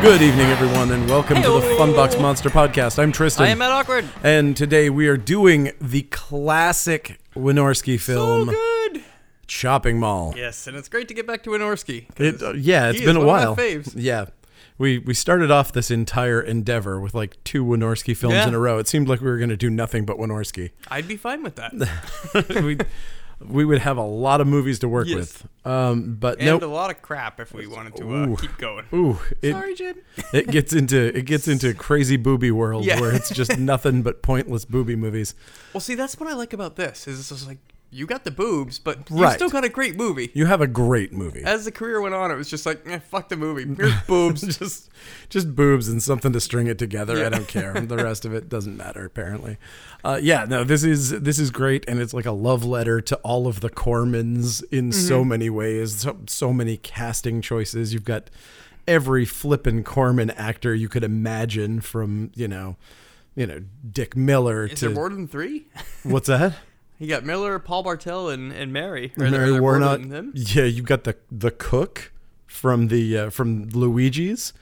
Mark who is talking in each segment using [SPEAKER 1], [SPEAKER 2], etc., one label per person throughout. [SPEAKER 1] Good evening, everyone, and welcome to the Funbox Monster Podcast. I'm Tristan,
[SPEAKER 2] I am at awkward.
[SPEAKER 1] and today we are doing the classic Winorski film,
[SPEAKER 2] good.
[SPEAKER 1] Chopping Mall.
[SPEAKER 2] Yes, and it's great to get back to Winorski.
[SPEAKER 1] It, uh, yeah, it's
[SPEAKER 2] he
[SPEAKER 1] been
[SPEAKER 2] is
[SPEAKER 1] a
[SPEAKER 2] one
[SPEAKER 1] while.
[SPEAKER 2] of my faves.
[SPEAKER 1] Yeah. We, we started off this entire endeavor with like two Winorski films
[SPEAKER 2] Yeah.
[SPEAKER 1] in a row. It seemed like we were going to do nothing but Winorski.
[SPEAKER 2] I'd be fine with that.
[SPEAKER 1] we, we would have a lot of movies to work
[SPEAKER 2] Yes.
[SPEAKER 1] with. Um, but
[SPEAKER 2] And
[SPEAKER 1] nope.
[SPEAKER 2] a lot of crap if we wanted to uh,
[SPEAKER 1] Ooh.
[SPEAKER 2] keep going.
[SPEAKER 1] Ooh, it,
[SPEAKER 2] Sorry, Jim.
[SPEAKER 1] it gets into it gets into crazy booby world
[SPEAKER 2] Yeah.
[SPEAKER 1] where it's just nothing but pointless booby movies.
[SPEAKER 2] Well, see, that's what I like about this. Is it's just like you got the boobs, but you
[SPEAKER 1] Right.
[SPEAKER 2] still got a great movie.
[SPEAKER 1] You have a great movie.
[SPEAKER 2] As the career went on, it was just like, eh, fuck the movie. Here's boobs.
[SPEAKER 1] just just boobs and something to string it together. I
[SPEAKER 2] Yeah.
[SPEAKER 1] don't care. The rest of it doesn't matter apparently. Uh, yeah, no, this is this is great and it's like a love letter to all of the Cormans in so
[SPEAKER 2] Mm-hmm.
[SPEAKER 1] many ways. So, so many casting choices. You've got every flippin' Corman actor you could imagine from, you know, you know, Dick Miller
[SPEAKER 2] Is
[SPEAKER 1] to
[SPEAKER 2] there more than three?
[SPEAKER 1] what's that?
[SPEAKER 2] You got Miller, Paul Bartel, and, and Mary. Or
[SPEAKER 1] Mary
[SPEAKER 2] are there more
[SPEAKER 1] Warnock.
[SPEAKER 2] than them?
[SPEAKER 1] Yeah, you got the the cook from the uh, from Luigi's.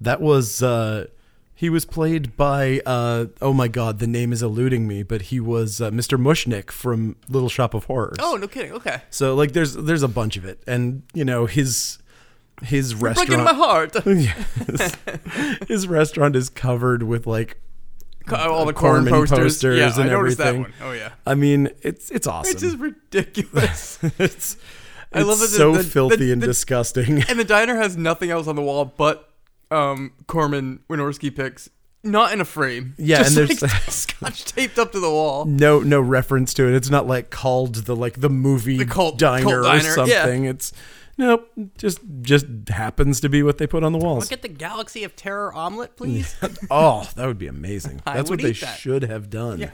[SPEAKER 1] That was uh, he was played by uh, oh my god, the name is eluding me, but he was uh, Mr. Mushnick from Little Shop of Horrors.
[SPEAKER 2] Oh, no kidding. Okay.
[SPEAKER 1] so like there's there's a bunch of it, and you know his his
[SPEAKER 2] Breaking my
[SPEAKER 1] restaurant.
[SPEAKER 2] heart.
[SPEAKER 1] Yes. his restaurant is covered with like
[SPEAKER 2] All the corn
[SPEAKER 1] Corman
[SPEAKER 2] posters.
[SPEAKER 1] posters
[SPEAKER 2] yeah, I
[SPEAKER 1] and
[SPEAKER 2] noticed
[SPEAKER 1] everything. Um,
[SPEAKER 2] that one. Oh, yeah.
[SPEAKER 1] I mean it's it's awesome.
[SPEAKER 2] It's just ridiculous.
[SPEAKER 1] it's
[SPEAKER 2] I love
[SPEAKER 1] it's
[SPEAKER 2] that the-
[SPEAKER 1] so
[SPEAKER 2] the- the-
[SPEAKER 1] filthy and
[SPEAKER 2] the-
[SPEAKER 1] disgusting.
[SPEAKER 2] and the diner has nothing else on the wall but um, Corman Winorski picks, not in a frame.
[SPEAKER 1] Yeah,
[SPEAKER 2] just
[SPEAKER 1] and there's-
[SPEAKER 2] like scotch taped up to the wall.
[SPEAKER 1] no no reference to it. It's not like called the like the movie
[SPEAKER 2] The cult-
[SPEAKER 1] diner,
[SPEAKER 2] cult
[SPEAKER 1] or
[SPEAKER 2] diner, yeah.
[SPEAKER 1] something. It's nope, just just happens to be what they put on the walls.
[SPEAKER 2] Look at the Galaxy of Terror omelet, please.
[SPEAKER 1] oh, that would be amazing.
[SPEAKER 2] I
[SPEAKER 1] That's what
[SPEAKER 2] would
[SPEAKER 1] they
[SPEAKER 2] eat that.
[SPEAKER 1] should have done.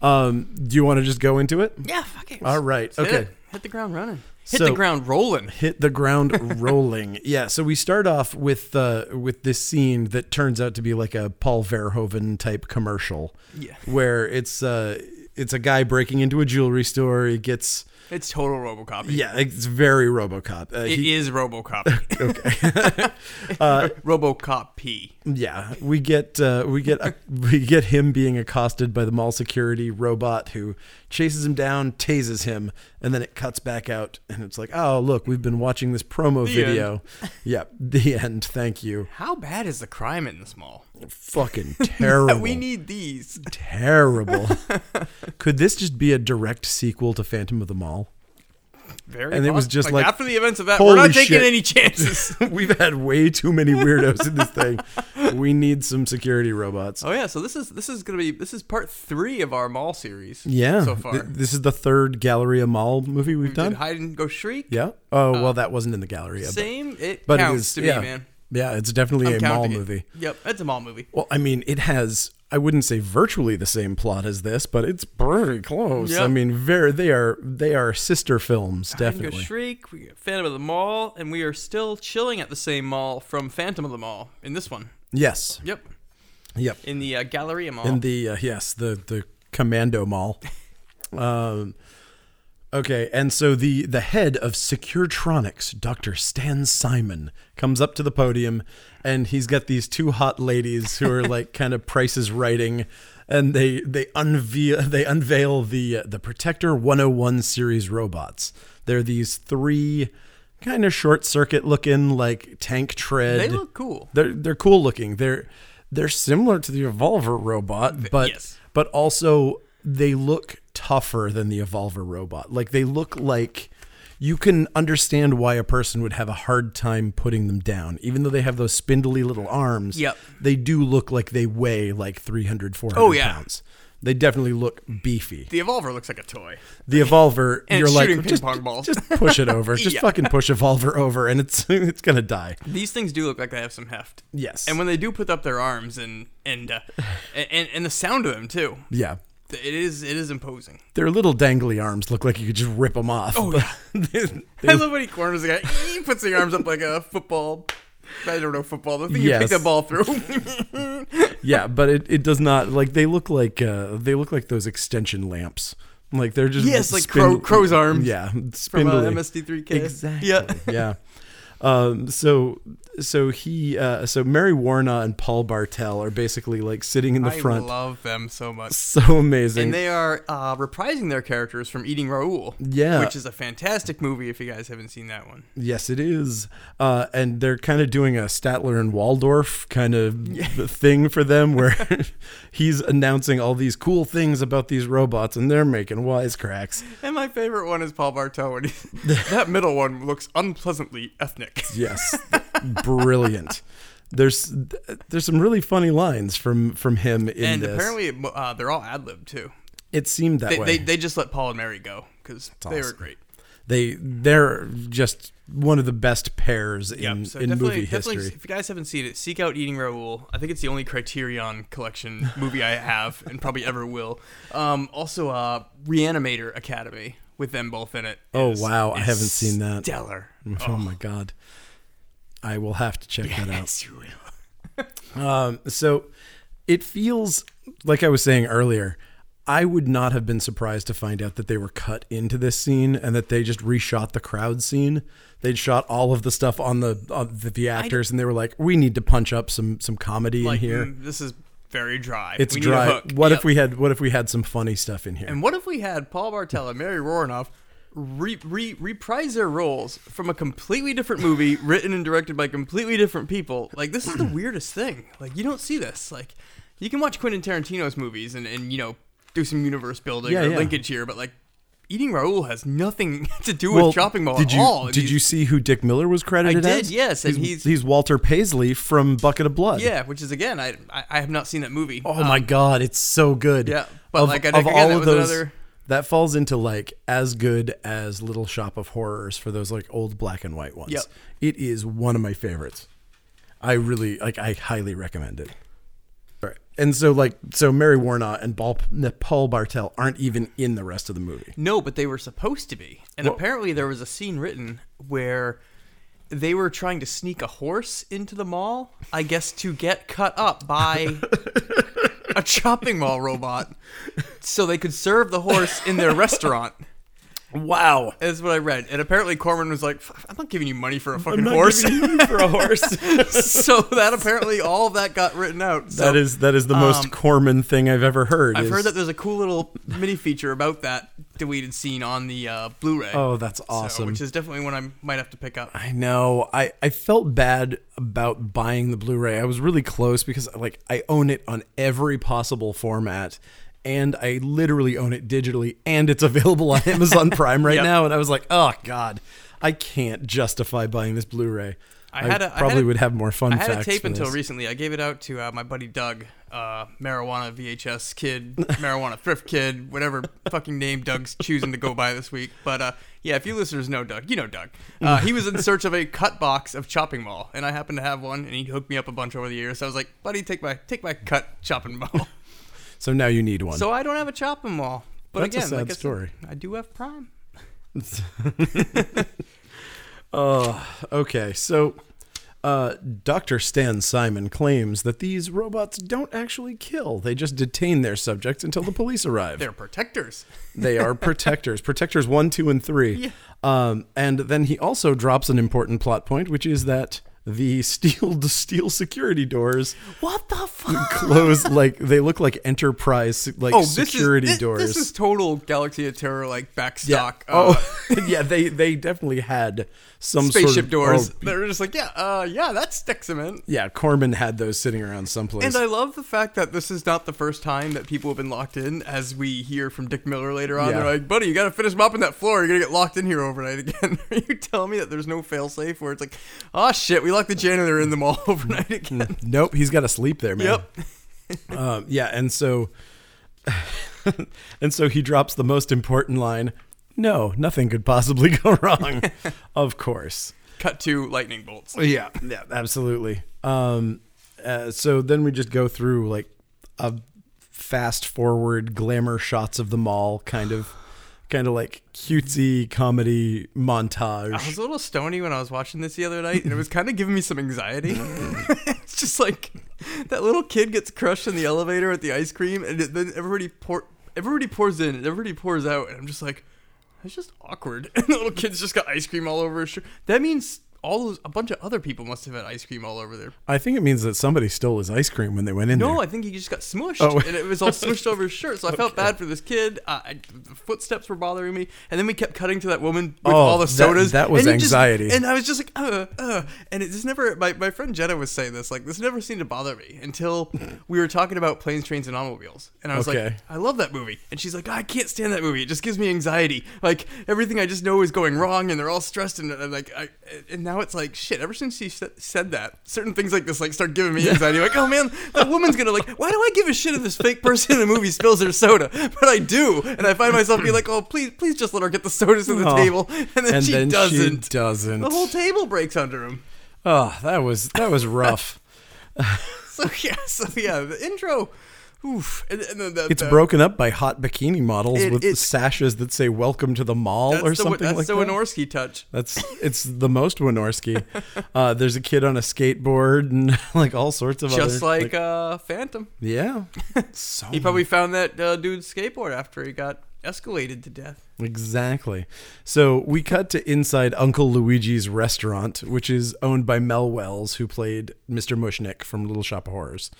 [SPEAKER 1] Um, do you want to just go into it?
[SPEAKER 2] yeah, fuck it.
[SPEAKER 1] All right,
[SPEAKER 2] Just hit
[SPEAKER 1] okay.
[SPEAKER 2] it. Hit the ground running. Hit
[SPEAKER 1] So-
[SPEAKER 2] the ground rolling.
[SPEAKER 1] Hit the ground rolling. Yeah, so we start off with uh, with this scene that turns out to be like a Paul Verhoeven type commercial.
[SPEAKER 2] Yeah.
[SPEAKER 1] Where it's uh it's a guy breaking into a jewelry store, he gets
[SPEAKER 2] It's total Robocop.
[SPEAKER 1] yeah, it's very RoboCop. Uh,
[SPEAKER 2] It
[SPEAKER 1] he- Uh,
[SPEAKER 2] is Robocop. Robocop P.
[SPEAKER 1] Yeah, we get uh, we get we get him being accosted by the mall security robot who chases him down, tases him, and then it cuts back out, and it's like, oh look, we've been watching this promo
[SPEAKER 2] The
[SPEAKER 1] video. Yeah, the end. Thank you.
[SPEAKER 2] How bad is the crime in this mall?
[SPEAKER 1] Fucking terrible.
[SPEAKER 2] We need these.
[SPEAKER 1] terrible. Could this just be a direct sequel to Phantom of the Mall?
[SPEAKER 2] Very.
[SPEAKER 1] And it was
[SPEAKER 2] possible.
[SPEAKER 1] just like,
[SPEAKER 2] after the events of that, we're
[SPEAKER 1] holy
[SPEAKER 2] not taking
[SPEAKER 1] shit.
[SPEAKER 2] any chances.
[SPEAKER 1] We've had way too many weirdos in this thing. We need some security robots.
[SPEAKER 2] Oh yeah, so this is this is gonna be this is part three of our mall series.
[SPEAKER 1] Yeah,
[SPEAKER 2] so far
[SPEAKER 1] Th- this is the third Galleria Mall movie we've
[SPEAKER 2] did
[SPEAKER 1] done.
[SPEAKER 2] hide and go shriek.
[SPEAKER 1] Yeah. Oh well, that wasn't in the Galleria. but-
[SPEAKER 2] Uh, Same, it
[SPEAKER 1] But,
[SPEAKER 2] counts
[SPEAKER 1] it is.
[SPEAKER 2] to
[SPEAKER 1] yeah.
[SPEAKER 2] me, man.
[SPEAKER 1] Yeah, it's definitely a mall
[SPEAKER 2] Counting it.
[SPEAKER 1] movie.
[SPEAKER 2] Yep, it's a mall movie.
[SPEAKER 1] Well, I mean, it has. I wouldn't say virtually the same plot as this, but it's pretty close.
[SPEAKER 2] Yeah.
[SPEAKER 1] I mean, very they are they are sister films,
[SPEAKER 2] Hide and go
[SPEAKER 1] definitely.
[SPEAKER 2] shriek. We got Phantom of the Mall, and we are still chilling at the same mall from Phantom of the Mall in this one.
[SPEAKER 1] Yes.
[SPEAKER 2] Yep,
[SPEAKER 1] Yep.
[SPEAKER 2] in the uh, Galleria Mall.
[SPEAKER 1] In the uh, yes, the the Commando Mall. um, okay, and so the the head of Securetronics, Doctor Stan Simon, comes up to the podium, and he's got these two hot ladies who are like kind of prices writing. And they they unveil they unveil the uh, the Protector 101 series robots. They're these three kind of short circuit looking like tank tread.
[SPEAKER 2] they look cool.
[SPEAKER 1] They're they're cool looking. They're they're similar to the Evolver robot, but
[SPEAKER 2] yes.
[SPEAKER 1] but also they look tougher than the Evolver robot. Like they look like you can understand why a person would have a hard time putting them down. Even though they have those spindly little arms,
[SPEAKER 2] Yep.
[SPEAKER 1] they do look like they weigh like 300, 400
[SPEAKER 2] Oh, yeah.
[SPEAKER 1] pounds. They definitely look beefy.
[SPEAKER 2] The Evolver looks like a toy.
[SPEAKER 1] The Evolver,
[SPEAKER 2] And
[SPEAKER 1] you're
[SPEAKER 2] it's
[SPEAKER 1] like,
[SPEAKER 2] shooting ping
[SPEAKER 1] just,
[SPEAKER 2] pong balls."
[SPEAKER 1] just push it over. Just
[SPEAKER 2] Yeah.
[SPEAKER 1] fucking push Evolver over and it's it's going to die.
[SPEAKER 2] These things do look like they have some heft.
[SPEAKER 1] Yes.
[SPEAKER 2] And when they do put up their arms and and uh, and- and and the sound of them too,
[SPEAKER 1] yeah.
[SPEAKER 2] it is it is imposing.
[SPEAKER 1] Their little dangly arms look like you could just rip them off. Oh,
[SPEAKER 2] I love when he corners the guy. He puts the arms up like a football. I don't know football. The thing you
[SPEAKER 1] Yes.
[SPEAKER 2] pick the ball through.
[SPEAKER 1] yeah, but it, it does not like they look like uh, they look like those extension lamps. Like they're just
[SPEAKER 2] Yes, like crow- crow's arms
[SPEAKER 1] Yeah,
[SPEAKER 2] from uh,
[SPEAKER 1] spindly.
[SPEAKER 2] MSD3K.
[SPEAKER 1] Exactly.
[SPEAKER 2] Yeah.
[SPEAKER 1] yeah. Um, so so he uh, so Mary Warna and Paul Bartel are basically like sitting in the
[SPEAKER 2] I
[SPEAKER 1] front.
[SPEAKER 2] love them so much.
[SPEAKER 1] so amazing.
[SPEAKER 2] And they are uh, reprising their characters from Eating Raoul.
[SPEAKER 1] Yeah.
[SPEAKER 2] Which is a fantastic movie if you guys haven't seen that one.
[SPEAKER 1] yes, it is. Uh, and they're kind of doing a Statler and Waldorf kind of thing for them, where he's announcing all these cool things about these robots, and they're making wisecracks.
[SPEAKER 2] And my favorite one is Paul Bartel. When he, that middle one looks unpleasantly ethnic.
[SPEAKER 1] Yes, brilliant. There's there's some really funny lines from from him in
[SPEAKER 2] And
[SPEAKER 1] this.
[SPEAKER 2] apparently uh, they're all ad lib too.
[SPEAKER 1] it seemed that
[SPEAKER 2] They,
[SPEAKER 1] way.
[SPEAKER 2] they, they just let Paul and Mary go because they were
[SPEAKER 1] awesome.
[SPEAKER 2] great.
[SPEAKER 1] they they're just one of the best pairs in,
[SPEAKER 2] so
[SPEAKER 1] in
[SPEAKER 2] definitely,
[SPEAKER 1] movie
[SPEAKER 2] definitely,
[SPEAKER 1] history.
[SPEAKER 2] if you guys haven't seen it, seek out Eating Raoul. I think it's the only Criterion Collection movie I have, and probably ever will. Um, also, uh, Reanimator Academy with them both in it.
[SPEAKER 1] Oh,
[SPEAKER 2] is-
[SPEAKER 1] wow, I
[SPEAKER 2] is
[SPEAKER 1] haven't seen that.
[SPEAKER 2] Stellar.
[SPEAKER 1] Oh. my god. I will have to check that out.
[SPEAKER 2] you will.
[SPEAKER 1] Um, so it feels like I was saying earlier, I would not have been surprised to find out that they were cut into this scene and that they just reshot the crowd scene. They'd shot all of the stuff on the on the, the actors and they were like, we need to punch up some some comedy
[SPEAKER 2] Like,
[SPEAKER 1] in here.
[SPEAKER 2] mm, this is very dry.
[SPEAKER 1] it's
[SPEAKER 2] We need a
[SPEAKER 1] dry.
[SPEAKER 2] hook.
[SPEAKER 1] What
[SPEAKER 2] Yep.
[SPEAKER 1] if we had what if we had some funny stuff in here?
[SPEAKER 2] And what if we had Paul Bartel and Mary Roronoff re- re- reprise their roles from a completely different movie, written and directed by completely different people? Like this is the weirdest thing. Like you don't see this. Like you can watch Quentin Tarantino's movies and and you know do some universe building
[SPEAKER 1] Yeah,
[SPEAKER 2] or
[SPEAKER 1] yeah.
[SPEAKER 2] linkage here, but like eating Raoul has nothing to do
[SPEAKER 1] Well,
[SPEAKER 2] with Chopping Mall
[SPEAKER 1] did
[SPEAKER 2] at
[SPEAKER 1] you,
[SPEAKER 2] all.
[SPEAKER 1] Did you see who Dick Miller was credited
[SPEAKER 2] did,
[SPEAKER 1] as?
[SPEAKER 2] yes, and
[SPEAKER 1] he's,
[SPEAKER 2] he's-
[SPEAKER 1] he's Walter Paisley from Bucket of Blood.
[SPEAKER 2] Yeah, which is again, I I, I have not seen that movie.
[SPEAKER 1] Oh my God, it's so good.
[SPEAKER 2] yeah, but, like, I think, again, that was another-
[SPEAKER 1] that falls into like as good as Little Shop of Horrors for those like old black and white ones.
[SPEAKER 2] Yep.
[SPEAKER 1] It is one of my favorites. I really like. I highly recommend it. All right. And so, like, so Mary Warnock and Paul, Paul Bartel aren't even in the rest of the movie.
[SPEAKER 2] No, but they were supposed to be. And apparently there was a scene written where they were trying to sneak a horse into the mall, I guess to get cut up by a chopping mall robot so they could serve the horse in their restaurant.
[SPEAKER 1] Wow,
[SPEAKER 2] Is what I read. And apparently Corman was like, "F- I'm not giving you money for a fucking
[SPEAKER 1] I'm not
[SPEAKER 2] horse.
[SPEAKER 1] giving you for a horse.
[SPEAKER 2] so that apparently all of that got written out. So
[SPEAKER 1] That is that is the most Corman thing I've ever heard.
[SPEAKER 2] Um, I've
[SPEAKER 1] is-
[SPEAKER 2] heard that there's a cool little mini feature about that deleted scene on the uh, Blu-ray.
[SPEAKER 1] Oh, that's
[SPEAKER 2] So,
[SPEAKER 1] awesome.
[SPEAKER 2] which is definitely one I might have to pick up.
[SPEAKER 1] I know. I, I felt bad about buying the Blu-ray. I was really close because like I own it on every possible format and I literally own it digitally and it's available on Amazon Prime right
[SPEAKER 2] Yep.
[SPEAKER 1] now and I was like, "Oh god, I can't justify buying this Blu-ray."
[SPEAKER 2] I had a- I had
[SPEAKER 1] probably
[SPEAKER 2] a-
[SPEAKER 1] would have more fun
[SPEAKER 2] I had a
[SPEAKER 1] facts
[SPEAKER 2] tape
[SPEAKER 1] for
[SPEAKER 2] until
[SPEAKER 1] this.
[SPEAKER 2] recently. I gave it out to uh, my buddy Doug, uh, marijuana VHS kid, marijuana thrift kid, whatever fucking name Doug's choosing to go by this week. But uh, yeah, if you listeners know Doug, you know Doug. Uh, he was in search of a cut box of chopping mall, and I happened to have one, and he hooked me up a bunch over the years. So I was like, buddy, take my take my cut chopping mall.
[SPEAKER 1] So now you need one.
[SPEAKER 2] so I don't have a chopping mall. But
[SPEAKER 1] That's a
[SPEAKER 2] again,
[SPEAKER 1] sad
[SPEAKER 2] like I said,
[SPEAKER 1] story.
[SPEAKER 2] I do have Prime.
[SPEAKER 1] Oh, okay. So, uh, Dr. Stan Simon claims that these robots don't actually kill, they just detain their subjects until the police arrive.
[SPEAKER 2] They're protectors.
[SPEAKER 1] they are protectors, protectors one, two, and three. Um, and then he also drops an important plot point, which is that the steel steel security doors
[SPEAKER 2] What the fuck?
[SPEAKER 1] close like they look like enterprise like security
[SPEAKER 2] Oh, this is, thi-
[SPEAKER 1] doors
[SPEAKER 2] This is total Galaxy of Terror like backstock.
[SPEAKER 1] yeah.
[SPEAKER 2] uh,
[SPEAKER 1] oh yeah they they definitely had some sort
[SPEAKER 2] spaceship
[SPEAKER 1] of-
[SPEAKER 2] doors.
[SPEAKER 1] oh,
[SPEAKER 2] They're just like, yeah, uh, yeah, that's Dexamen.
[SPEAKER 1] yeah corman had those sitting around someplace
[SPEAKER 2] And I love the fact that this is not the first time that people have been locked in, as we hear from Dick Miller later on.
[SPEAKER 1] Yeah.
[SPEAKER 2] They're like, buddy, you gotta finish mopping that floor. You're gonna get locked in here overnight again. Are you telling me that there's no failsafe where it's like, oh shit, we locked the janitor in the mall overnight again?
[SPEAKER 1] Nope, he's got to sleep there, man.
[SPEAKER 2] Yep.
[SPEAKER 1] um, yeah, and so, and so he drops the most important line. No, nothing could possibly go wrong. of course.
[SPEAKER 2] Cut to lightning bolts.
[SPEAKER 1] Yeah, yeah, absolutely. Um, uh, so then we just go through like a fast forward glamour shots of the mall, kind of, kind of like cutesy comedy montage.
[SPEAKER 2] I was a little stony when I was watching this the other night, and it was kind of giving me some anxiety. it's just like that little kid gets crushed in the elevator at the ice cream, and it- then everybody pour, everybody pours in, and everybody pours out, and I'm just like, it's just awkward. And the little kid's just got ice cream all over his shirt. That means all those a bunch of other people must have had ice cream all over their
[SPEAKER 1] I think it means that somebody stole his ice cream when they went in
[SPEAKER 2] No,
[SPEAKER 1] there.
[SPEAKER 2] I think he just got smushed,
[SPEAKER 1] Oh.
[SPEAKER 2] and it was all smushed over his shirt. So I felt bad for this kid. Uh, I, the footsteps were bothering me, and then we kept cutting to that woman with
[SPEAKER 1] Oh,
[SPEAKER 2] all the
[SPEAKER 1] that-
[SPEAKER 2] sodas.
[SPEAKER 1] that was
[SPEAKER 2] and it just-
[SPEAKER 1] anxiety.
[SPEAKER 2] and I was just like, uh, uh, and it just never. My, my friend Jenna was saying this, like this never seemed to bother me until we were talking about planes, trains, and automobiles, and I was
[SPEAKER 1] Okay.
[SPEAKER 2] like, I love that movie, and she's like, I can't stand that movie. It just gives me anxiety. Like everything I just know is going wrong, and they're all stressed, and, and like, I, and now it's like shit. Ever since she sa- said that, certain things like this like start giving me anxiety. Like, oh man, that woman's gonna like, why do I give a shit if this fake person in the movie spills her soda? But I do, and I find myself being like, oh please, please just let her get the sodas in the
[SPEAKER 1] Aw.
[SPEAKER 2] table, and then
[SPEAKER 1] and
[SPEAKER 2] she
[SPEAKER 1] then
[SPEAKER 2] doesn't.
[SPEAKER 1] she doesn't.
[SPEAKER 2] The whole table breaks under him.
[SPEAKER 1] oh, that was that was rough.
[SPEAKER 2] So yeah, so yeah, the intro. Oof, and, and then the,
[SPEAKER 1] It's
[SPEAKER 2] the-
[SPEAKER 1] broken up by hot bikini models
[SPEAKER 2] It-
[SPEAKER 1] with
[SPEAKER 2] it's-
[SPEAKER 1] sashes that say "Welcome to the Mall"
[SPEAKER 2] That's
[SPEAKER 1] or
[SPEAKER 2] the,
[SPEAKER 1] something
[SPEAKER 2] that's
[SPEAKER 1] like
[SPEAKER 2] the
[SPEAKER 1] that.
[SPEAKER 2] Winorski touch.
[SPEAKER 1] That's it's the most Winorski. uh, there's a kid on a skateboard and like all sorts of other
[SPEAKER 2] Just like, uh, Phantom.
[SPEAKER 1] yeah. So
[SPEAKER 2] He probably found that uh, dude's skateboard after he got escalated to death.
[SPEAKER 1] Exactly. So we cut to inside Uncle Luigi's restaurant, which is owned by Mel Wells, who played Mr. Mushnick from Little Shop of Horrors.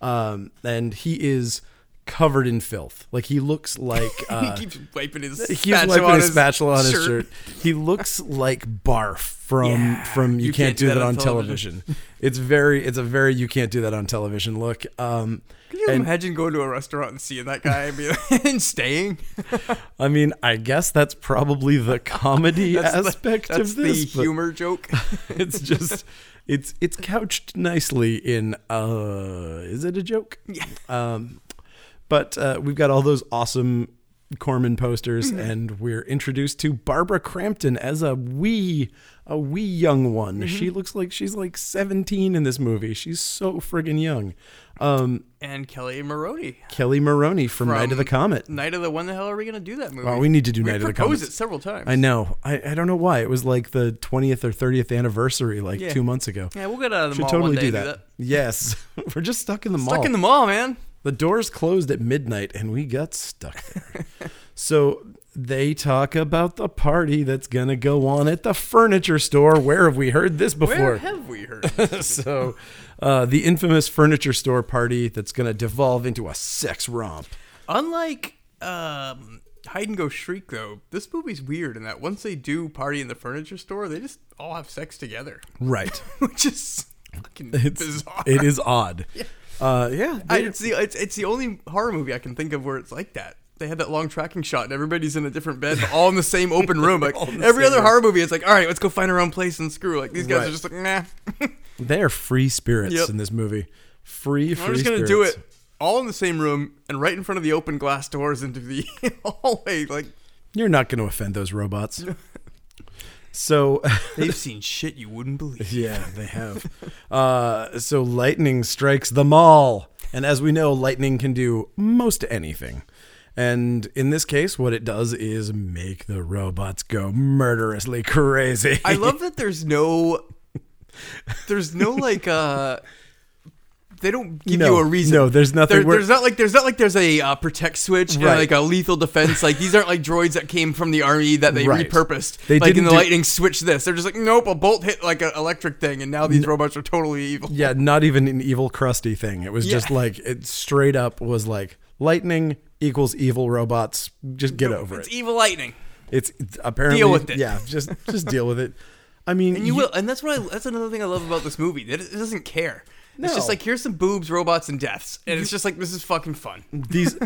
[SPEAKER 1] Um, and he is covered in filth. Like he looks like uh,
[SPEAKER 2] he keeps wiping his
[SPEAKER 1] he's
[SPEAKER 2] spatula
[SPEAKER 1] wiping
[SPEAKER 2] on
[SPEAKER 1] his spatula on his
[SPEAKER 2] shirt.
[SPEAKER 1] shirt. He looks like Barf from
[SPEAKER 2] Yeah,
[SPEAKER 1] from You, can't, Do That, on
[SPEAKER 2] Television.
[SPEAKER 1] television. it's very it's a very You Can't Do That on Television look. Um,
[SPEAKER 2] Can you
[SPEAKER 1] and-
[SPEAKER 2] imagine going to a restaurant and seeing that guy and, be like, and staying?
[SPEAKER 1] I mean, I guess that's probably the comedy
[SPEAKER 2] the-
[SPEAKER 1] aspect
[SPEAKER 2] that's
[SPEAKER 1] of this.
[SPEAKER 2] the
[SPEAKER 1] but-
[SPEAKER 2] humor joke.
[SPEAKER 1] it's just it's it's couched nicely in uh is it a joke yeah um but uh we've got all those awesome corman posters
[SPEAKER 2] Mm-hmm.
[SPEAKER 1] and we're introduced to barbara crampton as a wee a wee young one
[SPEAKER 2] Mm-hmm.
[SPEAKER 1] she looks like she's like 17 in this movie she's so friggin young um
[SPEAKER 2] and Kelly Maroney,
[SPEAKER 1] kelly maroney from,
[SPEAKER 2] From-
[SPEAKER 1] night of the comet
[SPEAKER 2] Night of the When the hell are we gonna do that movie?
[SPEAKER 1] Wow, we need to do
[SPEAKER 2] We
[SPEAKER 1] Night of the
[SPEAKER 2] proposed
[SPEAKER 1] Comet.
[SPEAKER 2] it several times.
[SPEAKER 1] i know I, I don't know why it was like the 20th or 30th anniversary like
[SPEAKER 2] Yeah.
[SPEAKER 1] two months ago
[SPEAKER 2] Yeah, we'll get out of the
[SPEAKER 1] should
[SPEAKER 2] mall
[SPEAKER 1] totally
[SPEAKER 2] one day
[SPEAKER 1] do
[SPEAKER 2] and
[SPEAKER 1] that. Yes, we're just stuck in the mall.
[SPEAKER 2] Stuck in the mall, man.
[SPEAKER 1] the doors closed at midnight, and we got stuck there. so they talk about the party that's gonna go on at the furniture store. Where have we heard this
[SPEAKER 2] Where
[SPEAKER 1] before?
[SPEAKER 2] have we heard?
[SPEAKER 1] so, uh, the infamous furniture store party that's gonna devolve into a sex romp.
[SPEAKER 2] Unlike um, Hide and Go Shriek, though, this movie's weird in that once they do party in the furniture store, they just all have sex together,
[SPEAKER 1] Right.
[SPEAKER 2] which is fucking
[SPEAKER 1] It's
[SPEAKER 2] bizarre.
[SPEAKER 1] it is odd. Yeah. Uh, yeah.
[SPEAKER 2] I,
[SPEAKER 1] they-
[SPEAKER 2] it's the it's, it's the only horror movie I can think of where it's like that. They had that long tracking shot, and everybody's in a different bed, but all in the same open room. Like
[SPEAKER 1] All in the
[SPEAKER 2] every
[SPEAKER 1] same
[SPEAKER 2] other
[SPEAKER 1] room.
[SPEAKER 2] horror movie, it's like, all right, let's go find our own place and screw. Like these guys
[SPEAKER 1] Right.
[SPEAKER 2] are just like, nah,
[SPEAKER 1] they are free spirits
[SPEAKER 2] Yep.
[SPEAKER 1] in this movie. Free. free
[SPEAKER 2] we're just gonna
[SPEAKER 1] spirits.
[SPEAKER 2] do it all in the same room and right in front of the open glass doors into the hallway. Like
[SPEAKER 1] You're not gonna offend those robots. So
[SPEAKER 2] they've seen shit you wouldn't believe.
[SPEAKER 1] Yeah, they have. uh, so lightning strikes the mall, and as we know, lightning can do most anything. And in this case, what it does is make the robots go murderously crazy.
[SPEAKER 2] I love that there's no there's no like uh they don't give
[SPEAKER 1] No,
[SPEAKER 2] you a reason.
[SPEAKER 1] no, there's nothing
[SPEAKER 2] There-
[SPEAKER 1] where-
[SPEAKER 2] there's not like there's not like there's a uh, protect switch and
[SPEAKER 1] Right.
[SPEAKER 2] like a lethal defense. Like these aren't like droids that came from the army that they
[SPEAKER 1] Right.
[SPEAKER 2] repurposed.
[SPEAKER 1] They
[SPEAKER 2] like in
[SPEAKER 1] didn't
[SPEAKER 2] the
[SPEAKER 1] do-
[SPEAKER 2] lightning switch this. They're just like nope, a bolt hit like an electric thing, and now these robots are totally evil.
[SPEAKER 1] yeah, not even an evil crusty thing. It was just
[SPEAKER 2] Yeah.
[SPEAKER 1] like it straight up was like lightning equals evil robots. Just get over
[SPEAKER 2] It's
[SPEAKER 1] it.
[SPEAKER 2] evil lightning,
[SPEAKER 1] It's, it's apparently
[SPEAKER 2] Deal with it.
[SPEAKER 1] Yeah, just just deal with it. I mean,
[SPEAKER 2] and you will. And that's what I. That's another thing I love about this movie. That it doesn't care. It's
[SPEAKER 1] No.
[SPEAKER 2] just like here's some boobs, robots, and deaths, and it's just like this is fucking fun.
[SPEAKER 1] these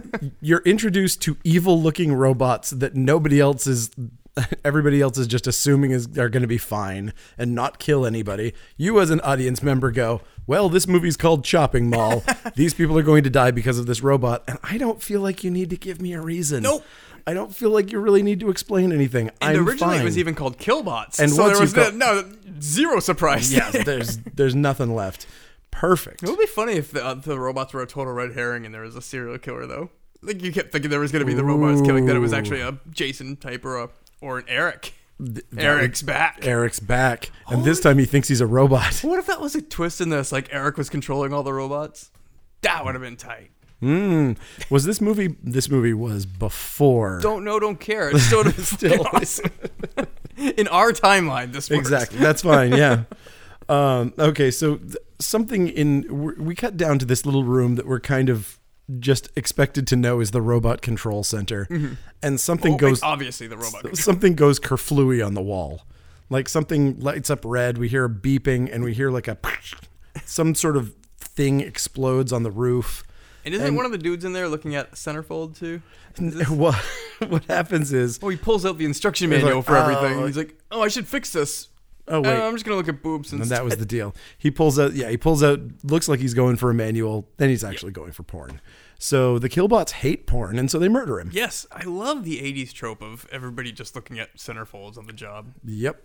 [SPEAKER 1] you're introduced to evil looking robots that nobody else is everybody else is just assuming is are going to be fine and not kill anybody you as an audience member go well this movie's called chopping mall these people are going to die because of this robot and i don't feel like you need to give me a reason
[SPEAKER 2] Nope.
[SPEAKER 1] i don't feel like you really need to explain anything
[SPEAKER 2] And
[SPEAKER 1] i'm
[SPEAKER 2] originally
[SPEAKER 1] fine
[SPEAKER 2] it was even called Killbots.
[SPEAKER 1] And
[SPEAKER 2] so
[SPEAKER 1] once
[SPEAKER 2] there was
[SPEAKER 1] you've
[SPEAKER 2] no, no zero surprise.
[SPEAKER 1] yeah there's there's nothing left perfect
[SPEAKER 2] it would be funny if the, uh, the robots were a total red herring and there was a serial killer though. Like you kept thinking there was going to be the robots killing that it was actually a Jason type or a or an Eric.
[SPEAKER 1] that
[SPEAKER 2] Eric's back.
[SPEAKER 1] eric's back and this time he thinks he's a robot
[SPEAKER 2] What if that was a twist in this? Like Eric was controlling all the robots. That would have been tight.
[SPEAKER 1] Mm. Was this movie? This movie was before.
[SPEAKER 2] Don't know, don't care. It's still, still awesome. In our timeline, this works.
[SPEAKER 1] Exactly. That's fine. Yeah. um, okay. So th- something in we we cut down to this little room that we're kind of just expected to know is the robot control center, and something
[SPEAKER 2] Oh,
[SPEAKER 1] goes
[SPEAKER 2] it's obviously the robot.
[SPEAKER 1] something goes kerflooey on the wall, like something lights up red. We hear a beeping and we hear like a some sort of thing explodes on the roof.
[SPEAKER 2] And isn't one of the dudes in there looking at centerfold too?
[SPEAKER 1] What what happens is
[SPEAKER 2] Oh, he pulls out the instruction
[SPEAKER 1] He's like,
[SPEAKER 2] manual for everything.
[SPEAKER 1] "Oh."
[SPEAKER 2] He's like, "Oh, I should fix this."
[SPEAKER 1] Oh, wait.
[SPEAKER 2] Uh, I'm just gonna look at boobs and
[SPEAKER 1] and that was the deal. He pulls out, yeah, he pulls out, looks like he's going for a manual, then he's actually going for porn. So the killbots hate porn, and so they murder him.
[SPEAKER 2] Yes, I love the '80s trope of everybody just looking at centerfolds on the job,
[SPEAKER 1] Yep,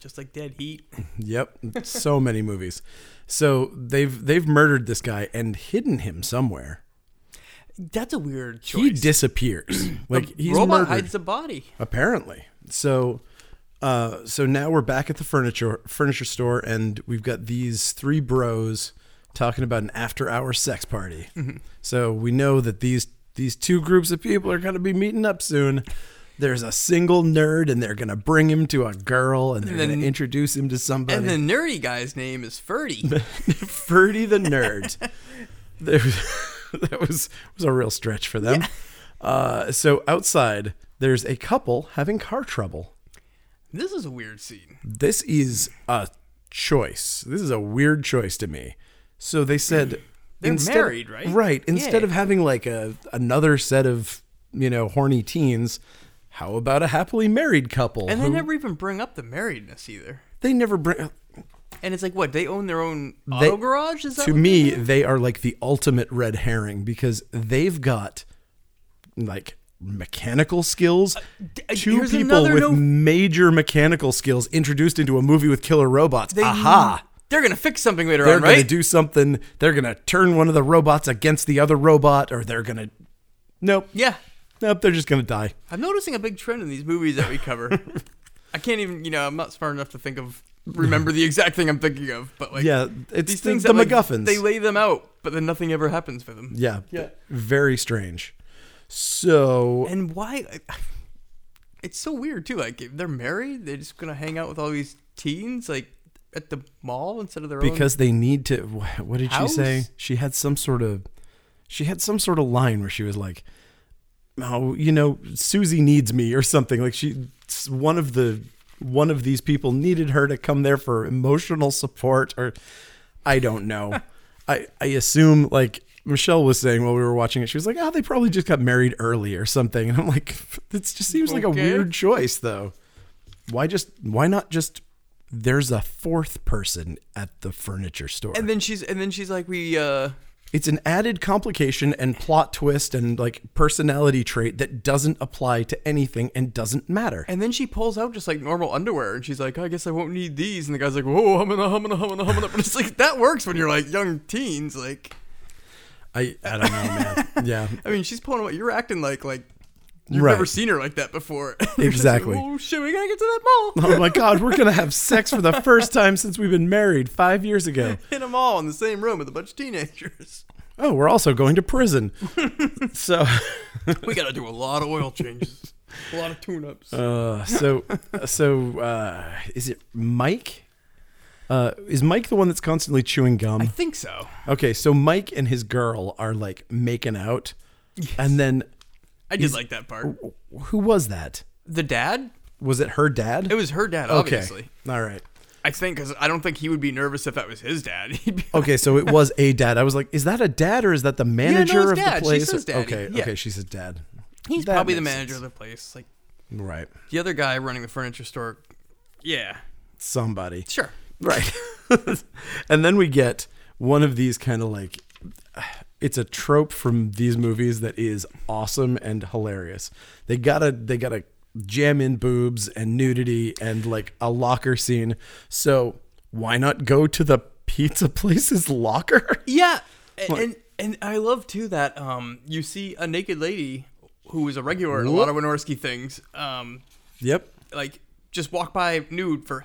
[SPEAKER 2] just like Dead Heat.
[SPEAKER 1] yep. so many movies. So they've they've murdered this guy and hidden him somewhere.
[SPEAKER 2] That's a weird choice.
[SPEAKER 1] He disappears. like he's
[SPEAKER 2] robot
[SPEAKER 1] murdered.
[SPEAKER 2] hides the body.
[SPEAKER 1] apparently. So, uh, so now we're back at the furniture furniture store, and we've got these three bros talking about an after hour sex party.
[SPEAKER 2] Mm-hmm.
[SPEAKER 1] So we know that these these two groups of people are going to be meeting up soon. There's a single nerd, and they're going to bring him to a girl, and they're going
[SPEAKER 2] then-
[SPEAKER 1] to introduce him to somebody.
[SPEAKER 2] And the nerdy guy's name is Ferdy.
[SPEAKER 1] Ferdy the nerd. there, that was was a real stretch for them. Uh, so outside, there's a couple having car trouble.
[SPEAKER 2] this is a weird scene.
[SPEAKER 1] this is a choice. This is a weird choice to me. So they said
[SPEAKER 2] They're
[SPEAKER 1] instead-
[SPEAKER 2] married, right?
[SPEAKER 1] Right. Instead of
[SPEAKER 2] Yeah.
[SPEAKER 1] having like a another set of you know horny teens, how about a happily married couple?
[SPEAKER 2] And they
[SPEAKER 1] who-
[SPEAKER 2] never even bring up the marriedness either.
[SPEAKER 1] they never bring.
[SPEAKER 2] And it's like, what? They own their own auto garage? Is that
[SPEAKER 1] to
[SPEAKER 2] what-
[SPEAKER 1] me they are like the ultimate red herring because they've got like mechanical skills
[SPEAKER 2] d- uh,
[SPEAKER 1] two
[SPEAKER 2] here's
[SPEAKER 1] people
[SPEAKER 2] another
[SPEAKER 1] with
[SPEAKER 2] no-
[SPEAKER 1] major mechanical skills introduced into a movie with killer robots aha
[SPEAKER 2] They're gonna fix something later
[SPEAKER 1] they're
[SPEAKER 2] on,
[SPEAKER 1] gonna
[SPEAKER 2] right?
[SPEAKER 1] do something. They're gonna turn one of the robots against the other robot, or they're gonna. Nope.
[SPEAKER 2] yeah.
[SPEAKER 1] Nope. They're just gonna die.
[SPEAKER 2] I'm noticing a big trend in these movies that we cover. I can't even, you know, I'm not smart enough to think of remember the exact thing I'm thinking of, but like
[SPEAKER 1] Yeah, it's
[SPEAKER 2] these
[SPEAKER 1] the-
[SPEAKER 2] things
[SPEAKER 1] the
[SPEAKER 2] that, like,
[SPEAKER 1] MacGuffins.
[SPEAKER 2] they lay them out, but then nothing ever happens for them.
[SPEAKER 1] Yeah. Yeah. Very strange. So
[SPEAKER 2] And why? It's so weird too. Like if they're married, they're just gonna hang out with all these teens, like at the mall instead of their own.
[SPEAKER 1] because they need to. wh- What did she say?
[SPEAKER 2] House?
[SPEAKER 1] She had some sort of. She had some sort of line where she was like, "Oh, you know, Susie needs me" or something. Like she, one of the one of these people needed her to come there for emotional support, or I don't know. I I assume like. Michelle was saying while we were watching it, she was like, "Oh, they probably just got married early or something," and I'm like, "This just seems like a
[SPEAKER 2] Okay.
[SPEAKER 1] weird choice, though." why just why not just there's a fourth person at the furniture store
[SPEAKER 2] And then she's and then she's like, we uh,
[SPEAKER 1] it's an added complication and plot twist and like personality trait that doesn't apply to anything and doesn't matter
[SPEAKER 2] and then she pulls out just like normal underwear, and she's like, I guess I won't need these. And the guy's like, Whoa, uh, I'm gonna, I'm gonna, I'm gonna, I'm gonna. But it's like that works when you're like young teens. Like,
[SPEAKER 1] i i don't know man yeah
[SPEAKER 2] I mean, she's pulling what you're acting like, like you've
[SPEAKER 1] Right.
[SPEAKER 2] never seen her like that before. It's like,
[SPEAKER 1] Exactly.
[SPEAKER 2] oh shit, we gotta get to that mall.
[SPEAKER 1] oh my god we're gonna have sex for the first time since we've been married five years ago
[SPEAKER 2] In a mall in the same room with a bunch of teenagers.
[SPEAKER 1] oh we're also going to prison so
[SPEAKER 2] We gotta do a lot of oil changes, a lot of tune-ups.
[SPEAKER 1] Uh, so so uh is it mike uh is mike the one that's constantly chewing gum
[SPEAKER 2] I think so.
[SPEAKER 1] Okay, so Mike and his girl are like making out, and then
[SPEAKER 2] I did like that part.
[SPEAKER 1] who was that?
[SPEAKER 2] The dad?
[SPEAKER 1] Was it her dad?
[SPEAKER 2] It was her dad,
[SPEAKER 1] okay.
[SPEAKER 2] obviously.
[SPEAKER 1] All right.
[SPEAKER 2] I think because I don't think he would be nervous if that was his dad. He'd be-
[SPEAKER 1] Okay, so it was a dad. I was like, is that a dad or is that the manager
[SPEAKER 2] it's
[SPEAKER 1] of
[SPEAKER 2] dad.
[SPEAKER 1] the
[SPEAKER 2] She
[SPEAKER 1] place?
[SPEAKER 2] says daddy.
[SPEAKER 1] okay,
[SPEAKER 2] Yeah.
[SPEAKER 1] okay, she says dad.
[SPEAKER 2] He's
[SPEAKER 1] That
[SPEAKER 2] probably the
[SPEAKER 1] makes
[SPEAKER 2] manager of the place. Like
[SPEAKER 1] Right.
[SPEAKER 2] the other guy running the furniture store. Yeah,
[SPEAKER 1] Somebody.
[SPEAKER 2] sure.
[SPEAKER 1] Right. and then we get one of these kind of like it's a trope from these movies that is awesome and hilarious. They gotta they gotta jam in boobs and nudity and like a locker scene. So why not go to the pizza place's locker?
[SPEAKER 2] Yeah, and and, and I love too that um you see a naked lady who is a regular in a lot of Winorski things um
[SPEAKER 1] Yep.
[SPEAKER 2] like just walk by nude for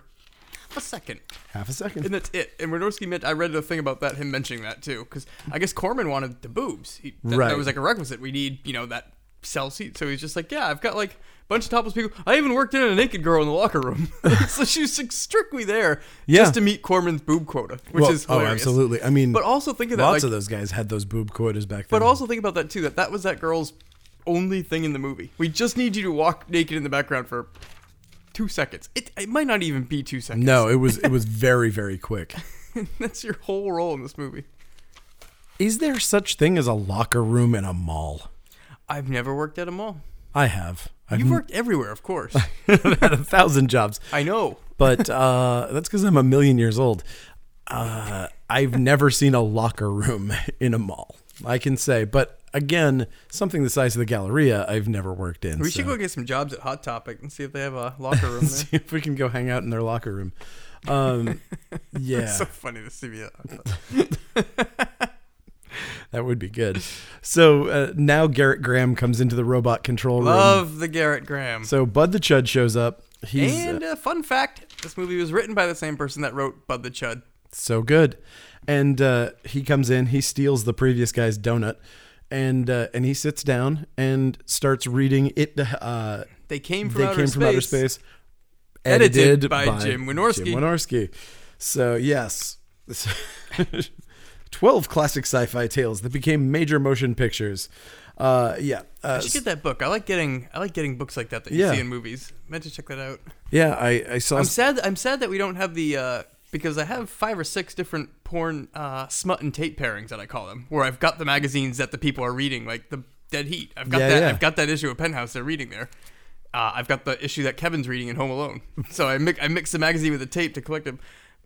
[SPEAKER 2] half a second
[SPEAKER 1] Half a
[SPEAKER 2] and
[SPEAKER 1] second.
[SPEAKER 2] that's it. And Winorski meant I read the thing about that him mentioning that too because I guess Corman wanted the boobs. He, that,
[SPEAKER 1] Right.
[SPEAKER 2] that was like a requisite. We need you know that sell seats. So he's just like, yeah, I've got like a bunch of topless people. I even worked in a naked girl in the locker room. so she's like, strictly there
[SPEAKER 1] Yeah.
[SPEAKER 2] just to meet Corman's boob quota, which
[SPEAKER 1] Well,
[SPEAKER 2] is
[SPEAKER 1] oh,
[SPEAKER 2] hilarious.
[SPEAKER 1] absolutely. I mean,
[SPEAKER 2] But also think of that,
[SPEAKER 1] lots
[SPEAKER 2] like,
[SPEAKER 1] of those guys had those boob quotas back then.
[SPEAKER 2] but also think about that too. That that was that girl's only thing in the movie. We just need you to walk naked in the background for two seconds. It, it might not even be two seconds.
[SPEAKER 1] no, it was it was very very quick.
[SPEAKER 2] that's your whole role in this movie.
[SPEAKER 1] Is there such thing as a locker room in a mall?
[SPEAKER 2] I've never worked at a mall.
[SPEAKER 1] I have. I've
[SPEAKER 2] You've worked everywhere, of course.
[SPEAKER 1] had a thousand jobs,
[SPEAKER 2] I know.
[SPEAKER 1] but uh, that's because I'm a million years old. Uh, I've never seen a locker room in a mall. I can say, but again, something the size of the Galleria, I've never worked in.
[SPEAKER 2] We
[SPEAKER 1] so-
[SPEAKER 2] should go get some jobs at Hot Topic and see if they have a locker room there.
[SPEAKER 1] see if we can go hang out in their locker room. Um, yeah,
[SPEAKER 2] so funny to see me.
[SPEAKER 1] that would be good. So uh, now Garrett Graham comes into the robot control room.
[SPEAKER 2] Love the Garrett Graham.
[SPEAKER 1] So Bud the Chud shows up. He's uh,
[SPEAKER 2] and a fun fact: this movie was written by the same person that wrote Bud the Chud.
[SPEAKER 1] so good, and uh, he comes in. He steals the previous guy's donut, and uh, and he sits down and starts reading it. Uh,
[SPEAKER 2] They came from,
[SPEAKER 1] they
[SPEAKER 2] outer,
[SPEAKER 1] came
[SPEAKER 2] space.
[SPEAKER 1] from outer space.
[SPEAKER 2] Edited by Jim Wynorski.
[SPEAKER 1] Jim Wynorski. So yes, twelve classic sci-fi tales that became major motion pictures. Uh, yeah, uh,
[SPEAKER 2] I should get that book. I like getting I like getting books like that that you
[SPEAKER 1] Yeah.
[SPEAKER 2] see in movies. Meant to check that out.
[SPEAKER 1] yeah. I, I saw
[SPEAKER 2] I'm sad. I'm sad that we don't have the uh, because I have five or six different porn uh, smut and tape pairings that I call them, where I've got the magazines that the people are reading, like the Dead Heat. I've got
[SPEAKER 1] Yeah,
[SPEAKER 2] that.
[SPEAKER 1] yeah.
[SPEAKER 2] I've got that issue of Penthouse. They're reading there. Uh, I've got the issue that Kevin's reading in Home Alone. So I mix I mix the magazine with the tape to collect them.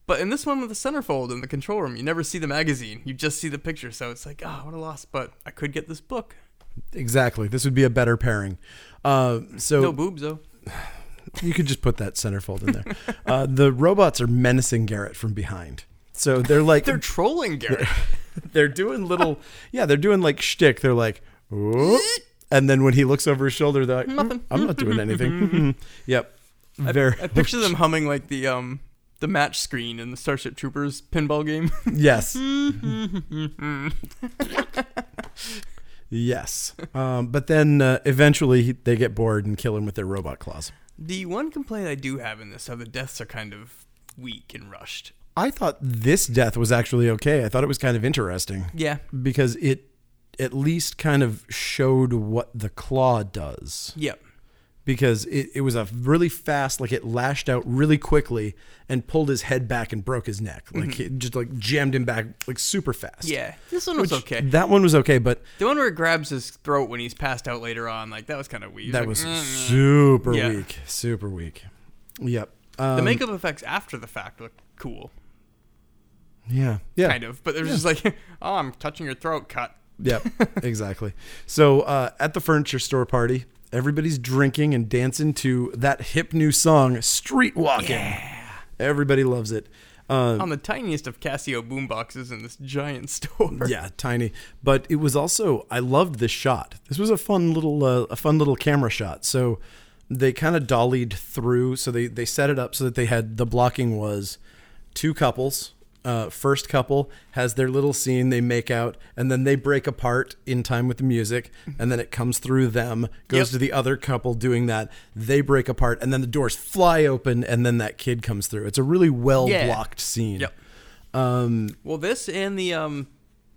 [SPEAKER 2] But in this one with the centerfold in the control room, you never see the magazine. You just see the picture. So it's like, oh, what a loss. But I could get this book.
[SPEAKER 1] exactly. This would be a better pairing. Uh, so
[SPEAKER 2] No boobs though.
[SPEAKER 1] You could just put that centerfold in there. uh, the robots are menacing Garrett from behind. So they're like
[SPEAKER 2] They're
[SPEAKER 1] they're,
[SPEAKER 2] trolling Garrett.
[SPEAKER 1] doing little yeah, they're doing like shtick. They're like "Whoop." and then when he looks over his shoulder, they're like "Mm, I'm not doing anything. hmm, yep. Very
[SPEAKER 2] I picture them humming like the um the match screen in the Starship Troopers pinball game.
[SPEAKER 1] yes. yes. Um, but then uh, eventually he- they get bored and kill him with their robot claws.
[SPEAKER 2] the one complaint I do have in this how the deaths are kind of weak and rushed.
[SPEAKER 1] I thought this death was actually okay. I thought it was kind of interesting.
[SPEAKER 2] Yeah.
[SPEAKER 1] because it at least kind of showed what the claw does
[SPEAKER 2] Yep.
[SPEAKER 1] because it, it was a really fast like it lashed out really quickly and pulled his head back and broke his neck like it just like jammed him back like super fast
[SPEAKER 2] Mm-hmm. Yeah. This one was okay.
[SPEAKER 1] that one was okay but
[SPEAKER 2] The one where it grabs his throat when he's passed out later on, like that was kind of weird.
[SPEAKER 1] that
[SPEAKER 2] Like,
[SPEAKER 1] was
[SPEAKER 2] mm.
[SPEAKER 1] super
[SPEAKER 2] Yeah.
[SPEAKER 1] weak super weak yep um,
[SPEAKER 2] the makeup effects after the fact look cool,
[SPEAKER 1] yeah yeah
[SPEAKER 2] kind of. But they're just like, oh, I'm touching your throat. Cut.
[SPEAKER 1] Yep, exactly. So uh, at the furniture store party, everybody's drinking and dancing to that hip new song, Street Walking. Everybody loves it. Uh,
[SPEAKER 2] On the tiniest of Casio boomboxes in this giant store.
[SPEAKER 1] yeah, tiny, but it was also I loved this shot. This was a fun little uh, a fun little camera shot. So they kind of dollied through. So they they set it up so that they had the blocking was two couples. Uh, first couple has their little scene. They make out, and then they break apart in time with the music, and then it comes through them, goes
[SPEAKER 2] Yep.
[SPEAKER 1] to the other couple doing that. They break apart, and then the doors fly open, and then that kid comes through. It's a really well blocked scene.
[SPEAKER 2] Yep. Well, this and the um,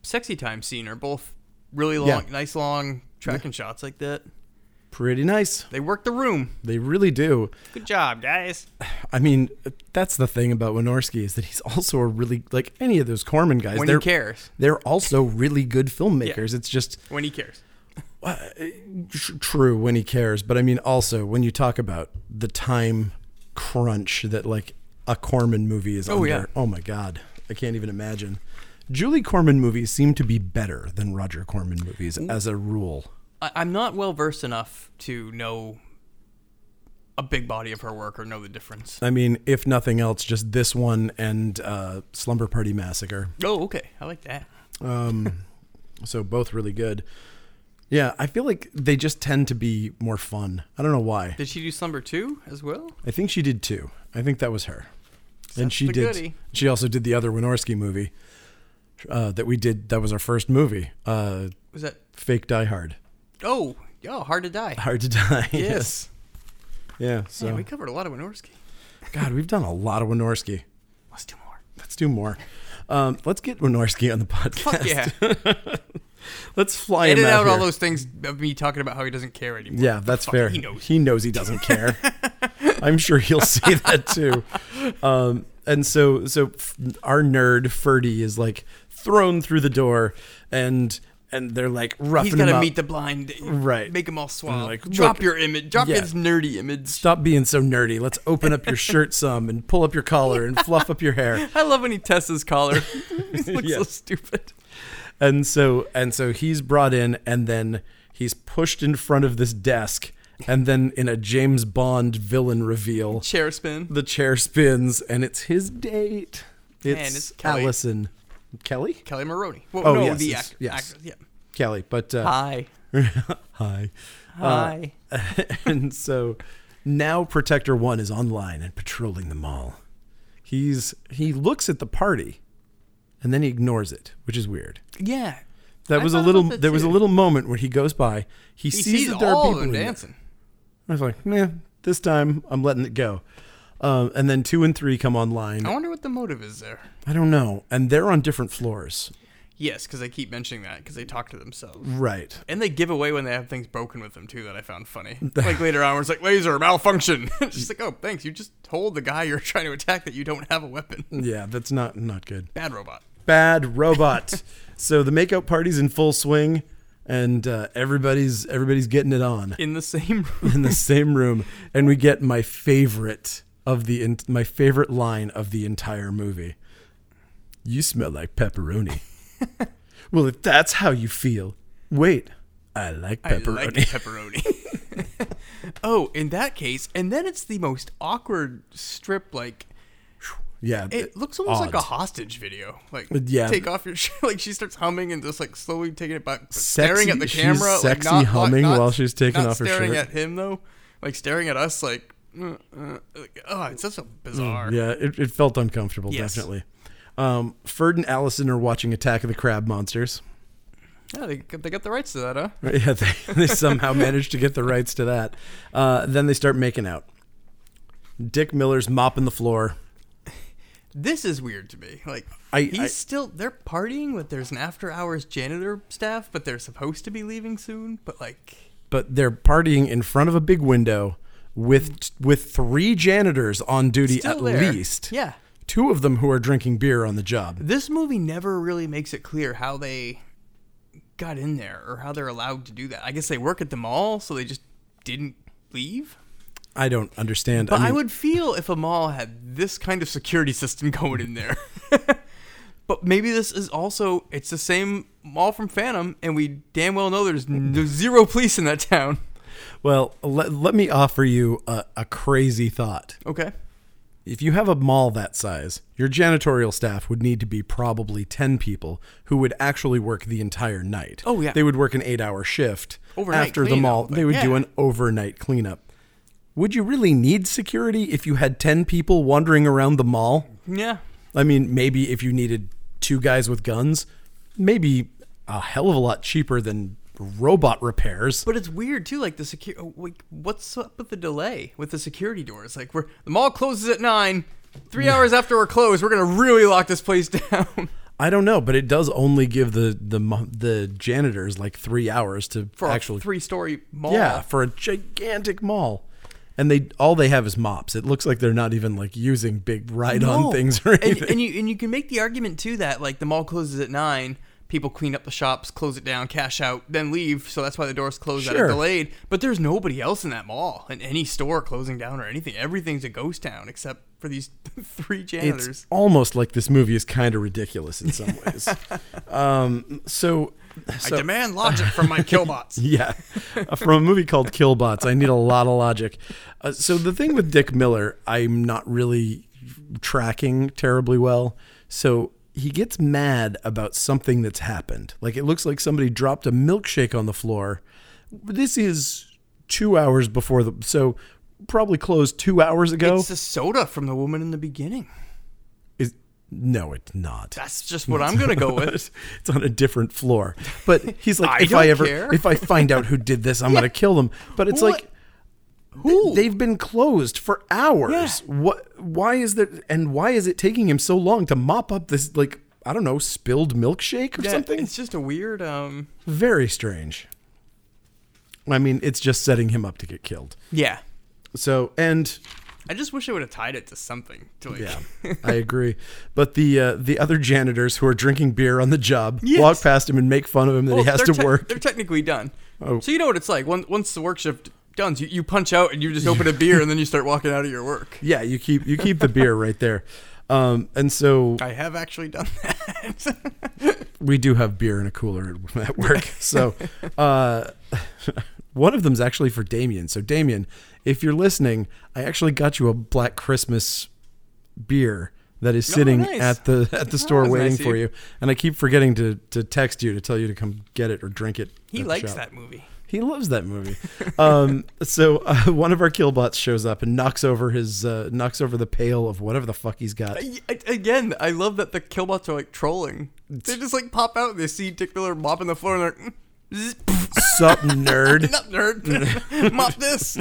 [SPEAKER 2] sexy time scene are both really long,
[SPEAKER 1] Yeah.
[SPEAKER 2] nice long tracking shots like that.
[SPEAKER 1] Pretty nice.
[SPEAKER 2] They work the room.
[SPEAKER 1] They really do.
[SPEAKER 2] Good job, guys.
[SPEAKER 1] I mean, that's the thing about Winorski is that he's also a really like any of those Corman guys.
[SPEAKER 2] When
[SPEAKER 1] they're
[SPEAKER 2] he cares,
[SPEAKER 1] they're also really good filmmakers. It's just
[SPEAKER 2] when he cares.
[SPEAKER 1] tr- true when he cares, but I mean also when you talk about the time crunch that like a Corman movie is
[SPEAKER 2] Oh,
[SPEAKER 1] under.
[SPEAKER 2] yeah.
[SPEAKER 1] Oh my god, I can't even imagine. Julie Corman movies seem to be better than Roger Corman movies
[SPEAKER 2] Mm.
[SPEAKER 1] as a rule.
[SPEAKER 2] I- I'm not well versed enough to know a big body of her work or know the difference.
[SPEAKER 1] I mean, if nothing else, just this one and uh, Slumber Party Massacre.
[SPEAKER 2] Oh, okay. I like that.
[SPEAKER 1] So both really good. Yeah, I feel like they just tend to be more fun. I don't know why.
[SPEAKER 2] Did she do Slumber 2 as well?
[SPEAKER 1] I think she did too. I think that was her. and
[SPEAKER 2] That's
[SPEAKER 1] she
[SPEAKER 2] the
[SPEAKER 1] did.
[SPEAKER 2] goodie.
[SPEAKER 1] She also did the other Winorski movie uh, that we did. That was our first movie, uh,
[SPEAKER 2] Was that?
[SPEAKER 1] Fake Die Hard.
[SPEAKER 2] Oh, oh, hard to die.
[SPEAKER 1] Hard to die.
[SPEAKER 2] Yes.
[SPEAKER 1] Yeah. So
[SPEAKER 2] Man, we covered a lot of Winorski.
[SPEAKER 1] God, we've done a lot of Winorski.
[SPEAKER 2] Let's do more.
[SPEAKER 1] Let's do more. Um, let's get Winorski on the podcast.
[SPEAKER 2] Fuck yeah.
[SPEAKER 1] Let's fly
[SPEAKER 2] Edit
[SPEAKER 1] him out,
[SPEAKER 2] out all
[SPEAKER 1] here.
[SPEAKER 2] those things of me talking about how he doesn't care anymore.
[SPEAKER 1] Yeah, that's
[SPEAKER 2] Fuck,
[SPEAKER 1] fair.
[SPEAKER 2] He knows.
[SPEAKER 1] He knows he doesn't care. I'm sure he'll say that too. Um, and so, so f- our nerd Ferdy is like thrown through the door, and and they're like roughing
[SPEAKER 2] He's
[SPEAKER 1] him
[SPEAKER 2] got to
[SPEAKER 1] up.
[SPEAKER 2] meet the blind.
[SPEAKER 1] Right.
[SPEAKER 2] Make them all swallow.
[SPEAKER 1] Like,
[SPEAKER 2] drop
[SPEAKER 1] look-
[SPEAKER 2] your image. Drop
[SPEAKER 1] Yeah.
[SPEAKER 2] his nerdy image.
[SPEAKER 1] Stop being so nerdy. Let's open up your shirt some and pull up your collar and fluff up your hair.
[SPEAKER 2] I love when he tests his collar. he looks
[SPEAKER 1] Yeah.
[SPEAKER 2] so stupid.
[SPEAKER 1] And so and so he's brought in and then he's pushed in front of this desk and then in a James Bond villain reveal,
[SPEAKER 2] Chair spin.
[SPEAKER 1] the chair spins and it's his date. It's,
[SPEAKER 2] it's Kelly.
[SPEAKER 1] Allison. Kelly?
[SPEAKER 2] Kelly Maroney. Well,
[SPEAKER 1] Oh,
[SPEAKER 2] no,
[SPEAKER 1] yes,
[SPEAKER 2] the
[SPEAKER 1] it's-
[SPEAKER 2] act-
[SPEAKER 1] yes.
[SPEAKER 2] actress. Yeah.
[SPEAKER 1] Kelly, but uh,
[SPEAKER 2] Hi.
[SPEAKER 1] hi.
[SPEAKER 2] Hi.
[SPEAKER 1] and so now Protector 1 is online and patrolling the mall. He's he looks at the party and then he ignores it, which is weird.
[SPEAKER 2] yeah.
[SPEAKER 1] That
[SPEAKER 2] I
[SPEAKER 1] was a
[SPEAKER 2] thought
[SPEAKER 1] little.
[SPEAKER 2] about that
[SPEAKER 1] There was a
[SPEAKER 2] too.
[SPEAKER 1] little moment where he goes by. He,
[SPEAKER 2] He
[SPEAKER 1] sees,
[SPEAKER 2] sees
[SPEAKER 1] that there are
[SPEAKER 2] all
[SPEAKER 1] people
[SPEAKER 2] of them
[SPEAKER 1] in there.
[SPEAKER 2] dancing.
[SPEAKER 1] I was like, nah, this time I'm letting it go. Um, and then two and three come online.
[SPEAKER 2] I wonder what the motive is there.
[SPEAKER 1] I don't know, and they're on different floors.
[SPEAKER 2] Yes, because they keep mentioning that because they talk to themselves.
[SPEAKER 1] Right.
[SPEAKER 2] And they give away when they have things broken with them too that I found funny. like later on, where it's like laser malfunction. it's just like, oh, thanks. You just told the guy you're trying to attack that you don't have a weapon.
[SPEAKER 1] Yeah, that's not not good.
[SPEAKER 2] Bad robot.
[SPEAKER 1] Bad robot. so the makeout party's in full swing, and uh, everybody's everybody's getting it on
[SPEAKER 2] In the same room.
[SPEAKER 1] in the same room, and we get my favorite of the in- my favorite line of the entire movie. You smell like pepperoni. well, if that's how you feel, wait. I like pepperoni.
[SPEAKER 2] I like pepperoni. oh, in that case, and then it's the most awkward strip. Like
[SPEAKER 1] yeah,
[SPEAKER 2] it looks almost like a
[SPEAKER 1] odd.
[SPEAKER 2] hostage video. Like
[SPEAKER 1] yeah.
[SPEAKER 2] take off your shirt. Like she starts humming and just like slowly taking it back, but staring
[SPEAKER 1] Sexy-
[SPEAKER 2] at the
[SPEAKER 1] she's
[SPEAKER 2] camera. like,
[SPEAKER 1] sexy
[SPEAKER 2] not-
[SPEAKER 1] humming
[SPEAKER 2] not-
[SPEAKER 1] while she's taking
[SPEAKER 2] not
[SPEAKER 1] off her
[SPEAKER 2] staring
[SPEAKER 1] shirt.
[SPEAKER 2] at him though, like staring at us. Like, uh, uh, like, oh, it's just so bizarre.
[SPEAKER 1] Mm, Yeah, it, it felt uncomfortable,
[SPEAKER 2] Yes.
[SPEAKER 1] definitely. Um, Ferd and Allison are watching Attack of the Crab Monsters.
[SPEAKER 2] Yeah, they, got- they got the rights to that, huh?
[SPEAKER 1] Yeah, they, they somehow managed to get the rights to that. Uh, then they start making out. Dick Miller's mopping the floor.
[SPEAKER 2] This is weird to me. Like,
[SPEAKER 1] I-
[SPEAKER 2] he's
[SPEAKER 1] I-
[SPEAKER 2] still they're partying, but there's an after hours janitor staff, but they're supposed to be leaving soon. But like,
[SPEAKER 1] but they're partying in front of a big window with with three janitors on duty
[SPEAKER 2] Still
[SPEAKER 1] at
[SPEAKER 2] there.
[SPEAKER 1] least.
[SPEAKER 2] yeah,
[SPEAKER 1] Two of them who are drinking beer on the job.
[SPEAKER 2] this movie never really makes it clear how they got in there or how they're allowed to do that. I guess they work at the mall, so they just didn't leave.
[SPEAKER 1] I don't understand.
[SPEAKER 2] But
[SPEAKER 1] I,
[SPEAKER 2] I,
[SPEAKER 1] mean,
[SPEAKER 2] would feel if a mall had this kind of security system going in there. but maybe this is also it's the same mall from Phantom, and we damn well know there's no zero police in that town.
[SPEAKER 1] well, let, let me offer you a, a crazy thought.
[SPEAKER 2] Okay.
[SPEAKER 1] If you have a mall that size, your janitorial staff would need to be probably 10 people who would actually work the entire night.
[SPEAKER 2] Oh, yeah.
[SPEAKER 1] They would work an 8-hour shift
[SPEAKER 2] Overnight
[SPEAKER 1] after the
[SPEAKER 2] cleanup,
[SPEAKER 1] mall.
[SPEAKER 2] but
[SPEAKER 1] They would do
[SPEAKER 2] yeah.
[SPEAKER 1] an overnight cleanup. Would you really need security if you had 10 people wandering around the mall?
[SPEAKER 2] Yeah.
[SPEAKER 1] I mean, maybe if you needed two guys with guns, maybe a hell of a lot cheaper than robot repairs.
[SPEAKER 2] But it's weird too, like the security. Like, what's up with the delay with the security doors? Like, we're the mall closes at nine. Three hours after we're closed, we're gonna really lock this place down
[SPEAKER 1] I don't know, but it does only give the the mo- the janitors like three hours to
[SPEAKER 2] for
[SPEAKER 1] actually
[SPEAKER 2] a three-story mall.
[SPEAKER 1] yeah for a gigantic mall, and they all they have is mops. It looks like they're not even like using big ride on
[SPEAKER 2] No.
[SPEAKER 1] things or
[SPEAKER 2] and,
[SPEAKER 1] anything.
[SPEAKER 2] and you and you can make the argument too that like the mall closes at nine. People clean up the shops, close it down, cash out, then leave. So that's why the doors close that
[SPEAKER 1] Sure.
[SPEAKER 2] are delayed. But there's nobody else in that mall, in any store closing down or anything. Everything's a ghost town except for these three janitors.
[SPEAKER 1] it's almost like this movie is kind of ridiculous in some ways. um, so, so
[SPEAKER 2] I demand logic from my killbots.
[SPEAKER 1] Yeah, Uh, from a movie called Killbots. I need a lot of logic. Uh, so the thing with Dick Miller, I'm not really tracking terribly well. So he gets mad about something that's happened. Like it looks like somebody dropped a milkshake on the floor. This is two hours before the so probably closed two hours ago.
[SPEAKER 2] It's the soda from the woman in the beginning.
[SPEAKER 1] is No, it's not.
[SPEAKER 2] That's just what I'm gonna go with.
[SPEAKER 1] It's on a different floor. But he's like,
[SPEAKER 2] I
[SPEAKER 1] if I
[SPEAKER 2] don't
[SPEAKER 1] ever,
[SPEAKER 2] care."
[SPEAKER 1] if I find out who did this, I'm gonna kill them. But it's
[SPEAKER 2] What?
[SPEAKER 1] like, who? They've been closed for hours. What? Why is there? And why is it taking him so long to mop up this like I don't know spilled milkshake or
[SPEAKER 2] Yeah,
[SPEAKER 1] something?
[SPEAKER 2] It's just a weird. Um.
[SPEAKER 1] Very strange. I mean, it's just setting him up to get killed.
[SPEAKER 2] Yeah.
[SPEAKER 1] So and
[SPEAKER 2] I just wish I would have tied it to something. To like,
[SPEAKER 1] Yeah, I agree. But the uh, the other janitors who are drinking beer on the job
[SPEAKER 2] Yes.
[SPEAKER 1] walk past him and make fun of him that
[SPEAKER 2] Well,
[SPEAKER 1] he has
[SPEAKER 2] they're
[SPEAKER 1] to
[SPEAKER 2] te-
[SPEAKER 1] work.
[SPEAKER 2] They're technically done.
[SPEAKER 1] Oh.
[SPEAKER 2] So you know what it's like. Once once the work shift done, you, you punch out and you just open a beer and then you start walking out of your work.
[SPEAKER 1] Yeah, you keep you keep the beer right there. Um, and so
[SPEAKER 2] I have actually done that.
[SPEAKER 1] we do have beer in a cooler at work. So uh, one of them's actually for Damien. So Damien, if you're listening, I actually got you a Black Christmas beer that is sitting
[SPEAKER 2] Oh, nice.
[SPEAKER 1] at the at the store
[SPEAKER 2] was
[SPEAKER 1] waiting
[SPEAKER 2] nice of
[SPEAKER 1] for
[SPEAKER 2] you.
[SPEAKER 1] you. And I keep forgetting to to text you to tell you to come get it or drink it.
[SPEAKER 2] he
[SPEAKER 1] at the
[SPEAKER 2] likes
[SPEAKER 1] shop.
[SPEAKER 2] that movie.
[SPEAKER 1] He loves that movie. Um, so uh, one of our killbots shows up and knocks over his uh, knocks over the pail of whatever the fuck he's got.
[SPEAKER 2] I- I- again, I love that the killbots are like trolling. They just like pop out and they see Dick Miller mopping the floor and they're "Mm, zzz, pff,
[SPEAKER 1] Sup, nerd?
[SPEAKER 2] not nerd mop this.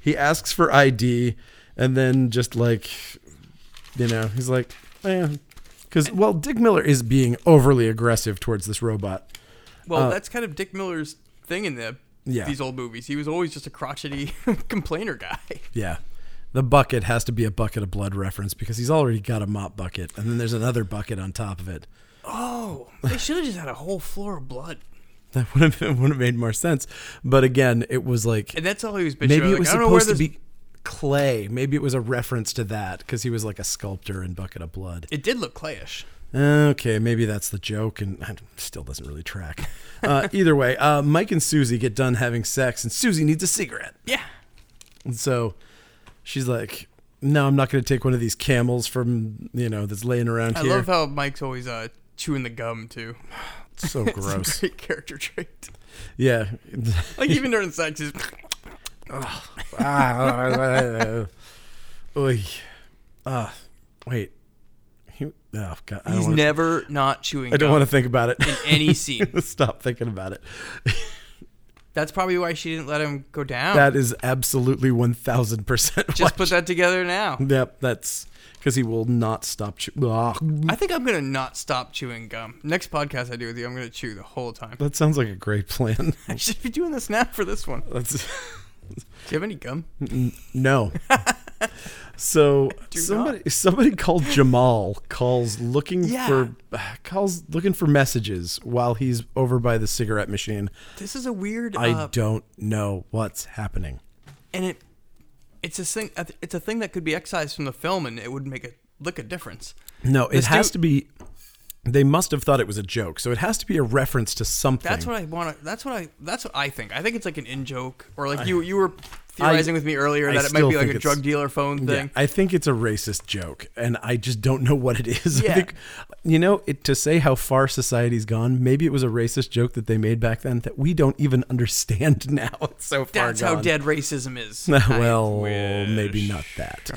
[SPEAKER 1] He asks for ID, and then just like, you know, he's like, because well, Dick Miller is being overly aggressive towards this robot.
[SPEAKER 2] Well, that's kind of Dick Miller's thing in the
[SPEAKER 1] Uh, Yeah.
[SPEAKER 2] these old movies. He was always just a crotchety complainer guy.
[SPEAKER 1] Yeah. The bucket has to be a bucket of blood reference because he's already got a mop bucket, and then there's another bucket on top of it.
[SPEAKER 2] Oh, they should have just had a whole floor of blood.
[SPEAKER 1] That would have would have made more sense, but again, it was like
[SPEAKER 2] And that's all he was bitching
[SPEAKER 1] Maybe
[SPEAKER 2] about.
[SPEAKER 1] it was
[SPEAKER 2] like, I don't know where
[SPEAKER 1] supposed to
[SPEAKER 2] this-
[SPEAKER 1] be clay. Maybe it was a reference to that because he was like a sculptor in Bucket of Blood.
[SPEAKER 2] It did look clayish.
[SPEAKER 1] Okay, maybe that's the joke, and it still doesn't really track. Uh, either way, uh, Mike and Susie get done having sex, and Susie needs a cigarette.
[SPEAKER 2] Yeah.
[SPEAKER 1] And so she's like, No, I'm not going to take one of these camels from, you know, that's laying around
[SPEAKER 2] I
[SPEAKER 1] here.
[SPEAKER 2] love how Mike's always uh, chewing the gum too.
[SPEAKER 1] It's so
[SPEAKER 2] It's a
[SPEAKER 1] gross.
[SPEAKER 2] great character trait.
[SPEAKER 1] yeah.
[SPEAKER 2] Like even during sex, he's
[SPEAKER 1] Oy. Ah, wait. He, oh, God. I don't
[SPEAKER 2] he's
[SPEAKER 1] wanna-
[SPEAKER 2] never not chewing.
[SPEAKER 1] I don't
[SPEAKER 2] gum
[SPEAKER 1] want to think about it.
[SPEAKER 2] in any scene.
[SPEAKER 1] Stop thinking about it.
[SPEAKER 2] That's probably why she didn't let him go down.
[SPEAKER 1] That is absolutely 1000%
[SPEAKER 2] Oh. just
[SPEAKER 1] Just
[SPEAKER 2] put that together now.
[SPEAKER 1] Yep, that's because he will not stop. Chew- Ah,
[SPEAKER 2] I think I'm gonna not stop chewing gum. Next podcast I do with you, I'm gonna chew the whole time.
[SPEAKER 1] that sounds like a great plan.
[SPEAKER 2] I should be doing this now for this one. Do
[SPEAKER 1] That's
[SPEAKER 2] you have any gum?
[SPEAKER 1] no. So
[SPEAKER 2] Do not.
[SPEAKER 1] somebody somebody called Jamal calls looking
[SPEAKER 2] Yeah.
[SPEAKER 1] for calls looking for messages while he's over by the cigarette machine.
[SPEAKER 2] This is a weird.
[SPEAKER 1] I
[SPEAKER 2] uh,
[SPEAKER 1] don't know what's happening.
[SPEAKER 2] and it it's a thing uh, it's a thing that could be excised from the film and it would make a look a difference
[SPEAKER 1] No, it
[SPEAKER 2] This
[SPEAKER 1] has
[SPEAKER 2] dude-
[SPEAKER 1] to be. They must have thought it was a joke, so it has to be a reference to something.
[SPEAKER 2] that's what i want to that's what i that's what i think i think it's like an in-joke or like you you were theorizing with me earlier
[SPEAKER 1] I
[SPEAKER 2] that it might
[SPEAKER 1] still
[SPEAKER 2] be like
[SPEAKER 1] think
[SPEAKER 2] a
[SPEAKER 1] it's-
[SPEAKER 2] drug dealer phone
[SPEAKER 1] Yeah,
[SPEAKER 2] thing
[SPEAKER 1] I think it's a racist joke, and I just don't know what it is. I
[SPEAKER 2] Yeah.
[SPEAKER 1] think, you know, it, to say how far society's gone, maybe it was a racist joke that they made back then that we don't even understand now. It's so far
[SPEAKER 2] that's
[SPEAKER 1] gone.
[SPEAKER 2] how dead racism is I
[SPEAKER 1] well,
[SPEAKER 2] wish.
[SPEAKER 1] maybe not that.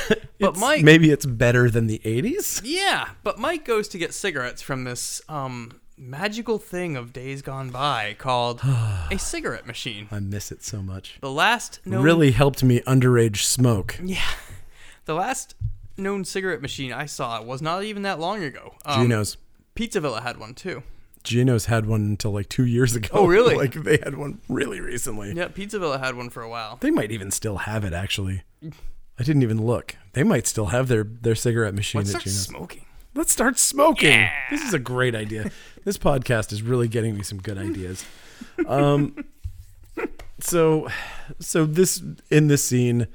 [SPEAKER 2] But
[SPEAKER 1] It's-
[SPEAKER 2] Mike-
[SPEAKER 1] maybe it's better than the '80s.
[SPEAKER 2] yeah but mike goes to get cigarettes from this um magical thing of days gone by called a cigarette machine
[SPEAKER 1] I miss it so much.
[SPEAKER 2] the last known
[SPEAKER 1] Really helped me underage smoke.
[SPEAKER 2] Yeah. The last known cigarette machine I saw was not even that long ago. Um,
[SPEAKER 1] Gino's.
[SPEAKER 2] Pizza Villa had one too.
[SPEAKER 1] Gino's had one until like two years ago.
[SPEAKER 2] Oh, really?
[SPEAKER 1] like they had one really recently.
[SPEAKER 2] Yeah, Pizza Villa had one for a while.
[SPEAKER 1] They might even still have it. Actually, I didn't even look. They might still have their their cigarette machine.
[SPEAKER 2] Let's
[SPEAKER 1] at
[SPEAKER 2] start
[SPEAKER 1] Gino's.
[SPEAKER 2] smoking.
[SPEAKER 1] Let's start smoking. This is a great idea. this podcast is really getting me some good ideas. Um, so, so this in this scene,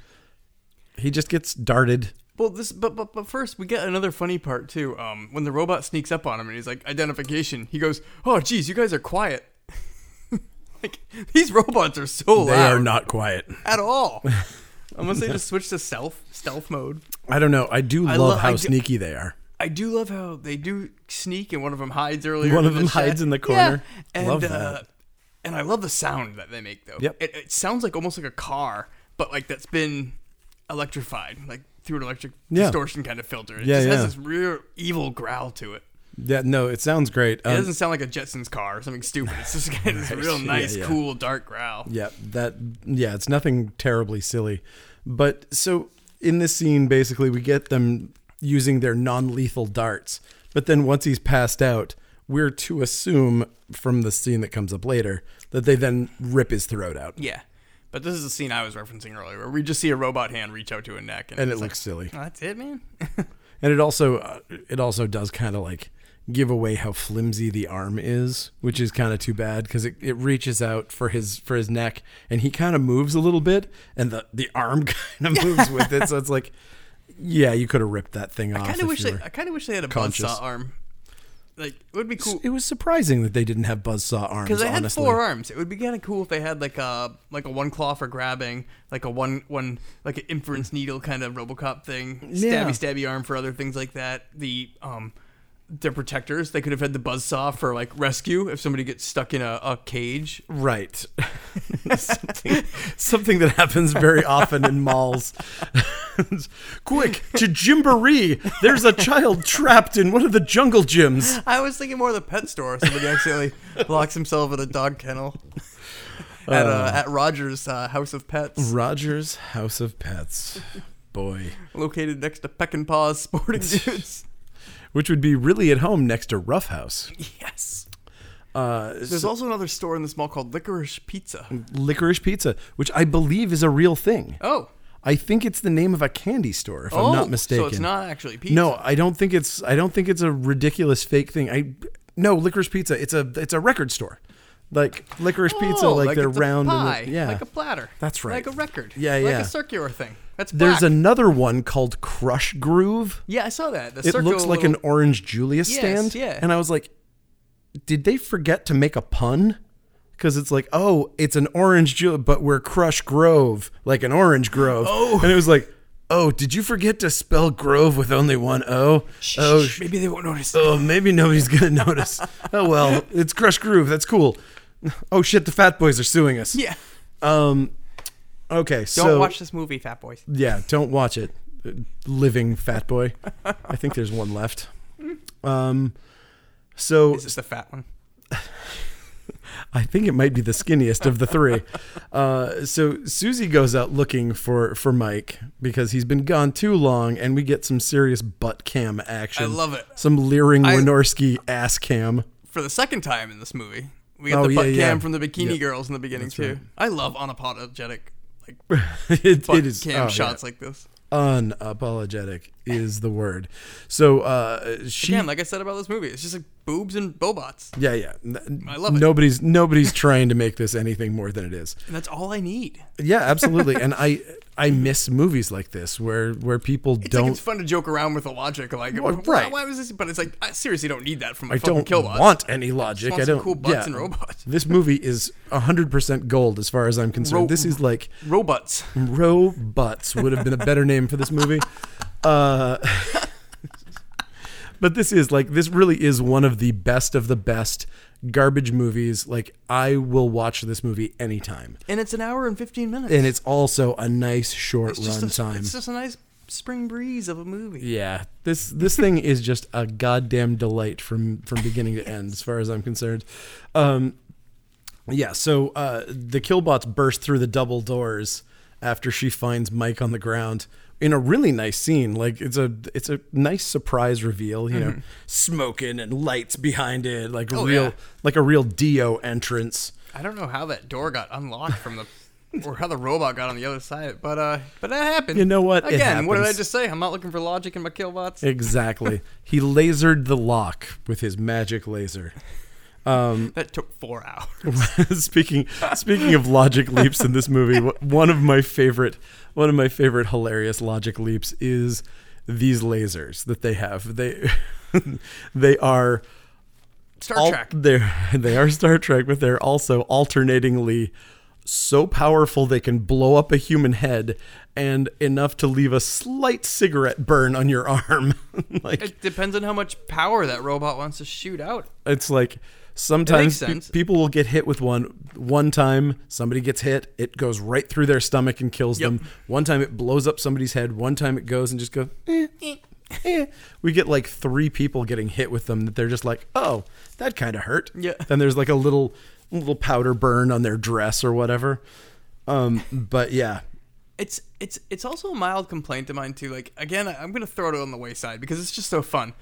[SPEAKER 1] he just gets darted.
[SPEAKER 2] Well, this, but, but but first we get another funny part too. Um, when the robot sneaks up on him and he's like identification, he goes, "Oh, geez, you guys are quiet." like these robots are so
[SPEAKER 1] They
[SPEAKER 2] loud
[SPEAKER 1] are not quiet.
[SPEAKER 2] at all. Unless they just switch to stealth stealth mode.
[SPEAKER 1] I don't know. I do love
[SPEAKER 2] love-
[SPEAKER 1] how
[SPEAKER 2] I do-
[SPEAKER 1] sneaky they are.
[SPEAKER 2] I do love how they do sneak, and one of them hides earlier.
[SPEAKER 1] One
[SPEAKER 2] in
[SPEAKER 1] of them
[SPEAKER 2] the
[SPEAKER 1] hides
[SPEAKER 2] set.
[SPEAKER 1] in the corner.
[SPEAKER 2] Yeah. And,
[SPEAKER 1] Love
[SPEAKER 2] Uh,
[SPEAKER 1] that.
[SPEAKER 2] and I love the sound that they make, though.
[SPEAKER 1] Yep.
[SPEAKER 2] It, it sounds like almost like a car, but like that's been electrified. Like through an electric
[SPEAKER 1] Yeah.
[SPEAKER 2] distortion kind of filter. It
[SPEAKER 1] Yeah,
[SPEAKER 2] just
[SPEAKER 1] yeah.
[SPEAKER 2] has this real evil growl to it.
[SPEAKER 1] Yeah, no, it sounds great.
[SPEAKER 2] It
[SPEAKER 1] Um,
[SPEAKER 2] doesn't sound like a Jetsons car or something stupid. It's just got this real
[SPEAKER 1] Yeah,
[SPEAKER 2] nice,
[SPEAKER 1] yeah.
[SPEAKER 2] cool, dark growl.
[SPEAKER 1] Yeah, that yeah, it's nothing terribly silly. But so in this scene basically we get them using their non-lethal darts. But then once he's passed out, we're to assume from the scene that comes up later that they then rip his throat out.
[SPEAKER 2] Yeah. But this is the scene I was referencing earlier where we just see a robot hand reach out to a neck and,
[SPEAKER 1] And it
[SPEAKER 2] it's like,
[SPEAKER 1] looks silly.
[SPEAKER 2] "Oh, that's it, man.
[SPEAKER 1] And it also uh, it also does kind of like give away how flimsy the arm is, which is kind of too bad because it, it reaches out for his for his neck and he kind of moves a little bit and the the arm kind of moves with it. So it's like, yeah, you could have ripped that thing off.
[SPEAKER 2] kind
[SPEAKER 1] if
[SPEAKER 2] of wish
[SPEAKER 1] you
[SPEAKER 2] they,
[SPEAKER 1] were-
[SPEAKER 2] I kind of wish they had a
[SPEAKER 1] conscious.
[SPEAKER 2] buzzsaw arm. Like it would be cool
[SPEAKER 1] it was surprising that they didn't have buzzsaw arms.
[SPEAKER 2] because they uh, had
[SPEAKER 1] honestly.
[SPEAKER 2] four arms. It would be kind of cool if they had like a like a one claw for grabbing, like a one one like an inference needle kind of RoboCop thing, stabby
[SPEAKER 1] Yeah.
[SPEAKER 2] stabby arm for other things like that. The um their protectors, they could have had the buzzsaw for like rescue if somebody gets stuck in a, a cage
[SPEAKER 1] Right. something, something that happens very often in malls. Quick, to Jimboree! There's a child trapped in one of the jungle gyms.
[SPEAKER 2] I was thinking more of the pet store. Somebody accidentally locks himself in a dog kennel at uh, at Rogers uh, House of Pets,
[SPEAKER 1] Roger's House of Pets. Boy.
[SPEAKER 2] located next to Peck and Paw's Sporting Goods.
[SPEAKER 1] Which would be really at home next to Rough House.
[SPEAKER 2] yes.
[SPEAKER 1] Uh,
[SPEAKER 2] There's also another store in this mall called Licorice
[SPEAKER 1] Mm.
[SPEAKER 2] Pizza.
[SPEAKER 1] licorice pizza, which I believe is a real thing.
[SPEAKER 2] Oh,
[SPEAKER 1] I think it's the name of a candy store, if
[SPEAKER 2] oh,
[SPEAKER 1] I'm not mistaken.
[SPEAKER 2] So it's not actually pizza.
[SPEAKER 1] No, I don't think it's I don't think it's a ridiculous fake thing. I no, licorice pizza, it's a it's a record store. Like licorice pizza,
[SPEAKER 2] Oh,
[SPEAKER 1] like, they're
[SPEAKER 2] it's a
[SPEAKER 1] round
[SPEAKER 2] pie,
[SPEAKER 1] and yeah.
[SPEAKER 2] like a platter.
[SPEAKER 1] That's right.
[SPEAKER 2] Like a record.
[SPEAKER 1] Yeah,
[SPEAKER 2] like
[SPEAKER 1] yeah.
[SPEAKER 2] a circular thing. That's
[SPEAKER 1] There's
[SPEAKER 2] black.
[SPEAKER 1] another one called Crush Groove.
[SPEAKER 2] yeah. I saw that. The
[SPEAKER 1] it looks like an orange Julius
[SPEAKER 2] Yes,
[SPEAKER 1] stand.
[SPEAKER 2] yeah.
[SPEAKER 1] And I was like, did they forget to make a pun? Because it's like, oh, it's an orange Julius, but we're Crush Grove, like an orange grove. Oh. And it was like, oh, did you forget to spell Grove with only one O? Oh,
[SPEAKER 2] Oh,
[SPEAKER 1] sh-
[SPEAKER 2] maybe they won't notice.
[SPEAKER 1] oh, maybe nobody's going to notice. oh, well, it's Crush Groove. That's cool. Oh, shit, the Fat Boys are suing us.
[SPEAKER 2] yeah.
[SPEAKER 1] Um, okay, so.
[SPEAKER 2] Don't watch this movie, Fat Boys.
[SPEAKER 1] Yeah, don't watch it. Uh, Living Fat Boy. I think there's one left. Um, so
[SPEAKER 2] This is the fat one.
[SPEAKER 1] I think it might be the skinniest of the three. Uh, so Susie goes out looking for for Mike because he's been gone too long, and we get some serious butt cam action.
[SPEAKER 2] I love it.
[SPEAKER 1] Some leering
[SPEAKER 2] I-
[SPEAKER 1] Wynorski ass cam.
[SPEAKER 2] for the second time in this movie. We got
[SPEAKER 1] Oh,
[SPEAKER 2] the
[SPEAKER 1] yeah,
[SPEAKER 2] butt
[SPEAKER 1] yeah.
[SPEAKER 2] cam from the Bikini
[SPEAKER 1] Yep.
[SPEAKER 2] Girls in the beginning too.
[SPEAKER 1] right.
[SPEAKER 2] I love unapologetic like
[SPEAKER 1] it,
[SPEAKER 2] butt
[SPEAKER 1] it is
[SPEAKER 2] cam
[SPEAKER 1] oh, yeah.
[SPEAKER 2] shots like this.
[SPEAKER 1] Unapologetic is the word. So uh, she
[SPEAKER 2] Again, like I said about this movie, it's just like boobs and bobots,
[SPEAKER 1] Yeah, yeah.
[SPEAKER 2] I love it.
[SPEAKER 1] Nobody's nobody's trying to make this anything more than it is.
[SPEAKER 2] and that's all I need.
[SPEAKER 1] Yeah, absolutely. and I I miss movies like this where where people
[SPEAKER 2] It's like
[SPEAKER 1] don't
[SPEAKER 2] it's fun to joke around with the logic, like
[SPEAKER 1] Well,
[SPEAKER 2] why,
[SPEAKER 1] right.
[SPEAKER 2] why was this? But it's like I seriously don't need that from my
[SPEAKER 1] I
[SPEAKER 2] fucking
[SPEAKER 1] don't
[SPEAKER 2] killbots.
[SPEAKER 1] want any logic.
[SPEAKER 2] want
[SPEAKER 1] I
[SPEAKER 2] some
[SPEAKER 1] don't
[SPEAKER 2] cool butts
[SPEAKER 1] yeah.
[SPEAKER 2] and robots.
[SPEAKER 1] This movie is 100% gold as far as I'm concerned.
[SPEAKER 2] Ro-
[SPEAKER 1] this is like
[SPEAKER 2] robots.
[SPEAKER 1] Robots would have been a better name for this movie. Uh, but this is like this really is one of the best of the best garbage movies. Like I will watch this movie anytime.
[SPEAKER 2] And it's an hour and fifteen minutes.
[SPEAKER 1] and it's also a nice short
[SPEAKER 2] it's
[SPEAKER 1] run
[SPEAKER 2] just a,
[SPEAKER 1] time.
[SPEAKER 2] It's just a nice spring breeze of a movie.
[SPEAKER 1] yeah, this this thing is just a goddamn delight from from beginning to end, as far as I'm concerned. Um, yeah, so uh, the killbots burst through the double doors after she finds Mike on the ground in a really nice scene. Like it's a it's a nice surprise reveal, you know, smoking and lights behind it, like a
[SPEAKER 2] Mm-hmm. Oh,
[SPEAKER 1] real
[SPEAKER 2] yeah.
[SPEAKER 1] like a real Dio entrance.
[SPEAKER 2] I don't know how that door got unlocked from the, or how the robot got on the other side, but uh, but that happened.
[SPEAKER 1] You know what? It
[SPEAKER 2] Again, what did I
[SPEAKER 1] happens.
[SPEAKER 2] just say? I'm not looking for logic in my killbots.
[SPEAKER 1] Exactly. he lasered the lock with his magic laser.
[SPEAKER 2] that took four hours.
[SPEAKER 1] speaking speaking of logic leaps in this movie, wh- one of my favorite one of my favorite hilarious logic leaps is these lasers that they have. They they are
[SPEAKER 2] Star
[SPEAKER 1] al-
[SPEAKER 2] Trek.
[SPEAKER 1] they're they are Star Trek, but they're also alternatingly so powerful they can blow up a human head and enough to leave a slight cigarette burn on your arm. like
[SPEAKER 2] It depends on how much power that robot wants to shoot out.
[SPEAKER 1] it's like sometimes pe-
[SPEAKER 2] sense.
[SPEAKER 1] people will get hit with one one time somebody gets hit it goes right through their stomach and kills
[SPEAKER 2] Yep.
[SPEAKER 1] them one time it blows up somebody's head one time it goes and just goes eh, eh. we get like three people getting hit with them that they're just like oh that kind of hurt
[SPEAKER 2] Yeah.
[SPEAKER 1] then there's like a little little powder burn on their dress or whatever um but yeah
[SPEAKER 2] It's it's it's also a mild complaint of mine too. Like again, I- I'm gonna throw it on the wayside because it's just so fun.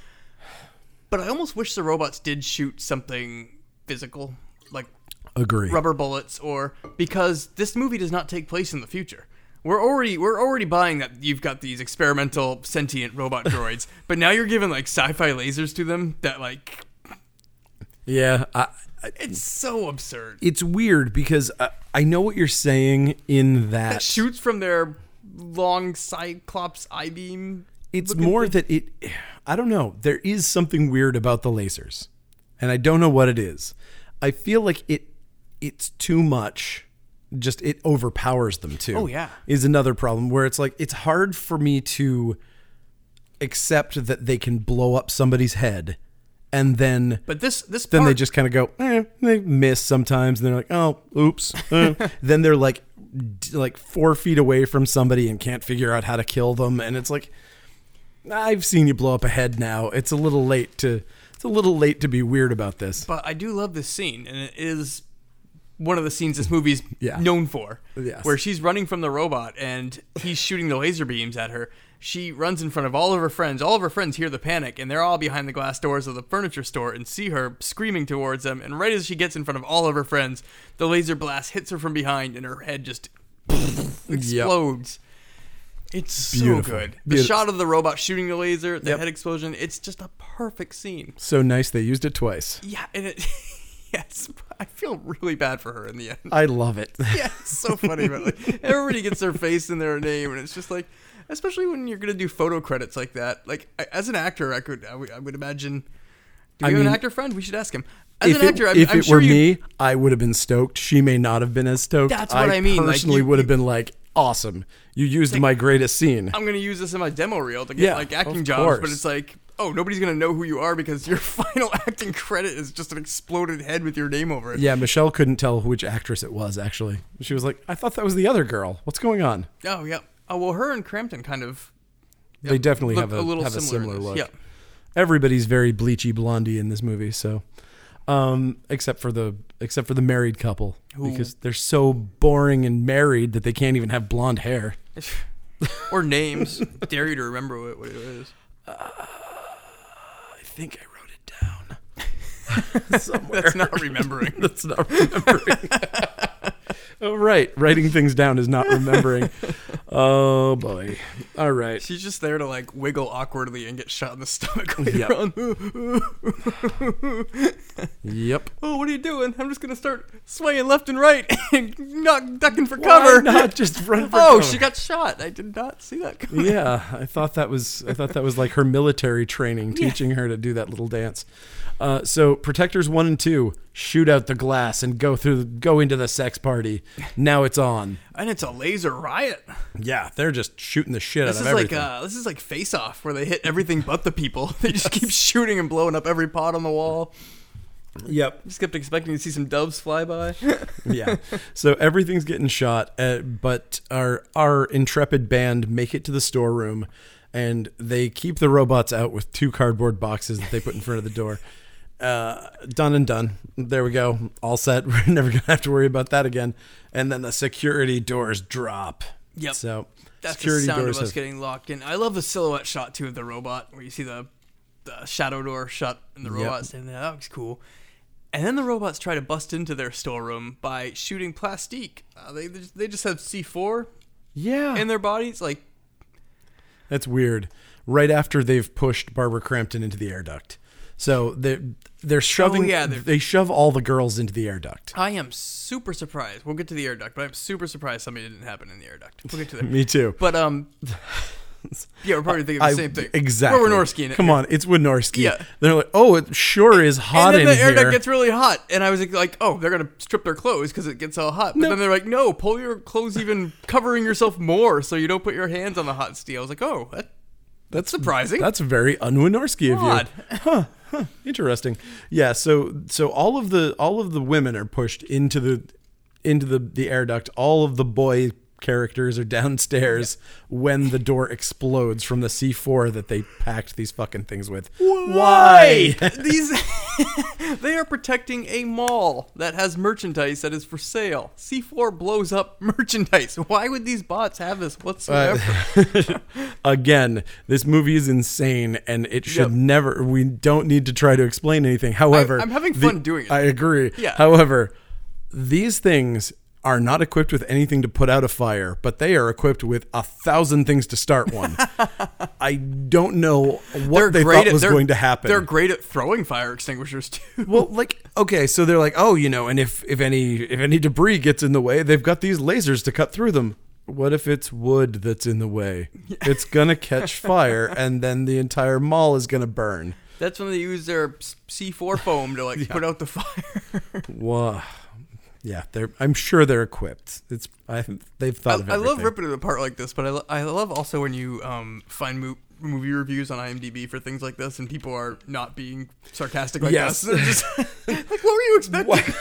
[SPEAKER 2] But I almost wish the robots did shoot something physical, like
[SPEAKER 1] agree
[SPEAKER 2] rubber bullets, or because this movie does not take place in the future. We're already we're already buying that you've got these experimental sentient robot droids, but now you're giving like sci-fi lasers to them that like
[SPEAKER 1] yeah I, I,
[SPEAKER 2] it's so absurd.
[SPEAKER 1] it's weird because I, I know what you're saying in that
[SPEAKER 2] shoots from their long cyclops eye beam.
[SPEAKER 1] it's more that it i don't know there is something weird about the lasers and i don't know what it is i feel like it it's too much just it overpowers them too oh
[SPEAKER 2] yeah.
[SPEAKER 1] is another problem where it's like it's hard for me to accept that they can blow up somebody's head and then
[SPEAKER 2] But this this
[SPEAKER 1] then
[SPEAKER 2] part,
[SPEAKER 1] they just kind of go eh, they miss sometimes and they're like oh oops eh." then they're like d- like four feet away from somebody and can't figure out how to kill them and it's like i've seen you blow up a head now it's a little late to it's a little late to be weird about this
[SPEAKER 2] But I do love this scene, and it is one of the scenes this movie's
[SPEAKER 1] Yeah.
[SPEAKER 2] known for.
[SPEAKER 1] Yes.
[SPEAKER 2] Where she's running from the robot and he's shooting the laser beams at her. She runs in front of all of her friends. All of her friends hear the panic, and they're all behind the glass doors of the furniture store and see her screaming towards them. And right as she gets in front of all of her friends, the laser blast hits her from behind, and her head just explodes. It's so
[SPEAKER 1] Beautiful.
[SPEAKER 2] good. The
[SPEAKER 1] Beautiful.
[SPEAKER 2] shot of the robot shooting the laser, the
[SPEAKER 1] Yep.
[SPEAKER 2] head explosion, it's just a perfect scene.
[SPEAKER 1] so nice they used it twice
[SPEAKER 2] Yeah, and it yes, I feel really bad for her in the end.
[SPEAKER 1] i love it
[SPEAKER 2] Yeah, it's so funny, but like, everybody gets their face in their name, and it's just like, especially when you're gonna do photo credits like that. Like I- as an actor, I could I would, I would imagine. Do we
[SPEAKER 1] I
[SPEAKER 2] have
[SPEAKER 1] mean,
[SPEAKER 2] an actor friend? We should ask him. As
[SPEAKER 1] if
[SPEAKER 2] an actor,
[SPEAKER 1] it,
[SPEAKER 2] I'm,
[SPEAKER 1] if
[SPEAKER 2] I'm
[SPEAKER 1] it
[SPEAKER 2] sure
[SPEAKER 1] were
[SPEAKER 2] you,
[SPEAKER 1] me i would have been stoked she may not have been as stoked
[SPEAKER 2] That's what I mean, like,
[SPEAKER 1] personally
[SPEAKER 2] you-
[SPEAKER 1] would have been like awesome you used my greatest scene
[SPEAKER 2] I'm gonna use this in my demo reel to get
[SPEAKER 1] Yeah,
[SPEAKER 2] like
[SPEAKER 1] of
[SPEAKER 2] acting jobs, but
[SPEAKER 1] course.
[SPEAKER 2] it's like. Oh, nobody's gonna know who you are because your final acting credit is just an exploded head with your name over it.
[SPEAKER 1] Yeah, Michelle couldn't tell which actress it was, actually. She was like, I thought that was the other girl. What's going on?
[SPEAKER 2] Oh, yeah. Oh, well, her and Crampton kind of
[SPEAKER 1] They definitely
[SPEAKER 2] look
[SPEAKER 1] have a,
[SPEAKER 2] little
[SPEAKER 1] have a
[SPEAKER 2] similar. in
[SPEAKER 1] similar
[SPEAKER 2] this.
[SPEAKER 1] look.
[SPEAKER 2] Yeah.
[SPEAKER 1] Everybody's very bleachy blondie in this movie, so um, except for the except for the married couple. Because they're so boring and married that they can't even have blonde hair.
[SPEAKER 2] or names. Dare you to remember what, what it was.
[SPEAKER 1] I think I wrote it down. Somewhere.
[SPEAKER 2] That's not remembering.
[SPEAKER 1] That's not remembering. oh right. Writing things down is not remembering. oh boy. All right.
[SPEAKER 2] She's just there to like wiggle awkwardly and get shot in the stomach later
[SPEAKER 1] Yep.
[SPEAKER 2] on.
[SPEAKER 1] Yep.
[SPEAKER 2] oh, what are you doing? I'm just gonna start swaying left and right and not ducking for
[SPEAKER 1] Why
[SPEAKER 2] cover.
[SPEAKER 1] not just run for
[SPEAKER 2] oh,
[SPEAKER 1] cover?
[SPEAKER 2] she got shot. I did not see that coming.
[SPEAKER 1] yeah, I thought that was I thought that was like her military training, teaching her to do that little dance. Uh, so protectors one and two shoot out the glass and go through go into the sex party. Now it's on.
[SPEAKER 2] And it's a laser riot.
[SPEAKER 1] Yeah, they're just shooting the shit
[SPEAKER 2] This
[SPEAKER 1] out of
[SPEAKER 2] is like
[SPEAKER 1] everything.
[SPEAKER 2] uh, this is like Face Off, where they hit everything but the people. They just keep shooting and blowing up every pot on the wall.
[SPEAKER 1] yep.
[SPEAKER 2] Just kept expecting to see some doves fly by.
[SPEAKER 1] Yeah. so everything's getting shot, uh, but our our intrepid band make it to the storeroom, and they keep the robots out with two cardboard boxes that they put in front of the door. Uh, done and done. There we go. All set. We're never gonna have to worry about that again. And then the security doors drop.
[SPEAKER 2] Yep.
[SPEAKER 1] So
[SPEAKER 2] That's
[SPEAKER 1] security
[SPEAKER 2] the sound
[SPEAKER 1] doors
[SPEAKER 2] of us
[SPEAKER 1] have
[SPEAKER 2] getting locked in. I love the silhouette shot too of the robot, where you see the, the shadow door shut and the robot standing there. That looks cool. And then the robots try to bust into their storeroom by shooting plastique. Uh, they they just- they just have C four
[SPEAKER 1] yeah.
[SPEAKER 2] in their bodies. Like
[SPEAKER 1] That's weird. Right after they've pushed Barbara Crampton into the air duct. So they they're shoving
[SPEAKER 2] yeah, they're-
[SPEAKER 1] they shove all the girls into the air duct.
[SPEAKER 2] I am super surprised. We'll get to the air duct, but I'm super surprised something didn't happen in the air duct. We'll get to that.
[SPEAKER 1] Me too.
[SPEAKER 2] But um, Yeah, we're probably thinking the same thing.
[SPEAKER 1] Exactly.
[SPEAKER 2] We're Wynorski in it.
[SPEAKER 1] Come on, it's Winorski.
[SPEAKER 2] Yeah.
[SPEAKER 1] They're like, oh, it sure is hot
[SPEAKER 2] and then
[SPEAKER 1] in
[SPEAKER 2] the air
[SPEAKER 1] here.
[SPEAKER 2] duct gets really hot, and I was like- like, "Oh, they're gonna strip their clothes because it gets all hot." But
[SPEAKER 1] No.
[SPEAKER 2] then they're like, "No, pull your clothes even covering yourself more, so you don't put your hands on the hot steel." I was like, "Oh, that, that's surprising."
[SPEAKER 1] That's very unwinorsky of
[SPEAKER 2] Odd.
[SPEAKER 1] you. Huh, huh, Interesting. Yeah. So so all of the all of the women are pushed into the into the the air duct. All of the boy characters are downstairs when the door explodes from the C4 that they packed these fucking things with. Why?
[SPEAKER 2] These they are protecting a mall that has merchandise that is for sale. C4 blows up merchandise. Why would these bots have
[SPEAKER 1] Uh,
[SPEAKER 2] this whatsoever?
[SPEAKER 1] Again, this movie is insane and it should
[SPEAKER 2] Yep.
[SPEAKER 1] never we don't need to try to explain anything. However,
[SPEAKER 2] I'm having
[SPEAKER 1] the-
[SPEAKER 2] fun doing it.
[SPEAKER 1] I agree.
[SPEAKER 2] Yeah.
[SPEAKER 1] However, these things are not equipped with anything to put out a fire, but they are equipped with a thousand things to start one. I don't know what they thought was
[SPEAKER 2] they're-
[SPEAKER 1] going to happen.
[SPEAKER 2] They're great at throwing fire extinguishers too.
[SPEAKER 1] well, like okay, so they're like, oh, you know, and if if any if any debris gets in the way, they've got these lasers to cut through them. What if it's wood that's in the way? It's gonna catch fire, and then the entire mall is gonna burn.
[SPEAKER 2] That's when they use their C4 foam to like put out the fire.
[SPEAKER 1] Whoa. Yeah, they're. I'm sure they're equipped. It's. I. They've thought of
[SPEAKER 2] I
[SPEAKER 1] everything.
[SPEAKER 2] love ripping it apart like this, but I, lo- I love also when you um, find mo- movie reviews on IMDb for things like this, and people are not being sarcastic like
[SPEAKER 1] Yes.
[SPEAKER 2] us. They're just- like, what were you expecting?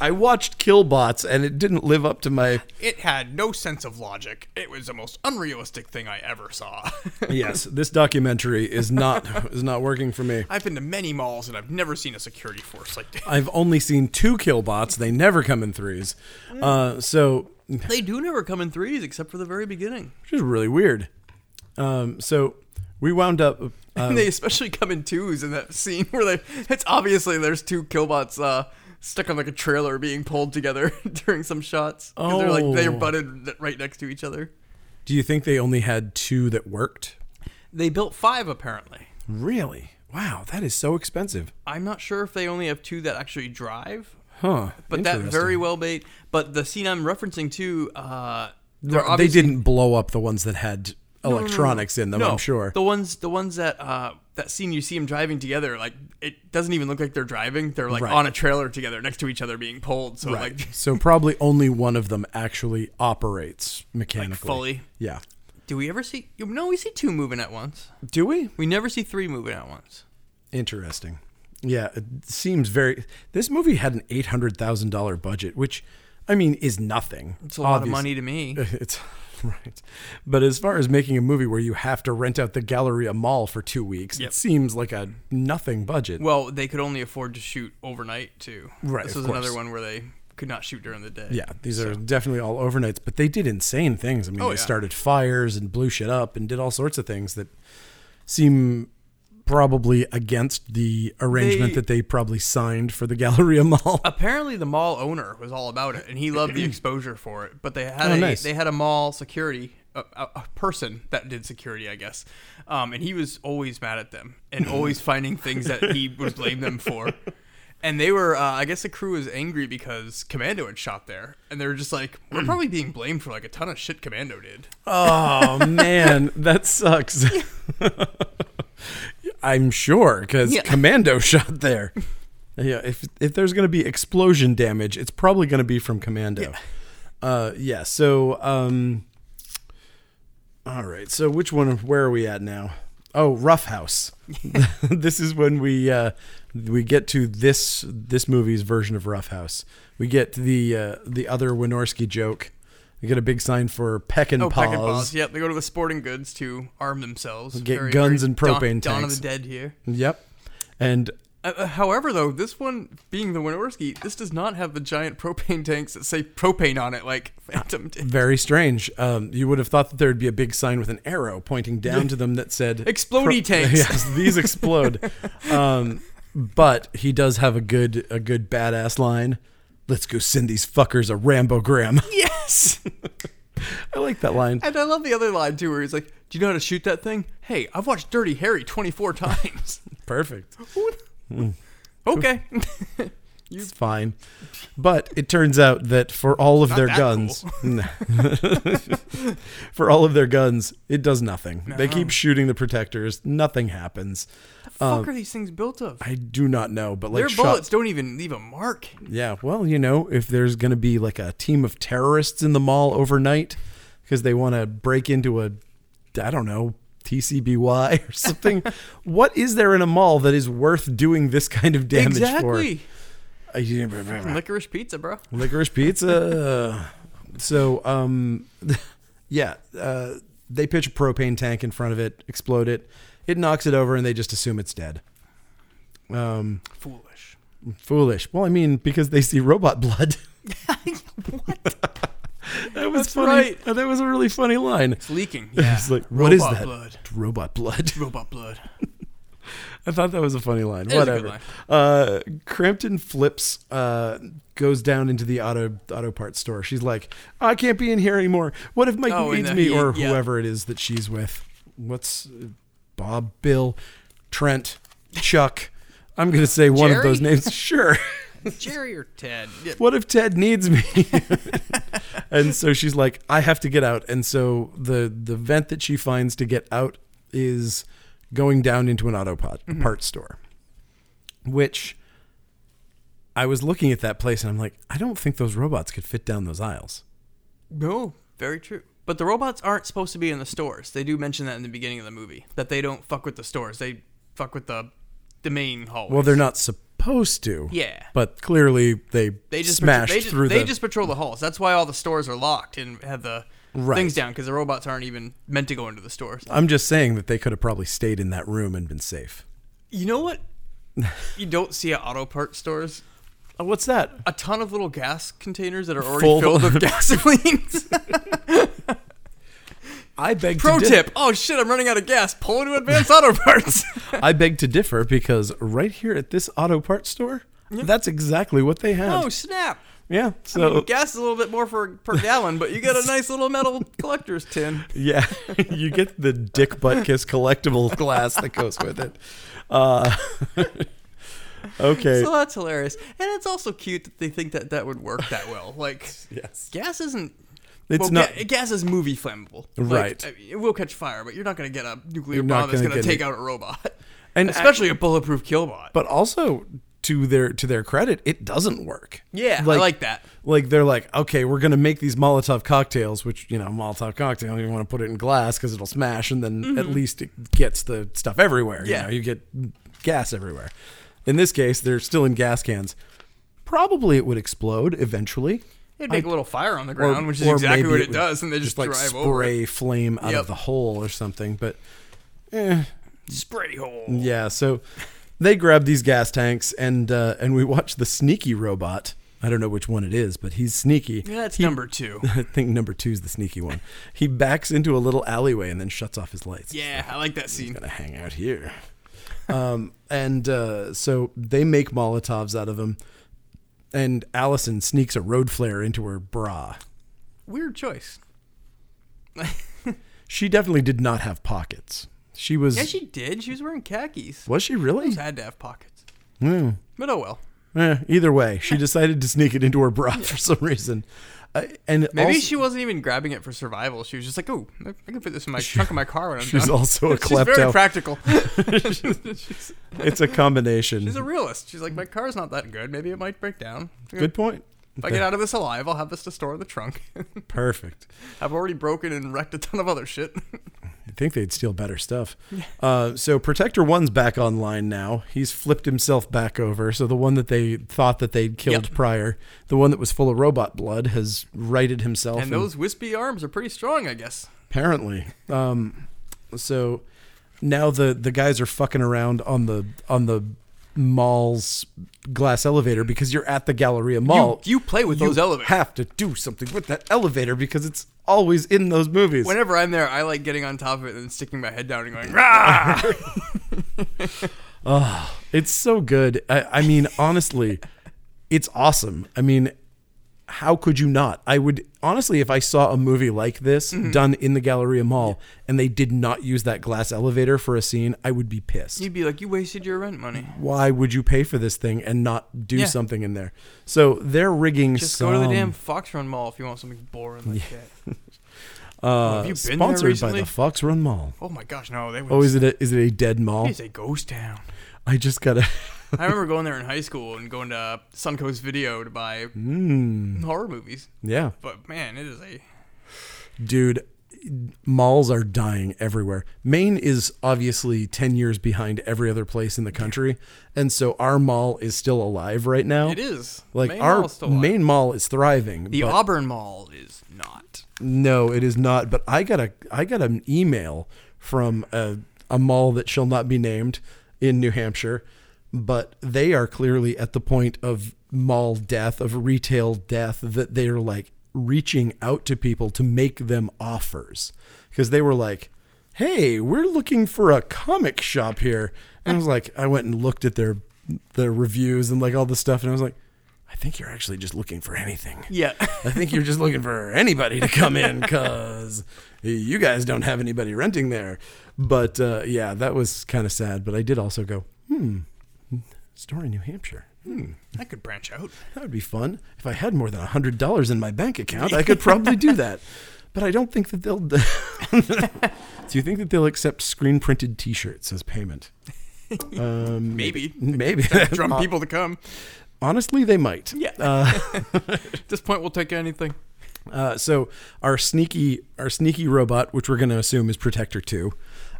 [SPEAKER 1] I watched Killbots and it didn't live up to my
[SPEAKER 2] It had no sense of logic. It was the most unrealistic thing I ever saw.
[SPEAKER 1] yes. This documentary is not is not working for me.
[SPEAKER 2] I've been to many malls and I've never seen a security force like this.
[SPEAKER 1] I've only seen two Killbots. They never come in threes, uh, so which
[SPEAKER 2] They do never come in threes except for the very beginning.
[SPEAKER 1] is really weird. Um, so we wound up. Uh,
[SPEAKER 2] they especially come in twos in that scene where they it's obviously there's two killbots uh stuck on like a trailer being pulled together during some shots 'Cause they're like they're
[SPEAKER 1] Oh.
[SPEAKER 2] butted th- right next to each other
[SPEAKER 1] do you think they only had two that worked?
[SPEAKER 2] they built five apparently
[SPEAKER 1] Really? Wow, that is so expensive,
[SPEAKER 2] i'm not sure if they only have two that actually drive
[SPEAKER 1] huh?
[SPEAKER 2] but that
[SPEAKER 1] Interesting.
[SPEAKER 2] very well bait but the scene i'm referencing to uh they're
[SPEAKER 1] they
[SPEAKER 2] obviously
[SPEAKER 1] didn't blow up the ones that had electronics in them.
[SPEAKER 2] No,
[SPEAKER 1] I'm sure.
[SPEAKER 2] The ones, the ones that uh, that scene you see them driving together, like it doesn't even look like they're driving. They're like
[SPEAKER 1] Right.
[SPEAKER 2] on a trailer together, next to each other, being pulled. So
[SPEAKER 1] Right.
[SPEAKER 2] like
[SPEAKER 1] so probably only one of them actually operates mechanically.
[SPEAKER 2] fully.
[SPEAKER 1] Yeah.
[SPEAKER 2] Do we ever see? No, we see two moving at once.
[SPEAKER 1] Do we?
[SPEAKER 2] We never see three moving at once.
[SPEAKER 1] Interesting. Yeah, it seems very. This movie had an eight hundred thousand dollar budget, which, I mean, is nothing.
[SPEAKER 2] It's a lot of money to me.
[SPEAKER 1] It's right, but as far as making a movie where you have to rent out the Galleria Mall for two weeks,
[SPEAKER 2] Yep.
[SPEAKER 1] it seems like a nothing budget.
[SPEAKER 2] Well, they could only afford to shoot overnight too.
[SPEAKER 1] Right,
[SPEAKER 2] This
[SPEAKER 1] of
[SPEAKER 2] was another
[SPEAKER 1] course.
[SPEAKER 2] one where they could not shoot during the day.
[SPEAKER 1] yeah, these are definitely all overnights, but they did insane things. I mean,
[SPEAKER 2] Oh,
[SPEAKER 1] they
[SPEAKER 2] yeah.
[SPEAKER 1] started fires and blew shit up and did all sorts of things that seem probably against the arrangement
[SPEAKER 2] They-
[SPEAKER 1] that they probably signed for the Galleria Mall.
[SPEAKER 2] Apparently, the mall owner was all about it, and he loved the exposure for it. But they had
[SPEAKER 1] Oh,
[SPEAKER 2] a,
[SPEAKER 1] nice.
[SPEAKER 2] they had a mall security a, a, a person that did security, I guess, um, and he was always mad at them and always finding things that he would blame them for. And they were, uh, I guess, the crew was angry because Commando had shot there, and they were just like, "We're probably being blamed for like a ton of shit Commando did."
[SPEAKER 1] Oh man, that sucks. I'm sure because
[SPEAKER 2] Yeah.
[SPEAKER 1] Commando shot there. Yeah, if if there's gonna be explosion damage, it's probably gonna be from Commando. Uh, yeah. So, um, all right. So, which one? Where are we at now? Oh, Rough House. this is when we uh, we get to this this movie's version of Rough House. We get the uh, the other Winorski joke. We get a big sign for Peck and
[SPEAKER 2] Oh,
[SPEAKER 1] Paws.
[SPEAKER 2] pack and balls. Yep, they go to the sporting goods to arm themselves.
[SPEAKER 1] Get guns and propane
[SPEAKER 2] Dawn, Dawn of
[SPEAKER 1] tanks.
[SPEAKER 2] the Dead here.
[SPEAKER 1] Yep. And
[SPEAKER 2] Uh, Uh, however, though, this one being the Winorski, this does not have the giant propane tanks that say propane on it like Phantom did.
[SPEAKER 1] very strange. Um, you would have thought that there would be a big sign with an arrow pointing down to them that said
[SPEAKER 2] Explodey tanks.
[SPEAKER 1] Yes, these explode. um, but he does have a good a good badass line. Let's go send these fuckers a rambogram.
[SPEAKER 2] Yes!
[SPEAKER 1] I like that line.
[SPEAKER 2] and I love the other line, too, where he's like, Do you know how to shoot that thing? Hey, I've watched Dirty Harry 24 times.
[SPEAKER 1] Perfect.
[SPEAKER 2] okay.
[SPEAKER 1] it's fine. But it turns out that for all of
[SPEAKER 2] Not
[SPEAKER 1] their
[SPEAKER 2] that
[SPEAKER 1] guns, for all of their guns, it does nothing. They
[SPEAKER 2] No.
[SPEAKER 1] keep shooting the protectors. Nothing happens.
[SPEAKER 2] fuck are these things built of?
[SPEAKER 1] I do not know, but like
[SPEAKER 2] Their
[SPEAKER 1] shot-
[SPEAKER 2] bullets don't even leave a mark.
[SPEAKER 1] Yeah, well, you know, if there's going to be like a team of terrorists in the mall overnight because they want to break into a, I don't know, TCBY or something, what is there in a mall that is worth doing this kind of damage
[SPEAKER 2] exactly.
[SPEAKER 1] for? Exactly.
[SPEAKER 2] Licorice pizza, bro.
[SPEAKER 1] Licorice pizza. so, um, yeah, uh, they pitch a propane tank in front of it, explode it, it knocks it over, and they just assume it's dead. Um,
[SPEAKER 2] Foolish.
[SPEAKER 1] foolish. Well, I mean, because they see robot blood. what? that was
[SPEAKER 2] That's
[SPEAKER 1] funny. Uh,
[SPEAKER 2] right.
[SPEAKER 1] That was a really funny line.
[SPEAKER 2] It's leaking. Yeah.
[SPEAKER 1] It's like, what is
[SPEAKER 2] Robot
[SPEAKER 1] that?
[SPEAKER 2] Blood.
[SPEAKER 1] Robot blood.
[SPEAKER 2] Robot blood.
[SPEAKER 1] I thought that was a funny line.
[SPEAKER 2] It is a
[SPEAKER 1] Whatever.
[SPEAKER 2] good line.
[SPEAKER 1] Uh, Crampton flips, uh, goes down into the auto auto parts store. She's like, I can't be in here anymore. What if Mike
[SPEAKER 2] Oh, in
[SPEAKER 1] needs
[SPEAKER 2] the
[SPEAKER 1] me
[SPEAKER 2] heat,
[SPEAKER 1] or
[SPEAKER 2] yeah.
[SPEAKER 1] whoever it is that she's with? What's uh, Bob, Bill, Trent, Chuck? I'm gonna say one of those
[SPEAKER 2] Jerry?
[SPEAKER 1] names. Sure.
[SPEAKER 2] Jerry or Ted? Yeah.
[SPEAKER 1] what if Ted needs me? and so she's like, I have to get out. And so the the vent that she finds to get out is going down into an auto pot,
[SPEAKER 2] Mm-hmm.
[SPEAKER 1] parts store, which I was looking at that place and I'm like, I don't think those robots could fit down those aisles.
[SPEAKER 2] No, very true. But the robots aren't supposed to be in the stores. They do mention that in the beginning of the movie that they don't fuck with the stores. They fuck with the the main hallways.
[SPEAKER 1] Well, they're not supposed to.
[SPEAKER 2] Yeah.
[SPEAKER 1] But clearly they,
[SPEAKER 2] they just patrol-
[SPEAKER 1] smashed
[SPEAKER 2] they just,
[SPEAKER 1] through
[SPEAKER 2] they
[SPEAKER 1] the
[SPEAKER 2] just patrol the halls. That's why all the stores are locked and have the
[SPEAKER 1] Right.
[SPEAKER 2] things down because the robots aren't even meant to go into the stores.
[SPEAKER 1] I'm just saying that they could have probably stayed in that room and been safe.
[SPEAKER 2] You know what? you don't see at auto parts stores
[SPEAKER 1] Oh, what's that?
[SPEAKER 2] a ton of little gas containers that are already
[SPEAKER 1] Full.
[SPEAKER 2] filled with gasoline.
[SPEAKER 1] I beg
[SPEAKER 2] Pro
[SPEAKER 1] to differ.
[SPEAKER 2] tip: Oh shit, I'm running out of gas. Pull into Advanced Auto Parts.
[SPEAKER 1] I beg to differ because right here at this auto parts store, that's exactly what they have.
[SPEAKER 2] oh snap!
[SPEAKER 1] yeah.
[SPEAKER 2] I mean,
[SPEAKER 1] So
[SPEAKER 2] gas is a little bit more for per gallon, but you get a nice little metal collector's tin.
[SPEAKER 1] yeah, you get the dick butt kiss collectible glass that goes with it. Uh, okay.
[SPEAKER 2] So that's hilarious, and it's also cute that they think that that would work that well. Like,
[SPEAKER 1] yes.
[SPEAKER 2] gas isn't.
[SPEAKER 1] It's
[SPEAKER 2] well,
[SPEAKER 1] not-
[SPEAKER 2] ga- gas is movie flammable. Like,
[SPEAKER 1] Right.
[SPEAKER 2] I mean, it will catch fire, but you're not going to get a nuclear
[SPEAKER 1] You're not
[SPEAKER 2] bomb that's
[SPEAKER 1] gonna
[SPEAKER 2] going to
[SPEAKER 1] get
[SPEAKER 2] take
[SPEAKER 1] it.
[SPEAKER 2] out a robot,
[SPEAKER 1] And
[SPEAKER 2] especially a bulletproof killbot.
[SPEAKER 1] but also to their to their credit, it doesn't work.
[SPEAKER 2] yeah, I like that.
[SPEAKER 1] Like they're like, okay, we're gonna make these Molotov cocktails, which you know, Molotov cocktail, you want to put it in glass because it'll smash, and then at least it gets the stuff everywhere.
[SPEAKER 2] Mm-hmm. Yeah.
[SPEAKER 1] you, know, you get gas everywhere. In this case, they're still in gas cans. Probably it would explode eventually,
[SPEAKER 2] It'd make a little fire on the
[SPEAKER 1] or-
[SPEAKER 2] ground, which is
[SPEAKER 1] or
[SPEAKER 2] exactly
[SPEAKER 1] maybe
[SPEAKER 2] what it,
[SPEAKER 1] would
[SPEAKER 2] does, and they just,
[SPEAKER 1] like
[SPEAKER 2] drive
[SPEAKER 1] spray
[SPEAKER 2] over it.
[SPEAKER 1] flame out of
[SPEAKER 2] Yep.
[SPEAKER 1] the hole or something. But
[SPEAKER 2] spray hole.
[SPEAKER 1] yeah, so they grab these gas tanks and uh, and we watch the sneaky robot. I don't know which one it is, but he's sneaky.
[SPEAKER 2] Yeah, that's number two.
[SPEAKER 1] I think number two's the sneaky one. He backs into a little alleyway and then shuts off his lights.
[SPEAKER 2] Yeah, I like that scene.
[SPEAKER 1] Gonna hang out here. Um, and uh, so they make Molotovs out of him, and Allison sneaks a road flare into her bra.
[SPEAKER 2] Weird choice.
[SPEAKER 1] She definitely did not have pockets. She was.
[SPEAKER 2] Yeah, she did. She was wearing khakis.
[SPEAKER 1] was she really?
[SPEAKER 2] Had to have pockets. But oh well.
[SPEAKER 1] Eh, either way, she decided to sneak it into her bra for some reason. Uh, and
[SPEAKER 2] Maybe
[SPEAKER 1] also-
[SPEAKER 2] she wasn't even grabbing it for survival. She was just like, "Oh, I I can fit this in my trunk of my car when I'm
[SPEAKER 1] she's
[SPEAKER 2] done."
[SPEAKER 1] also a
[SPEAKER 2] She's very
[SPEAKER 1] klepto.
[SPEAKER 2] practical.
[SPEAKER 1] it's a combination.
[SPEAKER 2] She's a realist. She's like, "My car's not that good. Maybe it might break down.
[SPEAKER 1] Good point.
[SPEAKER 2] If I get out of this alive, I'll have this to store in the trunk.
[SPEAKER 1] Perfect.
[SPEAKER 2] I've already broken and wrecked a ton of other shit."
[SPEAKER 1] I think they'd steal better stuff. Uh, so Protector One's back online now. He's flipped himself back over. So the one that they thought that they'd killed
[SPEAKER 2] Yep.
[SPEAKER 1] prior, the one that was full of robot blood, has righted himself.
[SPEAKER 2] and those wispy arms are pretty strong, I guess.
[SPEAKER 1] apparently, um, so now the the guys are fucking around on the on the mall's glass elevator because you're at the Galleria Mall.
[SPEAKER 2] you play with those elevators.
[SPEAKER 1] Have to do something with that elevator because it's always in those movies.
[SPEAKER 2] Whenever I'm there, I like getting on top of it and sticking my head down and going, "Rah!"
[SPEAKER 1] It's so good. I, I mean, honestly, it's awesome. I mean, how could you not? I would honestly, if I saw a movie like this
[SPEAKER 2] Mm-hmm.
[SPEAKER 1] done in the Galleria Mall and they did not use that glass elevator for a scene, I would be pissed.
[SPEAKER 2] You'd be like, you wasted your rent money.
[SPEAKER 1] Why would you pay for this thing and not do
[SPEAKER 2] Yeah.
[SPEAKER 1] something in there? So they're rigging
[SPEAKER 2] Just
[SPEAKER 1] some.
[SPEAKER 2] go to the damn Fox Run Mall if you want something boring like that.
[SPEAKER 1] uh,
[SPEAKER 2] Have you been there
[SPEAKER 1] sponsored by
[SPEAKER 2] recently?
[SPEAKER 1] the Fox Run Mall.
[SPEAKER 2] Oh my gosh, no, they would.
[SPEAKER 1] Oh, is it a, is it a dead mall?
[SPEAKER 2] It's a ghost town.
[SPEAKER 1] I just gotta.
[SPEAKER 2] I remember going there in high school and going to Suncoast Video to buy
[SPEAKER 1] Mm,
[SPEAKER 2] horror movies.
[SPEAKER 1] yeah,
[SPEAKER 2] But man, it is a
[SPEAKER 1] dude, malls are dying everywhere. Maine is obviously ten years behind every other place in the country, and so our mall is still alive right now.
[SPEAKER 2] it is
[SPEAKER 1] Like
[SPEAKER 2] Main
[SPEAKER 1] our
[SPEAKER 2] Mall's still alive.
[SPEAKER 1] main mall is thriving.
[SPEAKER 2] The
[SPEAKER 1] but
[SPEAKER 2] Auburn Mall is not.
[SPEAKER 1] no, it is not. But I got a I got an email from a a mall that shall not be named in New Hampshire, but they are clearly at the point of mall death, of retail death, that they are like reaching out to people to make them offers because they were like. Hey, we're looking for a comic shop here. And I was like, I went and looked at their their reviews and like all this stuff, and I was like, I think you're actually just looking for anything.
[SPEAKER 2] Yeah.
[SPEAKER 1] I think you're just looking for anybody to come in because you guys don't have anybody renting there. But uh, yeah, that was kind of sad. But I did also go, hmm, store in New Hampshire. Hmm,
[SPEAKER 2] I could branch out.
[SPEAKER 1] that would be fun. If I had more than $100 in my bank account, I could probably do that. But I don't think that they'll. do you think that they'll accept screen printed t shirts as payment? Um,
[SPEAKER 2] Maybe.
[SPEAKER 1] Maybe.
[SPEAKER 2] Drum people to come.
[SPEAKER 1] Honestly, they might.
[SPEAKER 2] Yeah.
[SPEAKER 1] Uh,
[SPEAKER 2] At this point, we'll take anything.
[SPEAKER 1] Uh, so our sneaky our sneaky robot, which we're going to assume is Protector Two,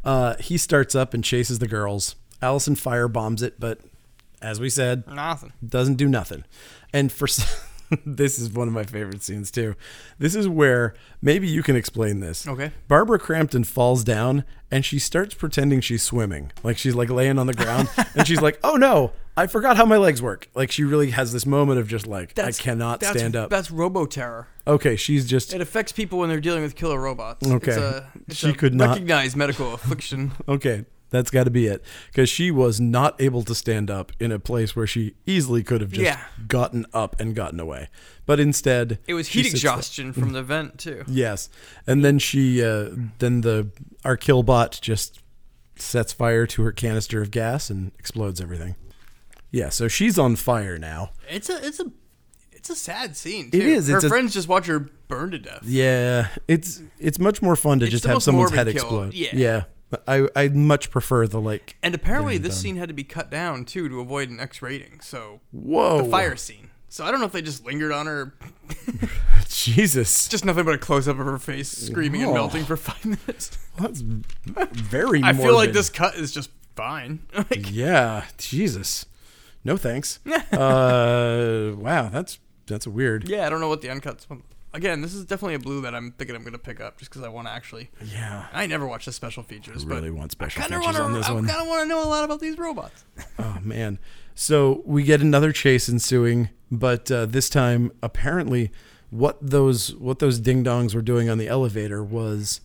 [SPEAKER 1] uh, he starts up and chases the girls. Allison firebombs it, but as we said,
[SPEAKER 2] Nothing.
[SPEAKER 1] doesn't do nothing. And for s- this is one of my favorite scenes too. This is where maybe you can explain this.
[SPEAKER 2] Okay.
[SPEAKER 1] Barbara Crampton falls down and she starts pretending she's swimming. Like she's like laying on the ground and she's like, "Oh no, I forgot how my legs work." Like she really has this moment of just like, "I cannot
[SPEAKER 2] that's-
[SPEAKER 1] stand up."
[SPEAKER 2] That's robo terror.
[SPEAKER 1] Okay, she's just
[SPEAKER 2] It affects people when they're dealing with killer robots.
[SPEAKER 1] Okay.
[SPEAKER 2] It's a, it's
[SPEAKER 1] She
[SPEAKER 2] a
[SPEAKER 1] could not-
[SPEAKER 2] recognized medical affliction.
[SPEAKER 1] Okay, that's got to be it. Because she was not able to stand up in a place where she easily could have just
[SPEAKER 2] Yeah.
[SPEAKER 1] gotten up and gotten away. But instead,
[SPEAKER 2] It was
[SPEAKER 1] she
[SPEAKER 2] heat
[SPEAKER 1] sits
[SPEAKER 2] exhaustion from the vent too.
[SPEAKER 1] there. Yes, and then she, uh, then the our killbot just sets fire to her canister of gas and explodes everything. Yeah, so she's on fire now.
[SPEAKER 2] It's a it's a it's a sad scene. Too.
[SPEAKER 1] It is,
[SPEAKER 2] Her
[SPEAKER 1] it's a-
[SPEAKER 2] friends just watch her burn to death.
[SPEAKER 1] Yeah, it's it's much more fun to
[SPEAKER 2] It's
[SPEAKER 1] just
[SPEAKER 2] the
[SPEAKER 1] have
[SPEAKER 2] most
[SPEAKER 1] someone's head
[SPEAKER 2] morbid kill,
[SPEAKER 1] explode.
[SPEAKER 2] yeah.
[SPEAKER 1] yeah. I I much prefer the like.
[SPEAKER 2] And apparently, this scene had to be cut down too to avoid an X rating. So
[SPEAKER 1] Whoa!
[SPEAKER 2] the fire scene. So I don't know if they just lingered on her.
[SPEAKER 1] Jesus!
[SPEAKER 2] Just nothing but a close up of her face screaming
[SPEAKER 1] Oh.
[SPEAKER 2] and melting for five minutes.
[SPEAKER 1] That's very.
[SPEAKER 2] I feel like
[SPEAKER 1] morbid.
[SPEAKER 2] this cut is just fine. Like,
[SPEAKER 1] Yeah, Jesus. No thanks. uh, wow, that's that's weird.
[SPEAKER 2] yeah, I don't know what the uncut's. Again, this is definitely a blue that I'm thinking I'm gonna pick up just because I want to actually.
[SPEAKER 1] Yeah,
[SPEAKER 2] I never watch the special features,
[SPEAKER 1] I really
[SPEAKER 2] but
[SPEAKER 1] want special
[SPEAKER 2] kind of
[SPEAKER 1] features
[SPEAKER 2] want to.
[SPEAKER 1] on
[SPEAKER 2] I
[SPEAKER 1] this
[SPEAKER 2] kind
[SPEAKER 1] one.
[SPEAKER 2] of want to know a lot about these robots.
[SPEAKER 1] Oh man. So we get another chase ensuing, but uh, this time apparently, what those what those ding dongs were doing on the elevator was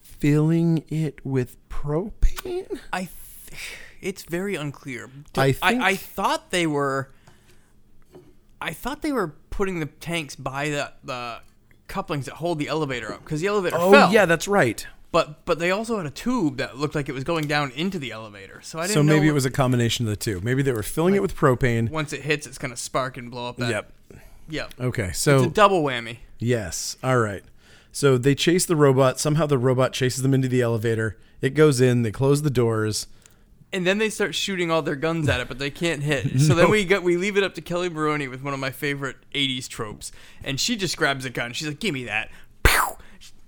[SPEAKER 1] filling it with propane.
[SPEAKER 2] I, th- it's very unclear.
[SPEAKER 1] I
[SPEAKER 2] I,
[SPEAKER 1] think-
[SPEAKER 2] thought they were, I thought they were putting the tanks by the the couplings that hold the elevator up because the elevator
[SPEAKER 1] Oh
[SPEAKER 2] fell.
[SPEAKER 1] yeah, that's right.
[SPEAKER 2] but but they also had a tube that looked like it was going down into the elevator. So I didn't.
[SPEAKER 1] So
[SPEAKER 2] know
[SPEAKER 1] maybe it was a combination of the two. Maybe they were filling it with propane.
[SPEAKER 2] once it hits, it's gonna spark and blow up. That.
[SPEAKER 1] Yep. Oh.
[SPEAKER 2] Yep.
[SPEAKER 1] Okay. So
[SPEAKER 2] It's a double whammy.
[SPEAKER 1] Yes. All right. So they chase the robot. Somehow the robot chases them into the elevator. It goes in. They close the doors.
[SPEAKER 2] And then they start shooting all their guns at it, but they can't hit. So then we get we leave it up to Kelly Maroney with one of my favorite '80s tropes, and she just grabs a gun. She's like, "Give me that!" Pew!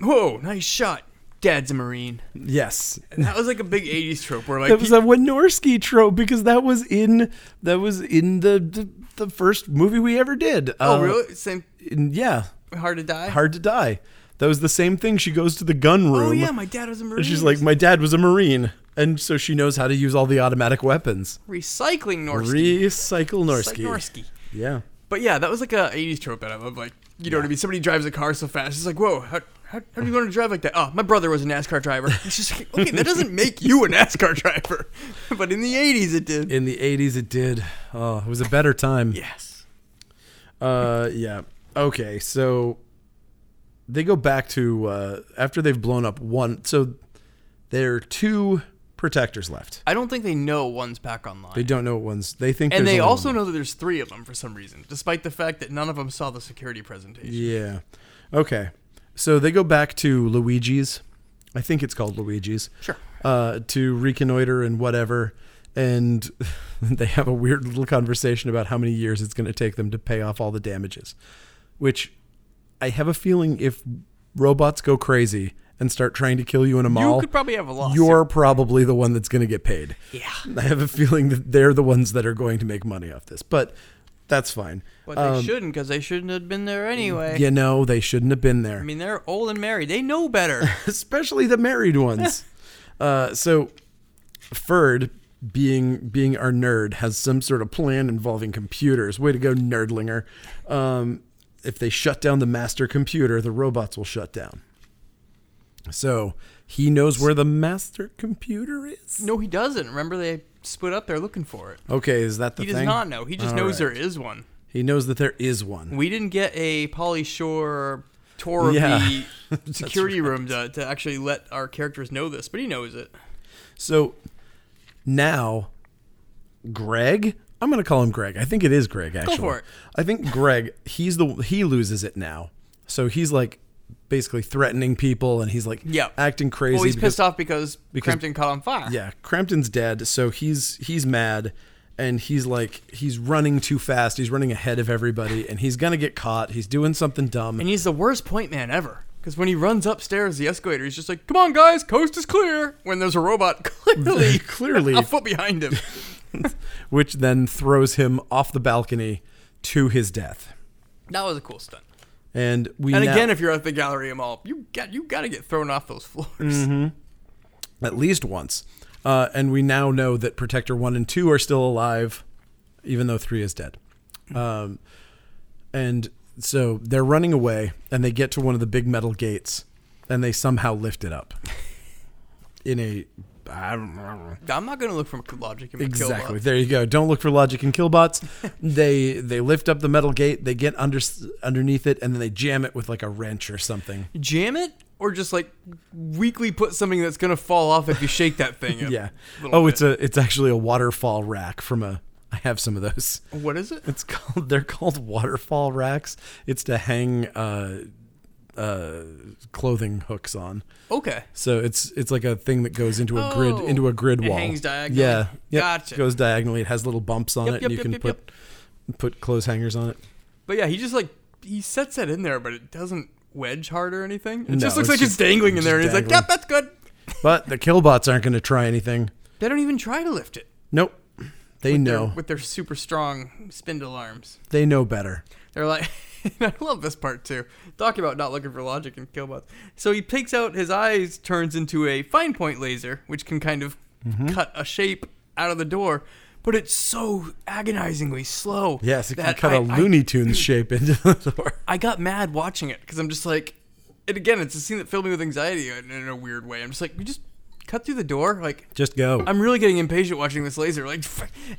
[SPEAKER 2] Whoa, nice shot. Dad's a marine.
[SPEAKER 1] Yes.
[SPEAKER 2] And that was like a big '80s trope where like
[SPEAKER 1] That was a Wynorski trope because that was in that was in the the, the first movie we ever did.
[SPEAKER 2] oh
[SPEAKER 1] Uh,
[SPEAKER 2] really same
[SPEAKER 1] in- yeah.
[SPEAKER 2] hard to die.
[SPEAKER 1] Hard to die. That was the same thing. She goes to the gun room.
[SPEAKER 2] oh yeah, my dad was a marine.
[SPEAKER 1] and she's like, my dad was a marine, and so she knows how to use all the automatic weapons.
[SPEAKER 2] recycling Norsky.
[SPEAKER 1] Recycle
[SPEAKER 2] It's like
[SPEAKER 1] Norsky.
[SPEAKER 2] Norsky.
[SPEAKER 1] Yeah.
[SPEAKER 2] But yeah, that was like a '80s trope that I love. Like you know what I mean? Somebody drives a car so fast, it's like, whoa, how, how, how do you learn to drive like that? Oh, my brother was a NASCAR driver. It's just like, okay, that doesn't make you a NASCAR driver, but in the '80s it did.
[SPEAKER 1] In the 80s, it did. Oh, it was a better time.
[SPEAKER 2] yes.
[SPEAKER 1] Uh, yeah. Okay, so they go back to uh, after they've blown up one. So there are two protectors left.
[SPEAKER 2] I don't think they know one's back online.
[SPEAKER 1] They don't know what ones. They think
[SPEAKER 2] and
[SPEAKER 1] there's
[SPEAKER 2] they
[SPEAKER 1] only
[SPEAKER 2] also
[SPEAKER 1] one.
[SPEAKER 2] know that there's three of them for some reason, despite the fact that none of them saw the security presentation.
[SPEAKER 1] Yeah. Okay. So they go back to Luigi's. I think it's called Luigi's.
[SPEAKER 2] Sure.
[SPEAKER 1] Uh, to reconnoiter and whatever. And they have a weird little conversation about how many years it's going to take them to pay off all the damages. Which I have a feeling if robots go crazy and start trying to kill you in a
[SPEAKER 2] You
[SPEAKER 1] mall,
[SPEAKER 2] could probably have a loss.
[SPEAKER 1] you're probably the one that's going to get paid.
[SPEAKER 2] yeah.
[SPEAKER 1] I have a feeling that they're the ones that are going to make money off this, but that's fine.
[SPEAKER 2] But they
[SPEAKER 1] um,
[SPEAKER 2] shouldn't because they shouldn't have been there anyway.
[SPEAKER 1] You know, they shouldn't have been there.
[SPEAKER 2] I mean, they're old and married. They know better.
[SPEAKER 1] especially the married ones. uh, so, Ferd, being being our nerd, has some sort of plan involving computers. Way to go, nerdlinger! Um, if they shut down the master computer, the robots will shut down. So he knows where the master computer is.
[SPEAKER 2] no, he doesn't. Remember, they split up. They're looking for it.
[SPEAKER 1] Okay, is that the
[SPEAKER 2] He
[SPEAKER 1] thing?
[SPEAKER 2] does not know. He just
[SPEAKER 1] All
[SPEAKER 2] knows
[SPEAKER 1] right.
[SPEAKER 2] there is one.
[SPEAKER 1] He knows that there is one.
[SPEAKER 2] We didn't get a Polly Shore tour of
[SPEAKER 1] Yeah.
[SPEAKER 2] the security room to, to actually let our characters know this, but he knows it.
[SPEAKER 1] So now, Greg, I'm going to call him Greg. I think it is Greg. Actually,
[SPEAKER 2] for it.
[SPEAKER 1] I think Greg. He's the he loses it now. So he's like basically threatening people, and he's like
[SPEAKER 2] Yeah.
[SPEAKER 1] acting crazy.
[SPEAKER 2] Well, he's
[SPEAKER 1] because-
[SPEAKER 2] pissed off because, Crampton caught on fire.
[SPEAKER 1] yeah, Crampton's dead, so he's he's mad and he's like he's running too fast. He's running ahead of everybody and he's going to get caught. He's doing something dumb.
[SPEAKER 2] And he's the worst point man ever. Because when he runs upstairs the escalator, he's just like, come on, guys, coast is clear. When there's a robot clearly,
[SPEAKER 1] Clearly.
[SPEAKER 2] a foot behind him.
[SPEAKER 1] which then throws him off the balcony to his death.
[SPEAKER 2] That was a cool stunt.
[SPEAKER 1] And we
[SPEAKER 2] And
[SPEAKER 1] now-
[SPEAKER 2] again, if you're at the Galleria Mall, you got you got to get thrown off those floors.
[SPEAKER 1] Mm-hmm. at least once. Uh, and we now know that Protector 1 and 2 are still alive, even though 3 is dead. Um, and so they're running away, and they get to one of the big metal gates, and they somehow lift it up. In a. I don't know.
[SPEAKER 2] I'm not gonna look for logic in
[SPEAKER 1] Exactly.
[SPEAKER 2] exactly.
[SPEAKER 1] There you go. Don't look for logic in killbots. they they lift up the metal gate. They get under underneath it, and then they jam it with like a wrench or something.
[SPEAKER 2] Jam it or just like weakly put something that's gonna fall off if you shake that thing. a
[SPEAKER 1] Yeah.
[SPEAKER 2] little
[SPEAKER 1] Oh,
[SPEAKER 2] bit.
[SPEAKER 1] it's a it's actually a waterfall rack from a. I have some of those.
[SPEAKER 2] what is it?
[SPEAKER 1] It's called. They're called waterfall racks. It's to hang uh, uh, clothing hooks on.
[SPEAKER 2] Okay.
[SPEAKER 1] So it's it's like a thing that goes into a
[SPEAKER 2] Oh.
[SPEAKER 1] grid into a grid
[SPEAKER 2] It
[SPEAKER 1] wall.
[SPEAKER 2] hangs diagonally.
[SPEAKER 1] Yeah. Yep.
[SPEAKER 2] Gotcha.
[SPEAKER 1] Goes diagonally. It has little bumps on
[SPEAKER 2] Yep,
[SPEAKER 1] it,
[SPEAKER 2] yep,
[SPEAKER 1] and you
[SPEAKER 2] yep,
[SPEAKER 1] can
[SPEAKER 2] yep,
[SPEAKER 1] put put clothes hangers on it.
[SPEAKER 2] But yeah, he just like he sets that in there, but it doesn't wedge hard or anything. It
[SPEAKER 1] No,
[SPEAKER 2] just looks
[SPEAKER 1] it's
[SPEAKER 2] like
[SPEAKER 1] just-
[SPEAKER 2] it's dangling in
[SPEAKER 1] it's
[SPEAKER 2] there, and
[SPEAKER 1] just
[SPEAKER 2] he's like,
[SPEAKER 1] dangling.
[SPEAKER 2] "Yep, that's good."
[SPEAKER 1] But the killbots aren't going to try anything.
[SPEAKER 2] They don't even try to lift it.
[SPEAKER 1] Nope. They
[SPEAKER 2] They're-
[SPEAKER 1] know.
[SPEAKER 2] with their super strong spindle arms.
[SPEAKER 1] They know better.
[SPEAKER 2] They're like, and I love this part too. Talk about not looking for logic in Killbots. So he takes out his eyes, turns into a fine point laser, which can kind of
[SPEAKER 1] Mm-hmm.
[SPEAKER 2] cut a shape out of the door, but it's so agonizingly slow.
[SPEAKER 1] Yes, it can
[SPEAKER 2] that
[SPEAKER 1] cut
[SPEAKER 2] I-
[SPEAKER 1] a
[SPEAKER 2] I-
[SPEAKER 1] Looney Tunes shape into the door.
[SPEAKER 2] I got mad watching it because I'm just like, and again, it's a scene that filled me with anxiety in, in a weird way. I'm just like, we just cut through the door, like.
[SPEAKER 1] Just go.
[SPEAKER 2] I'm really getting impatient watching this laser. Like,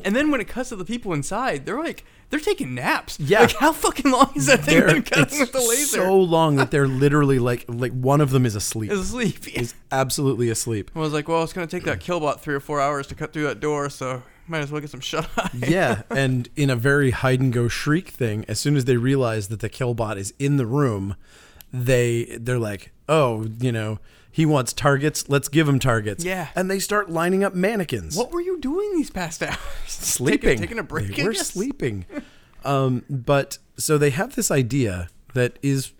[SPEAKER 2] and then when it cuts to the people inside, they're like, they're taking naps.
[SPEAKER 1] Yeah.
[SPEAKER 2] Like, how fucking long is that thing
[SPEAKER 1] They're-
[SPEAKER 2] been
[SPEAKER 1] it's
[SPEAKER 2] cutting with the laser?
[SPEAKER 1] so long that they're literally like like one of them is asleep.
[SPEAKER 2] asleep.
[SPEAKER 1] is absolutely asleep.
[SPEAKER 2] I was like, well, it's gonna take that killbot three or four hours to cut through that door, so might as well get some shut eye.
[SPEAKER 1] Yeah, and in a very hide and go shriek thing, as soon as they realize that the killbot is in the room, they they're like, "Oh, you know, he wants targets. Let's give him targets."
[SPEAKER 2] Yeah.
[SPEAKER 1] and they start lining up mannequins.
[SPEAKER 2] What were you doing these past hours? Taking-
[SPEAKER 1] sleeping,
[SPEAKER 2] taking, a break.
[SPEAKER 1] They
[SPEAKER 2] I
[SPEAKER 1] were
[SPEAKER 2] guess?
[SPEAKER 1] sleeping. Um, but so they have this idea that is,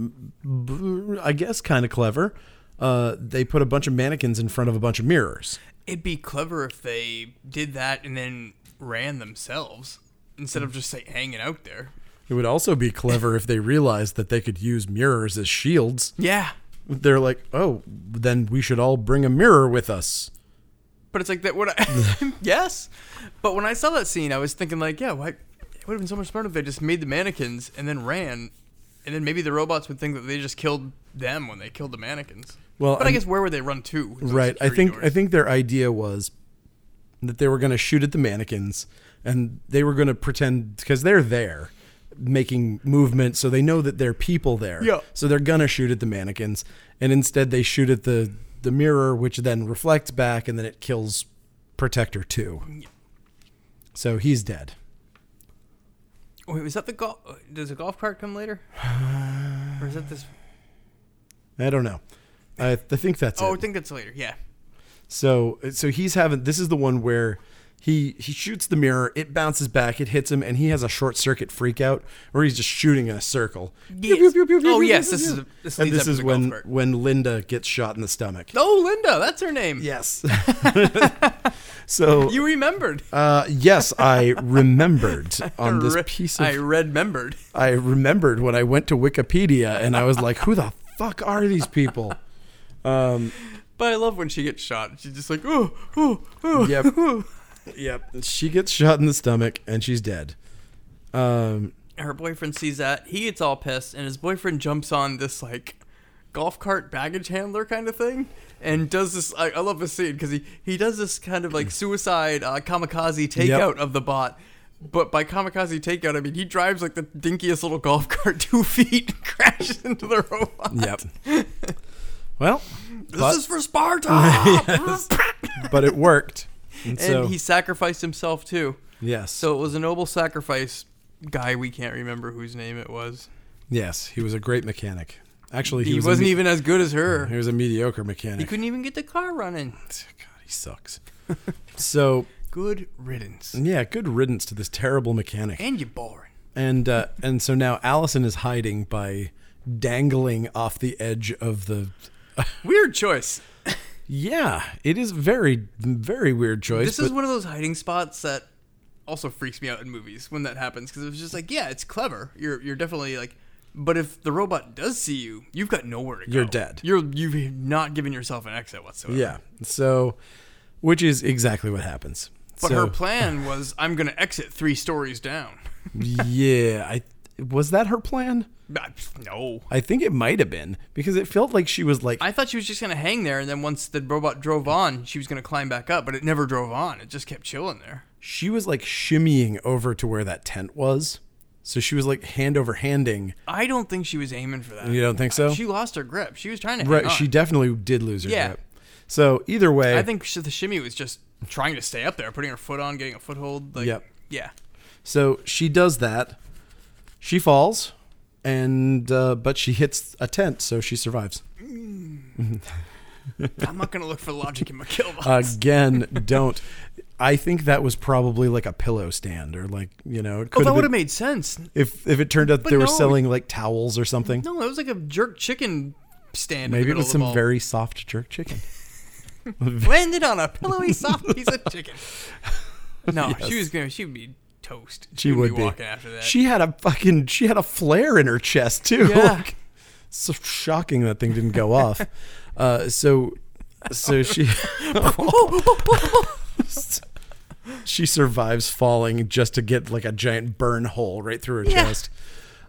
[SPEAKER 1] b- I guess, kind of clever. Uh, they put a bunch of mannequins in front of a bunch of mirrors.
[SPEAKER 2] It'd be clever if they did that and then ran themselves instead
[SPEAKER 1] Mm.
[SPEAKER 2] of just say hanging out there.
[SPEAKER 1] It would also be clever if they realized that they could use mirrors as shields.
[SPEAKER 2] Yeah,
[SPEAKER 1] they're like, oh, then we should all bring a mirror with us.
[SPEAKER 2] But it's like that. What? I, yes. But when I saw that scene, I was thinking like, yeah, why? It would have been so much smarter if they just made the mannequins and then ran, and then maybe the robots would think that they just killed them when they killed the mannequins.
[SPEAKER 1] Well,
[SPEAKER 2] but I
[SPEAKER 1] and-
[SPEAKER 2] guess where would they run to? with those
[SPEAKER 1] right. I
[SPEAKER 2] security
[SPEAKER 1] think I
[SPEAKER 2] doors?
[SPEAKER 1] think their idea was that they were going to shoot at the mannequins and they were going to pretend because they're there. making movement, so they know that there are people there.
[SPEAKER 2] Yeah.
[SPEAKER 1] So they're gonna shoot at the mannequins, and instead they shoot at the the mirror, which then reflects back, and then it kills Protector Two. So he's dead.
[SPEAKER 2] Wait, was that the golf? Does the golf cart come later? Or is that this?
[SPEAKER 1] I don't know. I, I think that's
[SPEAKER 2] Oh, I
[SPEAKER 1] it.
[SPEAKER 2] think that's later. Yeah.
[SPEAKER 1] So so he's having this is the one where he he shoots the mirror, it bounces back, it hits him, and he has a short circuit freak out where he's just shooting in a circle.
[SPEAKER 2] Yes. Oh, yes, this is- this
[SPEAKER 1] and
[SPEAKER 2] leads
[SPEAKER 1] this
[SPEAKER 2] up to
[SPEAKER 1] is
[SPEAKER 2] the golf
[SPEAKER 1] when
[SPEAKER 2] cart.
[SPEAKER 1] when Linda gets shot in the stomach.
[SPEAKER 2] Oh, Linda, that's her name.
[SPEAKER 1] Yes. so
[SPEAKER 2] You remembered.
[SPEAKER 1] uh, yes, I remembered on this
[SPEAKER 2] Re-
[SPEAKER 1] piece of
[SPEAKER 2] I remembered.
[SPEAKER 1] I remembered when I went to Wikipedia and I was like, who the fuck are these people?
[SPEAKER 2] But I love when she gets shot. She's just like, ooh, ooh, ooh.
[SPEAKER 1] Yep. Yep. She gets shot in the stomach and she's dead. Um,
[SPEAKER 2] Her boyfriend sees that. He gets all pissed, and his boyfriend jumps on this, like, golf cart baggage handler kind of thing and does this. I, I love this scene because he, he does this kind of, like, suicide uh, kamikaze takeout of the bot. But by kamikaze takeout, I mean he drives, like, the dinkiest little golf cart two feet and crashes into the robot.
[SPEAKER 1] Yep. well,
[SPEAKER 2] This
[SPEAKER 1] But-
[SPEAKER 2] is for Sparta!
[SPEAKER 1] but it worked. And, so,
[SPEAKER 2] and he sacrificed himself, too.
[SPEAKER 1] yes.
[SPEAKER 2] So it was a noble sacrifice. Guy, we can't remember whose name it was.
[SPEAKER 1] yes, he was a great mechanic. Actually, he,
[SPEAKER 2] He,
[SPEAKER 1] was
[SPEAKER 2] was not
[SPEAKER 1] a me-
[SPEAKER 2] even as good as her.
[SPEAKER 1] he was a mediocre
[SPEAKER 2] He
[SPEAKER 1] mechanic.
[SPEAKER 2] couldn't even get the car running.
[SPEAKER 1] God, he sucks. so,
[SPEAKER 2] Good riddance.
[SPEAKER 1] yeah, good riddance to this terrible mechanic.
[SPEAKER 2] And you're boring.
[SPEAKER 1] And uh, and so now Allison is hiding by dangling off the edge of the
[SPEAKER 2] Weird choice.
[SPEAKER 1] Yeah, it is very very weird choice.
[SPEAKER 2] This is one of those hiding spots that also freaks me out in movies when that happens because it's just like, yeah, it's clever. You're you're definitely like, but if the robot does see you, you've got nowhere to go.
[SPEAKER 1] You're dead.
[SPEAKER 2] You're you've not given yourself an exit whatsoever.
[SPEAKER 1] yeah. So which is exactly what happens.
[SPEAKER 2] But
[SPEAKER 1] so,
[SPEAKER 2] her plan was, I'm gonna exit three stories down.
[SPEAKER 1] yeah, I was that her plan?
[SPEAKER 2] But, no.
[SPEAKER 1] I think it might have been because it felt like she was like,
[SPEAKER 2] I thought she was just gonna hang there, and then once the robot drove on, she was gonna climb back up, but it never drove on. It just kept chilling there.
[SPEAKER 1] she was like shimmying over to where that tent was. So she was like hand over handing.
[SPEAKER 2] I don't think she was aiming for that.
[SPEAKER 1] You don't think so?
[SPEAKER 2] She lost her grip. She was trying to.
[SPEAKER 1] right.
[SPEAKER 2] hang on.
[SPEAKER 1] She definitely did lose her
[SPEAKER 2] Yeah.
[SPEAKER 1] grip. So either way,
[SPEAKER 2] I think she, the shimmy was just trying to stay up there, putting her foot on, getting a foothold. Like,
[SPEAKER 1] Yep.
[SPEAKER 2] Yeah.
[SPEAKER 1] so she does that. She falls and, uh, but she hits a tent. So she survives.
[SPEAKER 2] I'm not gonna look for logic in my
[SPEAKER 1] Uh,
[SPEAKER 2] kill box.
[SPEAKER 1] Again, don't. I think that was probably like a pillow stand or like, you know, it
[SPEAKER 2] oh,
[SPEAKER 1] could
[SPEAKER 2] that
[SPEAKER 1] have
[SPEAKER 2] would have
[SPEAKER 1] been,
[SPEAKER 2] made sense.
[SPEAKER 1] if, if it turned out
[SPEAKER 2] But
[SPEAKER 1] they were
[SPEAKER 2] no.
[SPEAKER 1] selling like towels or something.
[SPEAKER 2] No, that was like a jerk chicken stand.
[SPEAKER 1] Maybe
[SPEAKER 2] in
[SPEAKER 1] it
[SPEAKER 2] the
[SPEAKER 1] was some
[SPEAKER 2] middle of the
[SPEAKER 1] very soft jerk chicken.
[SPEAKER 2] mall. landed on a pillowy soft piece of chicken. No, she was gonna. She would be toast.
[SPEAKER 1] She would
[SPEAKER 2] be
[SPEAKER 1] be.
[SPEAKER 2] walking after that.
[SPEAKER 1] She had a fucking she had a flare in her chest too.
[SPEAKER 2] Yeah.
[SPEAKER 1] Like, so shocking that thing didn't go off. Uh, so so she she survives falling just to get like a giant burn hole right through her
[SPEAKER 2] Yeah.
[SPEAKER 1] chest.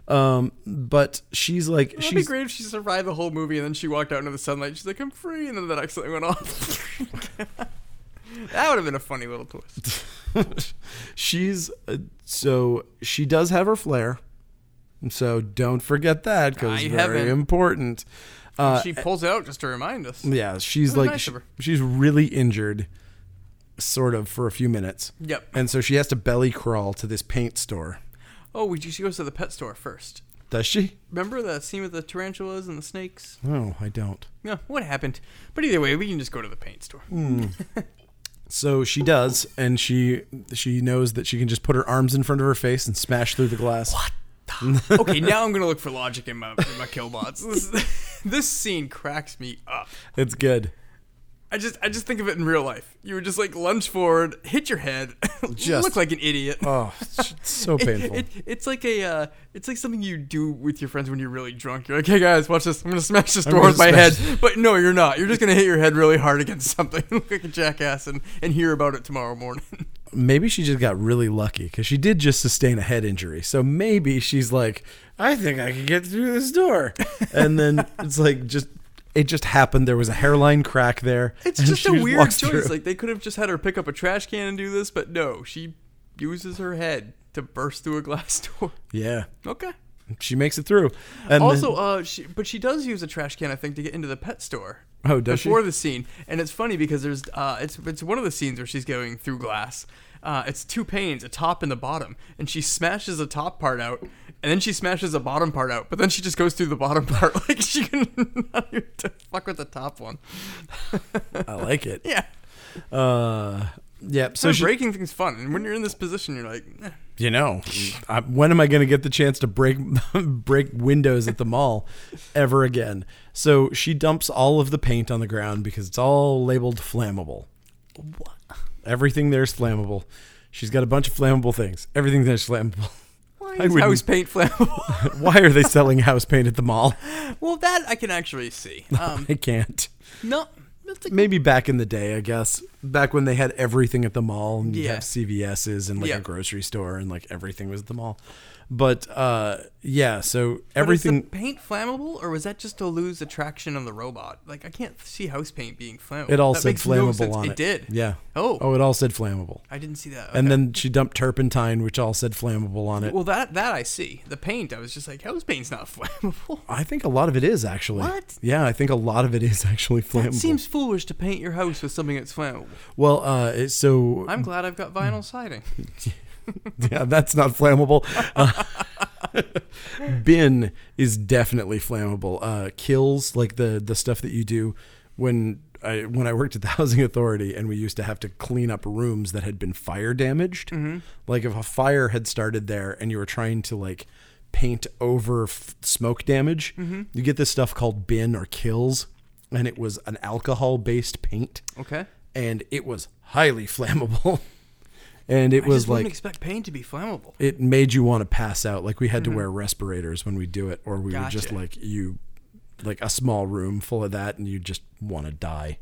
[SPEAKER 1] Um, but she's like
[SPEAKER 2] That'd be
[SPEAKER 1] she's
[SPEAKER 2] great if she survived the whole movie and then she walked out into the sunlight. She's like, I'm free. And then that accidentally went off. that would have been a funny little twist.
[SPEAKER 1] she's uh, so she does have her flare. So don't forget that because
[SPEAKER 2] I
[SPEAKER 1] it's
[SPEAKER 2] haven't.
[SPEAKER 1] very important.
[SPEAKER 2] she pulls it out just to remind us.
[SPEAKER 1] Uh, Yeah, she's
[SPEAKER 2] was
[SPEAKER 1] like
[SPEAKER 2] nice
[SPEAKER 1] sh-
[SPEAKER 2] of her.
[SPEAKER 1] she's really injured, sort of for a few minutes.
[SPEAKER 2] Yep.
[SPEAKER 1] And so she has to belly crawl to this paint store.
[SPEAKER 2] Oh, we, she goes to the pet store first.
[SPEAKER 1] Does she?
[SPEAKER 2] Remember that scene with the tarantulas and the snakes?
[SPEAKER 1] No, I don't.
[SPEAKER 2] Yeah, what happened? But either way, we can just go to the paint store.
[SPEAKER 1] Hmm. So she does, and she she knows that she can just put her arms in front of her face and smash through the glass. What?
[SPEAKER 2] okay, now I'm going to look for logic in my, in my kill bots. This, this scene cracks me up.
[SPEAKER 1] It's good.
[SPEAKER 2] I just I just think of it in real life. You would just like lunge forward, hit your head,
[SPEAKER 1] Just-
[SPEAKER 2] look like an idiot.
[SPEAKER 1] Oh, it's so
[SPEAKER 2] It-
[SPEAKER 1] painful.
[SPEAKER 2] It, it's like a, uh, it's like something you do with your friends when you're really drunk. You're like, hey guys, watch this. I'm gonna smash this door
[SPEAKER 1] gonna
[SPEAKER 2] with my
[SPEAKER 1] smash
[SPEAKER 2] head. But no, you're not. You're just gonna hit your head really hard against something, look like a jackass, and and hear about it tomorrow morning.
[SPEAKER 1] maybe she just got really lucky because she did just sustain a head injury. So maybe she's like, I think I can get through this door. And then it's like, just, it just happened. There was a hairline crack there.
[SPEAKER 2] It's
[SPEAKER 1] and
[SPEAKER 2] just
[SPEAKER 1] she
[SPEAKER 2] a weird
[SPEAKER 1] walks
[SPEAKER 2] choice.
[SPEAKER 1] through.
[SPEAKER 2] Like they could have just had her pick up a trash can and do this, but no, she uses her head to burst through a glass door.
[SPEAKER 1] Yeah.
[SPEAKER 2] Okay.
[SPEAKER 1] She makes it through. And
[SPEAKER 2] also, uh, she, but she does use a trash can, I think, to get into the pet store.
[SPEAKER 1] then- oh, does she?
[SPEAKER 2] before the scene, and it's funny because there's uh, it's it's one of the scenes where she's going through glass. Uh, it's two panes, a top and the bottom, and she smashes the top part out, and then she smashes the bottom part out. But then she just goes through the bottom part like she can not even to fuck with the top one.
[SPEAKER 1] I like it.
[SPEAKER 2] Yeah,
[SPEAKER 1] Uh, yep. So
[SPEAKER 2] so
[SPEAKER 1] she,
[SPEAKER 2] breaking things fun, and when you're in this position, you're like, eh.
[SPEAKER 1] you know, I, when am I going to get the chance to break break windows at the mall ever again? So she dumps all of the paint on the ground because it's all labeled flammable.
[SPEAKER 2] what?
[SPEAKER 1] Everything there's flammable. She's got a bunch of flammable things. Everything there's flammable.
[SPEAKER 2] Why
[SPEAKER 1] I
[SPEAKER 2] is
[SPEAKER 1] wouldn't-
[SPEAKER 2] house paint flammable?
[SPEAKER 1] Why are they selling house paint at the mall?
[SPEAKER 2] well, that I can actually see. Um,
[SPEAKER 1] I can't.
[SPEAKER 2] no, that's a
[SPEAKER 1] Maybe back in the day, I guess. Back when they had everything at the mall and you
[SPEAKER 2] Yeah.
[SPEAKER 1] have CVS's and like
[SPEAKER 2] Yeah.
[SPEAKER 1] a grocery store and like everything was at the mall. But uh yeah, so
[SPEAKER 2] But is the
[SPEAKER 1] everything
[SPEAKER 2] paint flammable, or was that just to lose attraction on the robot? Like I can't see house paint being flammable.
[SPEAKER 1] it all
[SPEAKER 2] That
[SPEAKER 1] said
[SPEAKER 2] makes no
[SPEAKER 1] flammable
[SPEAKER 2] sense.
[SPEAKER 1] on it.
[SPEAKER 2] It did.
[SPEAKER 1] Yeah.
[SPEAKER 2] Oh.
[SPEAKER 1] Oh, it all said flammable.
[SPEAKER 2] I didn't see that.
[SPEAKER 1] And
[SPEAKER 2] Okay.
[SPEAKER 1] then she dumped turpentine which all said flammable on it.
[SPEAKER 2] well, that that I see. The paint, I was just like, house paint's not flammable.
[SPEAKER 1] I think a lot of it is actually.
[SPEAKER 2] What?
[SPEAKER 1] Yeah, I think a lot of it is actually flammable.
[SPEAKER 2] It seems foolish to paint your house with something that's flammable.
[SPEAKER 1] well, uh it- so
[SPEAKER 2] I'm glad I've got vinyl siding.
[SPEAKER 1] yeah, that's not flammable. Uh, bin is definitely flammable. Uh, kills like the the stuff that you do when I when I worked at the housing authority and we used to have to clean up rooms that had been fire damaged. Like if a fire had started there and you were trying to like paint over f- smoke damage, you get this stuff called bin or kills, and it was an alcohol based paint,
[SPEAKER 2] Okay.
[SPEAKER 1] and it was highly flammable. And it
[SPEAKER 2] I
[SPEAKER 1] was
[SPEAKER 2] just
[SPEAKER 1] like
[SPEAKER 2] wouldn't expect paint to be flammable.
[SPEAKER 1] it made you want to pass out. Like we had to wear respirators when we do it, or we were just
[SPEAKER 2] Gotcha.
[SPEAKER 1] like you, like a small room full of that, and you just want to die.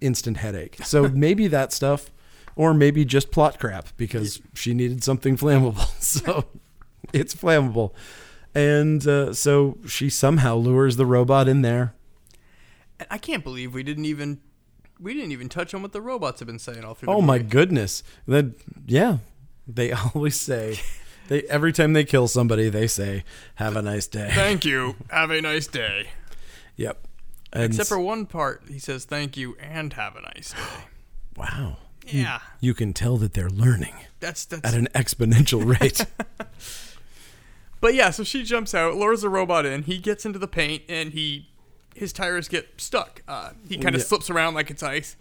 [SPEAKER 1] Instant headache. So maybe that stuff, or maybe just plot crap because she needed something flammable. So it's flammable, and uh, so she somehow lures the robot in there.
[SPEAKER 2] And I can't believe we didn't even we didn't even touch on what the robots have been saying all through. the
[SPEAKER 1] Oh my
[SPEAKER 2] movie.
[SPEAKER 1] goodness! That yeah, they always say. They, every time they kill somebody, they say, "Have a nice day."
[SPEAKER 2] Thank you. Have a nice day.
[SPEAKER 1] Yep. And
[SPEAKER 2] Except for one part, he says thank you and have a nice day.
[SPEAKER 1] wow,
[SPEAKER 2] Yeah,
[SPEAKER 1] you can tell that they're learning
[SPEAKER 2] that's that's.
[SPEAKER 1] at an exponential rate.
[SPEAKER 2] But yeah, so she jumps out, lures the robot in. He gets into the paint, and he his tires get stuck. Uh, he kind of
[SPEAKER 1] Yeah.
[SPEAKER 2] slips around like it's ice.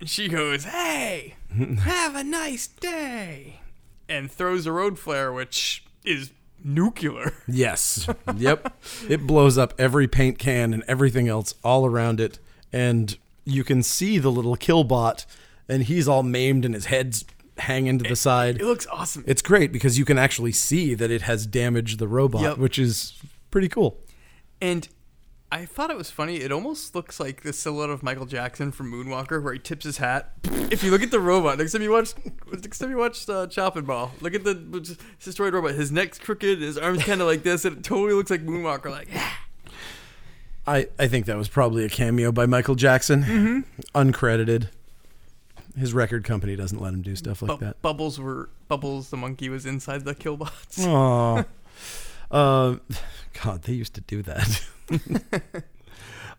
[SPEAKER 2] And she goes, "Hey, have a nice day," and throws a road flare, which is nuclear.
[SPEAKER 1] yes. Yep. It blows up every paint can and everything else all around it and you can see the little killbot and he's all maimed and his head's hanging to the side.
[SPEAKER 2] It looks awesome.
[SPEAKER 1] It's great because you can actually see that it has damaged the robot,
[SPEAKER 2] Yep.
[SPEAKER 1] which is pretty cool.
[SPEAKER 2] And I thought it was funny. It almost looks like the silhouette of Michael Jackson from Moonwalker, where he tips his hat. If you look at the robot, next time you watch, next time you watch uh, Chopping Ball, look at the just destroyed robot. His neck's crooked, his arms kind of like this, and it totally looks like Moonwalker. Like,
[SPEAKER 1] I, I think that was probably a cameo by Michael Jackson,
[SPEAKER 2] Mm-hmm.
[SPEAKER 1] uncredited. His record company doesn't let him do stuff like
[SPEAKER 2] bu-
[SPEAKER 1] that.
[SPEAKER 2] bubbles were bubbles. The monkey was inside the killbots.
[SPEAKER 1] Oh, uh, God, they used to do that.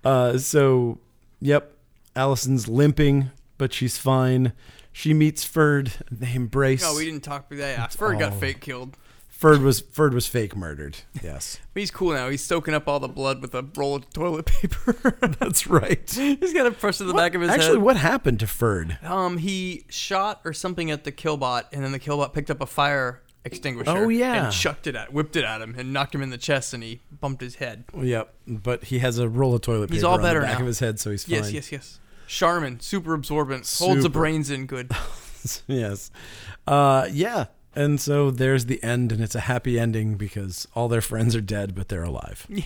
[SPEAKER 1] uh, so, yep, Allison's limping, but she's fine. She meets Ferd. They embrace.
[SPEAKER 2] No, Oh, we didn't talk about that. Yeah, Ferd got
[SPEAKER 1] all-
[SPEAKER 2] fake killed.
[SPEAKER 1] Ferd was Ferd was fake murdered. Yes,
[SPEAKER 2] But he's cool now. He's soaking up all the blood with a roll of toilet paper.
[SPEAKER 1] that's right.
[SPEAKER 2] he's got a press to the back of his head.
[SPEAKER 1] Actually, what happened to Ferd?
[SPEAKER 2] Um, he shot or something at the killbot, and then the killbot picked up a fire extinguisher.
[SPEAKER 1] Oh, yeah.
[SPEAKER 2] and chucked it at, whipped it at him, and knocked him in the chest, and he bumped his head.
[SPEAKER 1] Yep, but he has a roll of toilet paper
[SPEAKER 2] He's all
[SPEAKER 1] on
[SPEAKER 2] better
[SPEAKER 1] the back
[SPEAKER 2] now.
[SPEAKER 1] of his head, so he's fine.
[SPEAKER 2] Yes, yes, yes. Charmin, super absorbent, holds the
[SPEAKER 1] Super.
[SPEAKER 2] brains in good.
[SPEAKER 1] yes. Uh, yeah. And so there's the end, and it's a happy ending because all their friends are dead, but they're alive.
[SPEAKER 2] Yeah.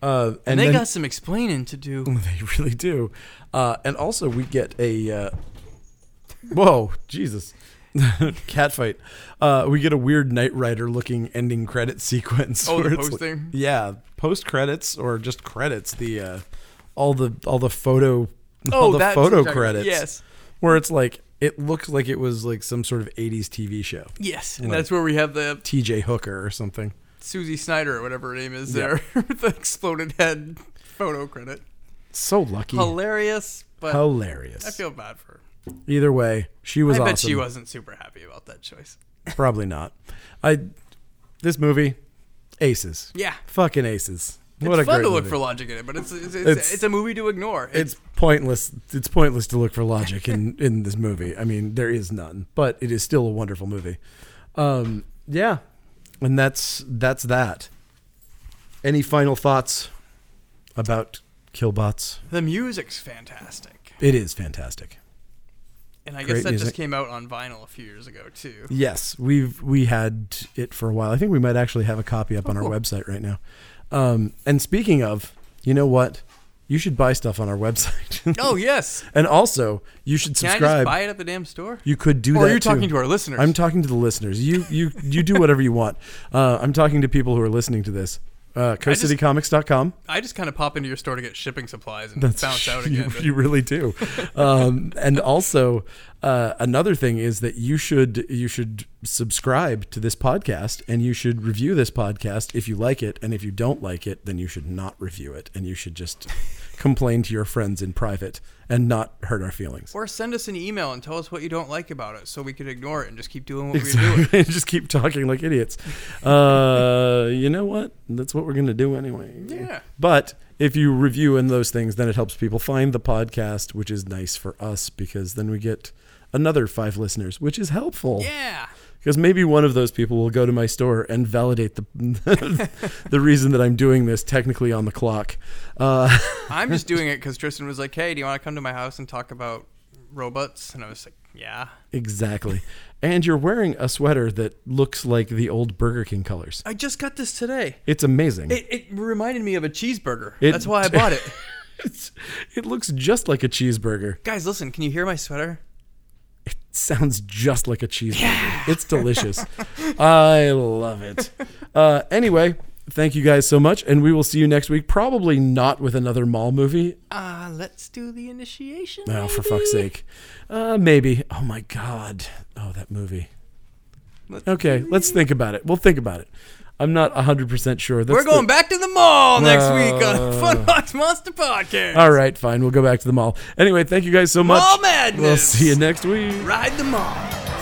[SPEAKER 1] Uh, and,
[SPEAKER 2] And they
[SPEAKER 1] then,
[SPEAKER 2] got some explaining to do.
[SPEAKER 1] they really do. Uh, and also, we get a. Uh, whoa, Jesus. Catfight. Uh, we get a weird Knight Rider looking ending credit sequence.
[SPEAKER 2] Oh,
[SPEAKER 1] where
[SPEAKER 2] the
[SPEAKER 1] it's
[SPEAKER 2] post
[SPEAKER 1] like-
[SPEAKER 2] thing?
[SPEAKER 1] yeah, post credits or just credits. The uh, all the all the photo all
[SPEAKER 2] Oh,
[SPEAKER 1] the
[SPEAKER 2] that's
[SPEAKER 1] photo
[SPEAKER 2] exactly-
[SPEAKER 1] credits
[SPEAKER 2] Yes.
[SPEAKER 1] where it's like It looked like it was like some sort of 80s TV show.
[SPEAKER 2] Yes, and
[SPEAKER 1] Like-
[SPEAKER 2] that's where we have the
[SPEAKER 1] TJ Hooker or something.
[SPEAKER 2] Susie Snyder or whatever her name is
[SPEAKER 1] Yeah.
[SPEAKER 2] there, with the exploded head photo credit.
[SPEAKER 1] So lucky.
[SPEAKER 2] Hilarious, but
[SPEAKER 1] Hilarious.
[SPEAKER 2] I feel bad for her.
[SPEAKER 1] Either way, she was
[SPEAKER 2] I bet
[SPEAKER 1] awesome.
[SPEAKER 2] she wasn't super happy about that choice.
[SPEAKER 1] Probably not. I this movie, aces.
[SPEAKER 2] Yeah.
[SPEAKER 1] Fucking aces.
[SPEAKER 2] It's
[SPEAKER 1] what a
[SPEAKER 2] fun
[SPEAKER 1] great
[SPEAKER 2] to look
[SPEAKER 1] movie.
[SPEAKER 2] for logic in it, but it's it's, it's,
[SPEAKER 1] It's-
[SPEAKER 2] it's, a movie to ignore. It's,
[SPEAKER 1] It's pointless. It's pointless to look for logic in in this movie. I mean, there is none, but it is still a wonderful movie. Um, yeah, and that's that's that. Any final thoughts about Killbots?
[SPEAKER 2] the music's fantastic,
[SPEAKER 1] It is fantastic.
[SPEAKER 2] and I
[SPEAKER 1] Great
[SPEAKER 2] guess that
[SPEAKER 1] music.
[SPEAKER 2] just came out on vinyl a few years ago too.
[SPEAKER 1] Yes, we've we had it for a while. I think we might actually have a copy up on our
[SPEAKER 2] Oh, cool.
[SPEAKER 1] website right now. Um, and speaking of, you know what? You should buy stuff on our website.
[SPEAKER 2] Oh yes,
[SPEAKER 1] and also, you should
[SPEAKER 2] can
[SPEAKER 1] subscribe.
[SPEAKER 2] I just buy it at the damn store?
[SPEAKER 1] you could do
[SPEAKER 2] or
[SPEAKER 1] that.
[SPEAKER 2] are you talking
[SPEAKER 1] too.
[SPEAKER 2] to our listeners?
[SPEAKER 1] I'm talking to the listeners. You you you do whatever you want. Uh, I'm talking to people who are listening to this. Uh, CoastCityComics.com.
[SPEAKER 2] I just kind of pop into your store to get shipping supplies and
[SPEAKER 1] That's
[SPEAKER 2] bounce out
[SPEAKER 1] you,
[SPEAKER 2] again. but-
[SPEAKER 1] You really do. um, and also, uh, another thing is that you should you should subscribe to this podcast and you should review this podcast if you like it. And if you don't like it, then you should not review it and you should just complain to your friends in private and not hurt our feelings.
[SPEAKER 2] or send us an email and tell us what you don't like about it, so we could ignore it and just keep doing what we're doing.
[SPEAKER 1] Exactly. just keep talking like idiots. Uh, you know what? That's what we're going to do anyway.
[SPEAKER 2] Yeah.
[SPEAKER 1] But if you review in those things, then it helps people find the podcast, which is nice for us because then we get another five listeners, which is helpful.
[SPEAKER 2] Yeah.
[SPEAKER 1] Because maybe one of those people will go to my store and validate the the reason that I'm doing this technically on the clock. Uh,
[SPEAKER 2] I'm just doing it because Tristan was like, "Hey, do you want to come to my house and talk about robots?" And I was like, "Yeah."
[SPEAKER 1] exactly. And you're wearing a sweater that looks like the old Burger King colors.
[SPEAKER 2] I just got this today.
[SPEAKER 1] It's amazing.
[SPEAKER 2] It, it reminded me of a cheeseburger.
[SPEAKER 1] It-
[SPEAKER 2] That's why I bought it.
[SPEAKER 1] It's, it looks just like a cheeseburger.
[SPEAKER 2] Guys, listen. Can you hear my sweater?
[SPEAKER 1] sounds just like a cheeseburger. It's delicious. I love it. Uh, anyway, thank you guys so much, and we will see you next week. Probably not with another mall movie.
[SPEAKER 2] Ah, let's do the initiation.
[SPEAKER 1] Oh, for
[SPEAKER 2] maybe?
[SPEAKER 1] fuck's sake. Uh, maybe. Oh my god. Oh, that movie.
[SPEAKER 2] Let's
[SPEAKER 1] Okay, let's think about it. We'll think about it. I'm not 100% sure. That's
[SPEAKER 2] We're going back to the mall next week on
[SPEAKER 1] Uh,
[SPEAKER 2] Fun Box Monster Podcast.
[SPEAKER 1] All right, fine. We'll go back to the mall. Anyway, thank you guys so much.
[SPEAKER 2] Mall madness.
[SPEAKER 1] We'll see you next week.
[SPEAKER 2] Ride the mall.